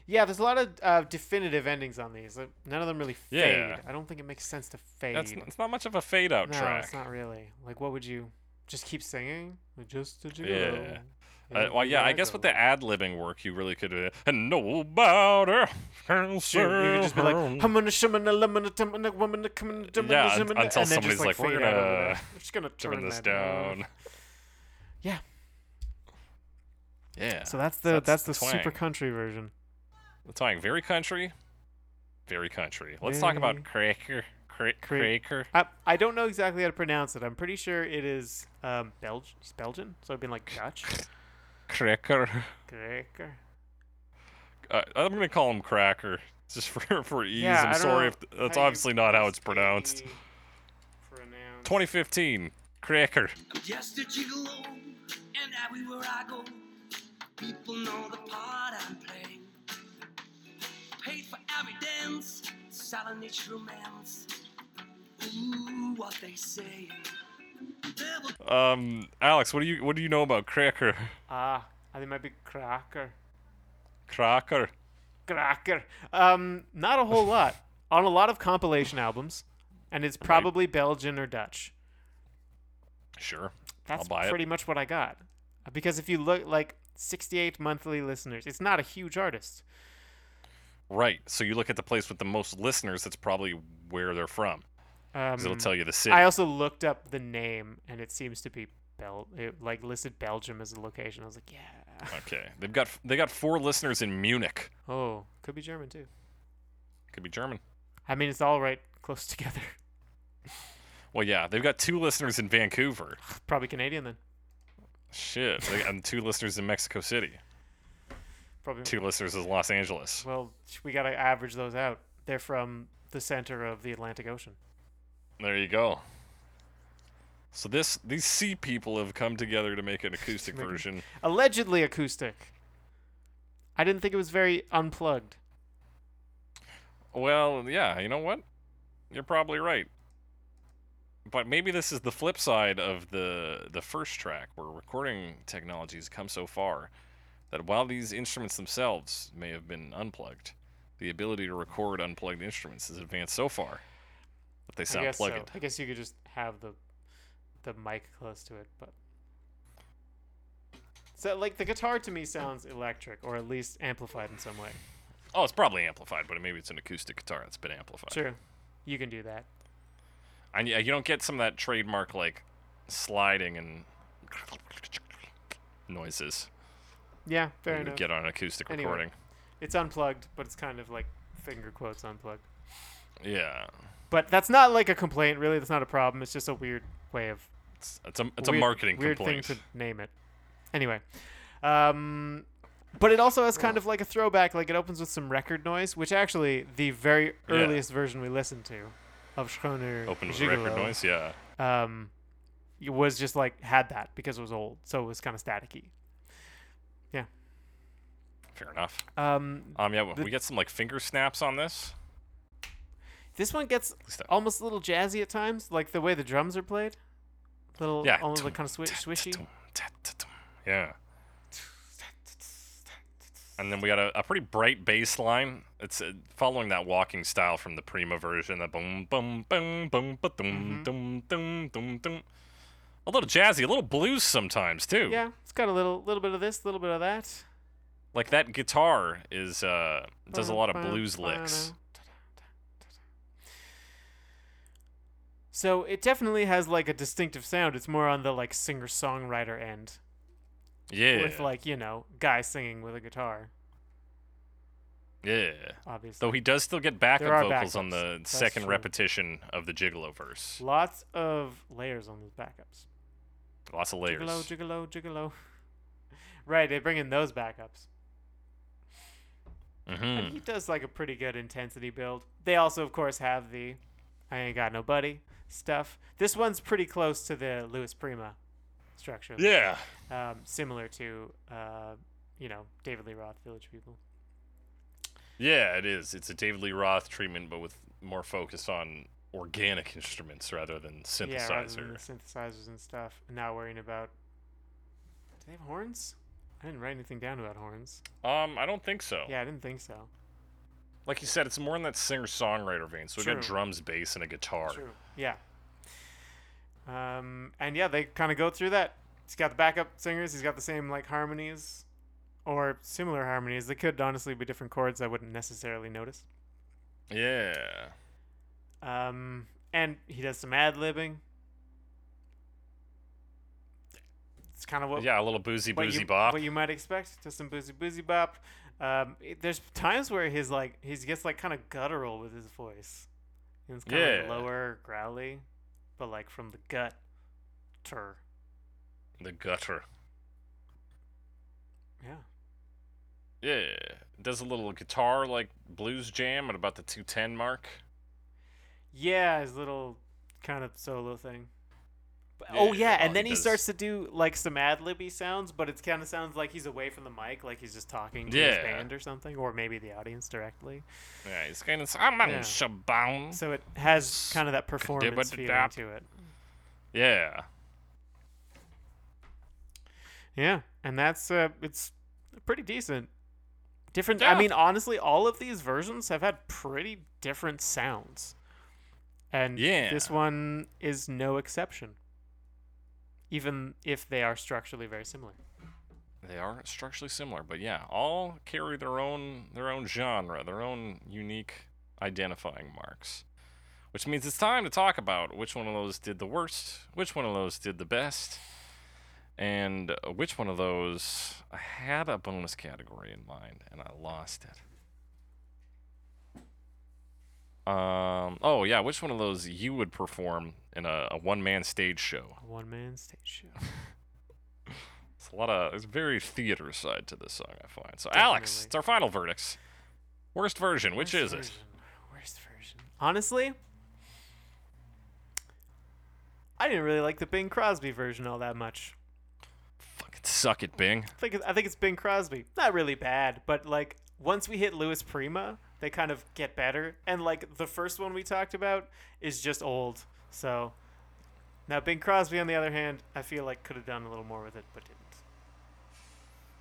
S3: yeah, there's a lot of uh, definitive endings on these. Like, None of them really fade.
S1: Yeah.
S3: I don't think it makes sense to fade.
S1: That's it's not much of a fade out
S3: no,
S1: track.
S3: it's not really. Like, what would you just keep singing? Just a
S1: Yeah.
S3: gigolo.
S1: Uh, well, yeah, I guess with the ad libbing work, you really could uh, know about her.
S3: Sure, you could just be like, "Humana, shumana, lemana, tumana, womana, kumana, dumana,
S1: Yeah, un-
S3: zumana," and
S1: until
S3: then
S1: somebody's
S3: just,
S1: like,
S3: like,
S1: "We're
S3: fade out over
S1: gonna
S3: that. We're just gonna turn,
S1: turn this
S3: that off."
S1: down.
S3: Yeah.
S1: Yeah.
S3: So that's the that's, the super
S1: twang.
S3: country version.
S1: The twang. Very country. Very country. Let's talk about Cracker. Cra- Cracker.
S3: I, I don't know exactly how to pronounce it. I'm pretty sure it is um, Belg- it's Belgian, so it'd been like Dutch.
S1: Cracker.
S3: Cracker.
S1: Uh, I'm going to call him Cracker. Just for, for ease.
S3: Yeah, I
S1: I'm
S3: don't know
S1: sorry if that's
S3: how you
S1: obviously not how it's pronounced.
S3: basically pronounce-
S1: 2015. Cracker.
S7: Just a gigolo, and everywhere I go, people know the part I'm playing. Paid for every dance, selling each romance. Ooh, what they say.
S1: Um, Alex, what do you what do you know about Cracker?
S3: Ah, I think it might be Cracker.
S1: Cracker.
S3: Cracker. Um, not a whole lot. On a lot of compilation albums, and it's probably Belgian or Dutch.
S1: Sure.
S3: That's
S1: I'll buy
S3: pretty
S1: it.
S3: much what I got. Because if you look like 68 monthly listeners, it's not a huge artist.
S1: Right. So you look at the place with the most listeners. That's probably where they're from.
S3: Um,
S1: 'cause it'll tell you the city.
S3: I also looked up the name, and it seems to be Bel. It like listed Belgium as a location. I was like, yeah.
S1: Okay. They've got they got four listeners in Munich.
S3: Oh, could be German too.
S1: Could be German.
S3: I mean, it's all right close together.
S1: Well, yeah, they've got two listeners in Vancouver.
S3: Probably Canadian then.
S1: Shit, they got- and two listeners in Mexico City.
S3: Probably.
S1: Two listeners in Los Angeles.
S3: Well, sh- we gotta average those out. They're from the center of the Atlantic Ocean.
S1: There you go. So this these sea people have come together to make an acoustic
S3: Make it-
S1: version.
S3: Allegedly acoustic. I didn't think it was very unplugged.
S1: Well, yeah, you know what? You're probably right. But maybe this is the flip side of the the first track where recording technologies come so far that while these instruments themselves may have been unplugged, the ability to record unplugged instruments has advanced so far that they
S3: I
S1: sound
S3: guess so.
S1: plugged.
S3: I guess you could just have the the mic close to it, but so like the guitar to me sounds electric or at least amplified in some way.
S1: Oh, it's probably amplified, but maybe it's an acoustic guitar that's been amplified.
S3: Sure, you can do that.
S1: And yeah, you don't get some of that trademark like sliding and noises
S3: Yeah,
S1: that
S3: fair
S1: you would
S3: enough.
S1: get on an acoustic
S3: Anyway.
S1: recording.
S3: It's unplugged, but it's kind of like finger quotes unplugged.
S1: Yeah.
S3: But that's not like a complaint, really. That's not a problem. It's just a weird way of
S1: It's, it's a it's
S3: weird-
S1: a marketing
S3: weird
S1: complaint.
S3: thing to name it. Anyway, um, but it also has kind of like a throwback. Like it opens with some record noise, which actually the very
S1: Yeah.
S3: earliest version we listened to of Schroner
S1: Open with
S3: Gigolo,
S1: record noise, yeah.
S3: um, it was just like had that because it was old, so it was kind of staticky.
S1: Fair enough.
S3: Um,
S1: Um, yeah,
S3: The-
S1: we get some like finger snaps on this.
S3: this one gets
S1: least I-
S3: almost a little jazzy at times, like the way the drums are played. Little,
S1: Yeah.
S3: almost like kind of swi- swishy.
S1: Yeah. and then we got a, a pretty bright bass line. It's uh, following that walking style from the Prima version. That boom, boom, boom, boom, ba
S3: Mm-hmm.
S1: dum, dum, dum, dum, dum. A little jazzy, a little blues sometimes too.
S3: Yeah, it's got a little little bit of this, a little bit of that.
S1: Like that guitar is uh does a lot of blues licks.
S3: So it definitely has like a distinctive sound. It's more on the like singer songwriter end,
S1: Yeah.
S3: with like you know guy singing with a guitar.
S1: yeah.
S3: Obviously,
S1: Though he does still get backup
S3: There are
S1: vocals on
S3: backups.
S1: the
S3: That's
S1: second
S3: true.
S1: repetition of the Gigolo verse.
S3: lots of layers on those backups.
S1: Lots of
S3: Gigolo,
S1: layers.
S3: gigolo, gigolo. right, they bring in those backups.
S1: hmm
S3: He does like a pretty good intensity build. They also, of course, have the "I ain't got no buddy" stuff. This one's pretty close to the Louis Prima structure.
S1: Yeah.
S3: um, similar to uh, you know David Lee Roth, Village People.
S1: Yeah, it is. It's a David Lee Roth treatment, but with more focus on organic instruments rather than
S3: Yeah, rather than
S1: synthesizer.
S3: the synthesizers and stuff. And not worrying about. Do they have horns? I didn't write anything down about horns.
S1: um, I don't think so.
S3: Yeah, I didn't think so.
S1: Like you said, it's more in that singer-songwriter vein. So we got
S3: True.
S1: drums, bass, and a guitar.
S3: Yeah. Um, and yeah, they kind of go through that. He's got the backup singers. He's got the same like harmonies, or similar harmonies. They could honestly be different chords. I wouldn't necessarily notice.
S1: Yeah.
S3: Um, and he does some ad libbing. It's kind of what
S1: Yeah, a little boozy
S3: what
S1: boozy
S3: you,
S1: bop.
S3: what you might expect, just some boozy boozy bop. Um, it- there's times where his like he gets like kind of guttural with his voice. And it's kind of
S1: Yeah.
S3: lower growly, but like from the gut. Tur.
S1: the gutter.
S3: Yeah.
S1: Yeah. Does a little guitar like blues jam at about the 210 mark.
S3: Yeah, his little kind of solo thing. But, oh
S1: Yeah,
S3: yeah,
S1: oh,
S3: and then
S1: he
S3: he,
S1: does.
S3: starts to do like some ad libby sounds, but it kind of sounds like he's away from the mic, like he's just talking to his
S1: Yeah.
S3: band or something, or maybe the audience directly.
S1: Yeah, he's kind of I'm
S3: Yeah.
S1: on Shabound.
S3: So it has kind of that performance feeling
S1: dap.
S3: to it.
S1: Yeah.
S3: Yeah, and that's uh, it's pretty decent. Different.
S1: Yeah.
S3: I mean, honestly, all of these versions have had pretty different sounds, and this
S1: Yeah.
S3: one is no exception. Even if they are structurally very similar.
S1: They are structurally similar, but yeah, all carry their own their own genre, their own unique identifying marks. Which means it's time to talk about which one of those did the worst, which one of those did the best, and uh, which one of those I had a bonus category in mind and I lost it. Um, oh yeah, which one of those you would perform in a, a one-man stage show?
S3: A one man stage show.
S1: It's a lot of there's a very theater side to this song, I find. So Alex,
S3: Definitely.
S1: it's our final verdicts. Worst version, which is
S3: Worst
S1: it?
S3: version. Worst version. Honestly, I didn't really like the Bing Crosby version all that much.
S1: Fucking suck it, Bing.
S3: I think it- I think it's Bing Crosby. Not really bad, but like once we hit Louis Prima, they kind of get better. And like the first one we talked about is just old. So now Bing Crosby, on the other hand, I feel like could have done a little more with it, but didn't.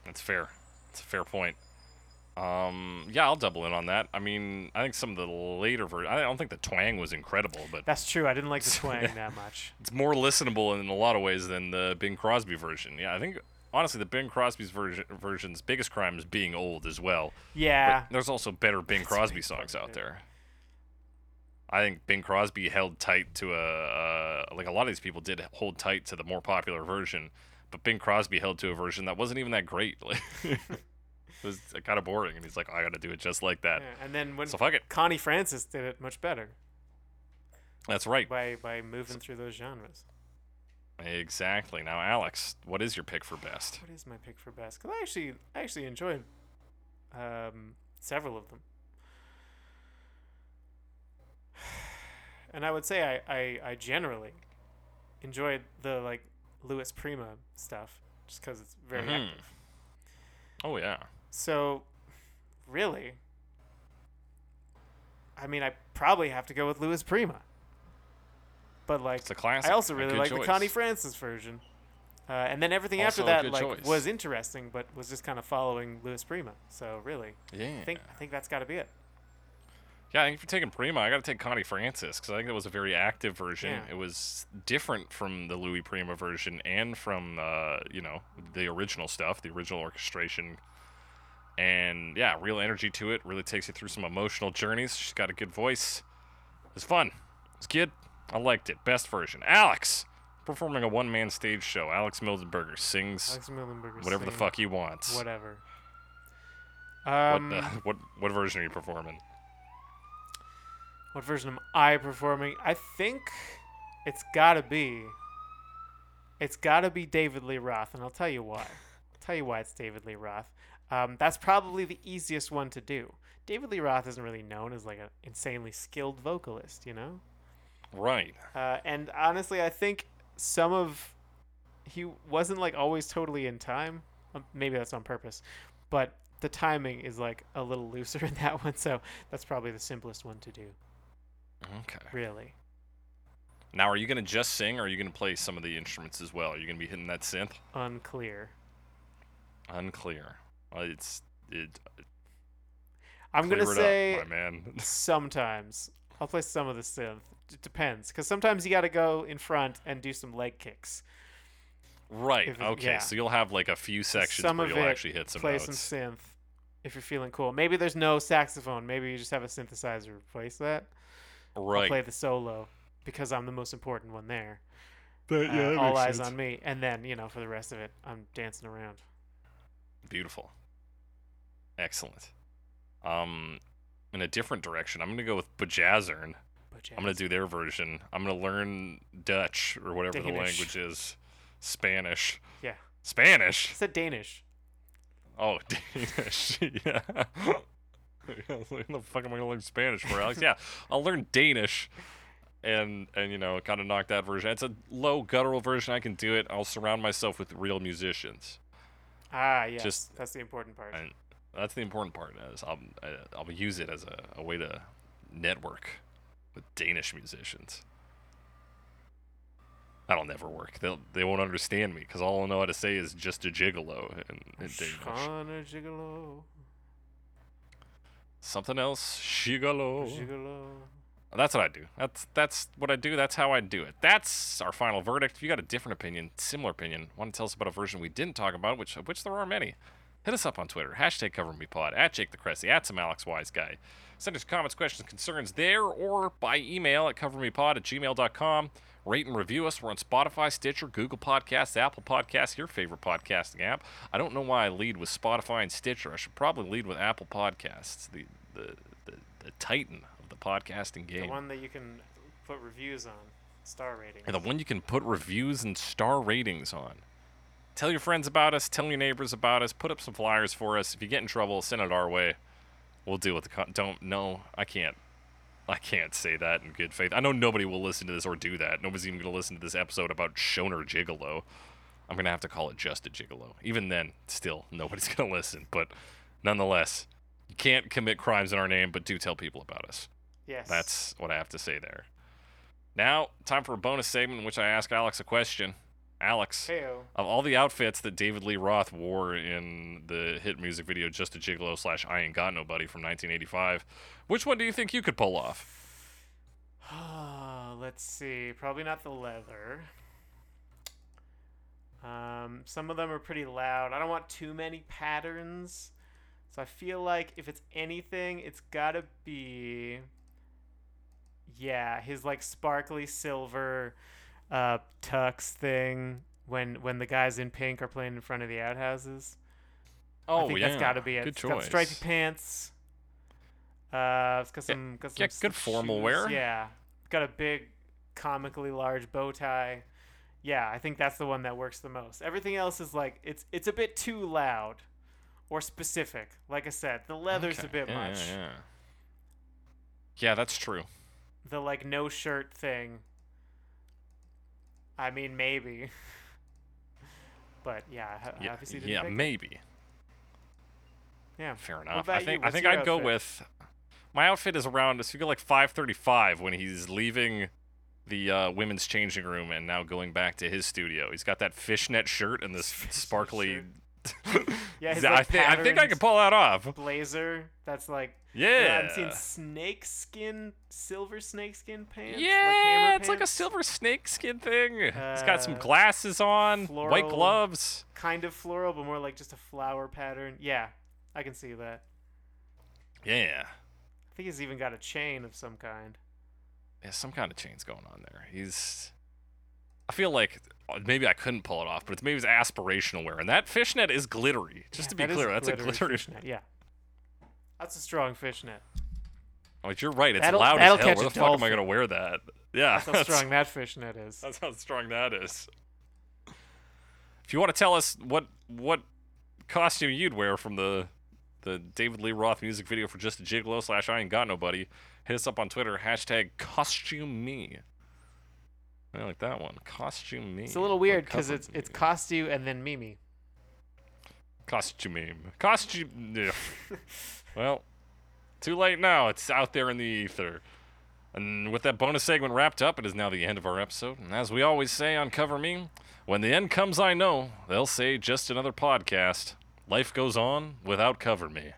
S1: That's fair. It's a fair point. Um, yeah, I'll double in on that. I mean, I think some of the later versions. I don't think the twang was incredible, but
S3: That's true. I didn't like the twang that much.
S1: it's more listenable in a lot of ways than the Bing Crosby version. Yeah, I think honestly the Bing Crosby's version version's biggest crime is being old as well.
S3: Yeah.
S1: But there's also better Bing Crosby
S3: Bing
S1: songs
S3: Crosby,
S1: out
S3: yeah.
S1: there. I think Bing Crosby held tight to a uh, like a lot of these people did hold tight to the more popular version, but Bing Crosby held to a version that wasn't even that great. Like, it was kind of boring, and he's like, "I got to do it just like that."
S3: Yeah, And then when
S1: So fuck it.
S3: Connie Francis did it much better
S1: That's right.
S3: by by moving through those genres.
S1: Exactly. Now, Alex, what is your pick for best?
S3: What is my pick for best? Because I actually I actually enjoyed um, several of them. And I would say I, I, I generally enjoyed the like Louis Prima stuff just because it's very
S1: Mhm.
S3: active.
S1: Oh yeah.
S3: So really, I mean I probably have to go with Louis Prima. But like
S1: It's a classic,
S3: I also
S1: a
S3: really
S1: good
S3: like the
S1: choice.
S3: Connie Francis version. Uh, and then everything
S1: Also a
S3: after that
S1: good
S3: like
S1: choice.
S3: was interesting, but was just kind of following Louis Prima. So really,
S1: Yeah.
S3: I think I think that's got to be it.
S1: Yeah, I think if you're taking Prima, I got to take Connie Francis because I think that was a very active version.
S3: Yeah.
S1: It was different from the Louis Prima version and from uh, you know the original stuff, the original orchestration, and yeah, real energy to it. Really takes you through some emotional journeys. She's got a good voice. It's fun. It's good. I liked it. Best version. Alex performing a one-man stage show. Alex Mildenberger sings
S3: Alex Millenberger.
S1: whatever the
S3: singing
S1: fuck he wants.
S3: Whatever.
S1: What,
S3: Um,
S1: uh, what what version are you performing?
S3: What version am I performing? I think it's gotta be. It's gotta be David Lee Roth, and I'll tell you why. I'll tell you why it's David Lee Roth. Um, that's probably the easiest one to do. David Lee Roth isn't really known as like an insanely skilled vocalist, you know.
S1: Right.
S3: Uh, and honestly, I think some of he wasn't like always totally in time. Um, Maybe that's on purpose, but the timing is like a little looser in that one, so that's probably the simplest one to do,
S1: Okay.
S3: really.
S1: Now, are you gonna just sing, or are you gonna play some of the instruments as well? Are you gonna be hitting that synth?
S3: unclear.
S1: Unclear. Uh, It's it.
S3: I'm
S1: clear
S3: gonna
S1: it up,
S3: say
S1: my man.
S3: sometimes I'll play some of the synth. It depends, because sometimes you gotta go in front and do some leg kicks.
S1: right.
S3: if it-
S1: Okay.
S3: yeah.
S1: So you'll have like a few sections
S3: some
S1: where
S3: of
S1: you'll
S3: it,
S1: actually hit some
S3: play
S1: notes.
S3: some synth if you're feeling cool. Maybe there's no saxophone. Maybe you just have a synthesizer replace that. I'll
S1: right.
S3: play the solo because I'm the most important one there.
S1: That-
S3: Uh,
S1: yeah, that
S3: all
S1: makes
S3: eyes
S1: sense.
S3: on me, and then you know for the rest of it, I'm dancing around.
S1: Beautiful. Excellent. Um, in a different direction, I'm gonna go with Bajazern.
S3: But
S1: I'm gonna do their version. I'm gonna learn Dutch or whatever the
S3: Danish.
S1: language is. Spanish.
S3: yeah.
S1: Spanish.
S3: I said Danish.
S1: Oh, Danish. yeah. what the fuck am I gonna learn Spanish for, Alex? yeah, I'll learn Danish, and and you know, kind of knock that version. It's a low guttural version. I can do it. I'll surround myself with real musicians,
S3: Ah, yes,
S1: Just-
S3: that's the important part.
S1: and that's the important part. Is I'll I- I'll use it as a, a way to network with Danish musicians. That'll never work. They'll they won't understand me because all I'll know how to say is just a gigolo in, in Danish.
S3: Shana Gigolo,
S1: Something else, gigolo.
S3: Gigolo.
S1: That's what I do. That's that's what I do. That's how I do it. That's our final verdict. If you got a different opinion, similar opinion, want to tell us about a version we didn't talk about, which of which there are many, hit us up on Twitter. Hashtag CoverMePod, at Jake the Cressy, at some Alex Wise Guy. Send us your comments, questions, concerns there or by email at covermepod at gmail.com. Rate and review us. We're on Spotify, Stitcher, Google Podcasts, Apple Podcasts, your favorite podcasting app. I don't know why I lead with Spotify and Stitcher. I should probably lead with Apple Podcasts, the the, the, the titan of the podcasting game.
S3: The one that you can put reviews on, star ratings.
S1: And the one you can put reviews and star ratings on. Tell your friends about us. Tell your neighbors about us. Put up some flyers for us. If you get in trouble, send it our way. We'll deal with the con- don't. No, I can't. I can't say that in good faith. I know nobody will listen to this or do that. Nobody's even going to listen to this episode about Shoner Gigolo. I'm going to have to call it just a Gigolo. Even then, still, nobody's going to listen. But nonetheless, you can't commit crimes in our name, but do tell people about us.
S3: yes.
S1: That's what I have to say there. Now, time for a bonus segment in which I ask Alex a question. Alex,
S3: Heyo.
S1: of all the outfits that David Lee Roth wore in the hit music video Just a Gigolo slash I Ain't Got Nobody from 1985, which one do you think you could pull off?
S3: Let's see. Probably not the leather. Um, some of them are pretty loud. I don't want too many patterns. So I feel like if it's anything, it's gotta be. Yeah, his like sparkly silver uh, tux thing when when the guys in pink are playing in front of the outhouses. I
S1: Oh,
S3: think
S1: yeah.
S3: that's got to be it.
S1: Good
S3: It's
S1: choice.
S3: got stripy pants. Uh, it's got
S1: Yeah,
S3: some, got some
S1: yeah, good
S3: s-
S1: formal
S3: shoes.
S1: wear.
S3: Yeah, got a big, comically large bow tie. Yeah, I think that's the one that works the most. Everything else is like it's it's a bit too loud, or specific. Like I said, the leather's
S1: Okay,
S3: a bit
S1: yeah,
S3: much.
S1: Yeah, yeah. Yeah, that's true.
S3: The like no shirt thing. I mean, maybe. but yeah, I- I
S1: Yeah,
S3: obviously didn't
S1: yeah
S3: pick it.
S1: maybe.
S3: Yeah,
S1: Fair
S3: What
S1: enough.
S3: about
S1: I
S3: you?
S1: think I
S3: What's
S1: think
S3: your
S1: I'd go
S3: outfit?
S1: with my outfit is around so you go like 5:35 when he's leaving the uh, women's changing room and now going back to his studio. He's got that fishnet shirt and this sparkly.
S3: Yeah, his,
S1: I,
S3: like,
S1: thi- I think I
S3: patterned
S1: could pull that off.
S3: blazer that's like
S1: Yeah.
S3: I'm seeing snake skin, silver snake skin pants. like
S1: Yeah,
S3: hammer
S1: it's like a
S3: pants,
S1: silver snakeskin thing. He's got some
S3: Uh,
S1: glasses on, white
S3: floral-
S1: gloves.
S3: kind of floral, but more like just a flower pattern. Yeah, I can see that.
S1: Yeah.
S3: I think he's even got a chain of some kind.
S1: Yeah, some kind of chain's going on there. He's. I feel like uh, maybe I couldn't pull it off, but it's maybe it's aspirational wear. And that fishnet is glittery. Just to be
S3: That is
S1: clear, that's a
S3: glittery
S1: glittery.
S3: fishnet. Yeah, that's a strong fishnet.
S1: Like you're right, it's
S3: That'll-
S1: loud
S3: that'll
S1: as hell.
S3: catch
S1: Where
S3: a
S1: the fuck am I
S3: dolphin.
S1: gonna wear that? Yeah,
S3: That's how strong that fishnet is.
S1: That's how strong that is. If you want to tell us what what costume you'd wear from the the David Lee Roth music video for Just a Gigolo slash I Ain't Got Nobody, hit us up on Twitter hashtag Costume Me. I like that one. Costume Me.
S3: It's a little
S1: Like
S3: weird because
S1: cover
S3: it's it's
S1: me.
S3: Costu and then Mimi.
S1: costume meme. Costume. yeah. well, too late now. It's out there in the ether. And with that bonus segment wrapped up, it is now the end of our episode. And as we always say on Cover Me, when the end comes, I know they'll say just another podcast. Life goes on without Cover Me.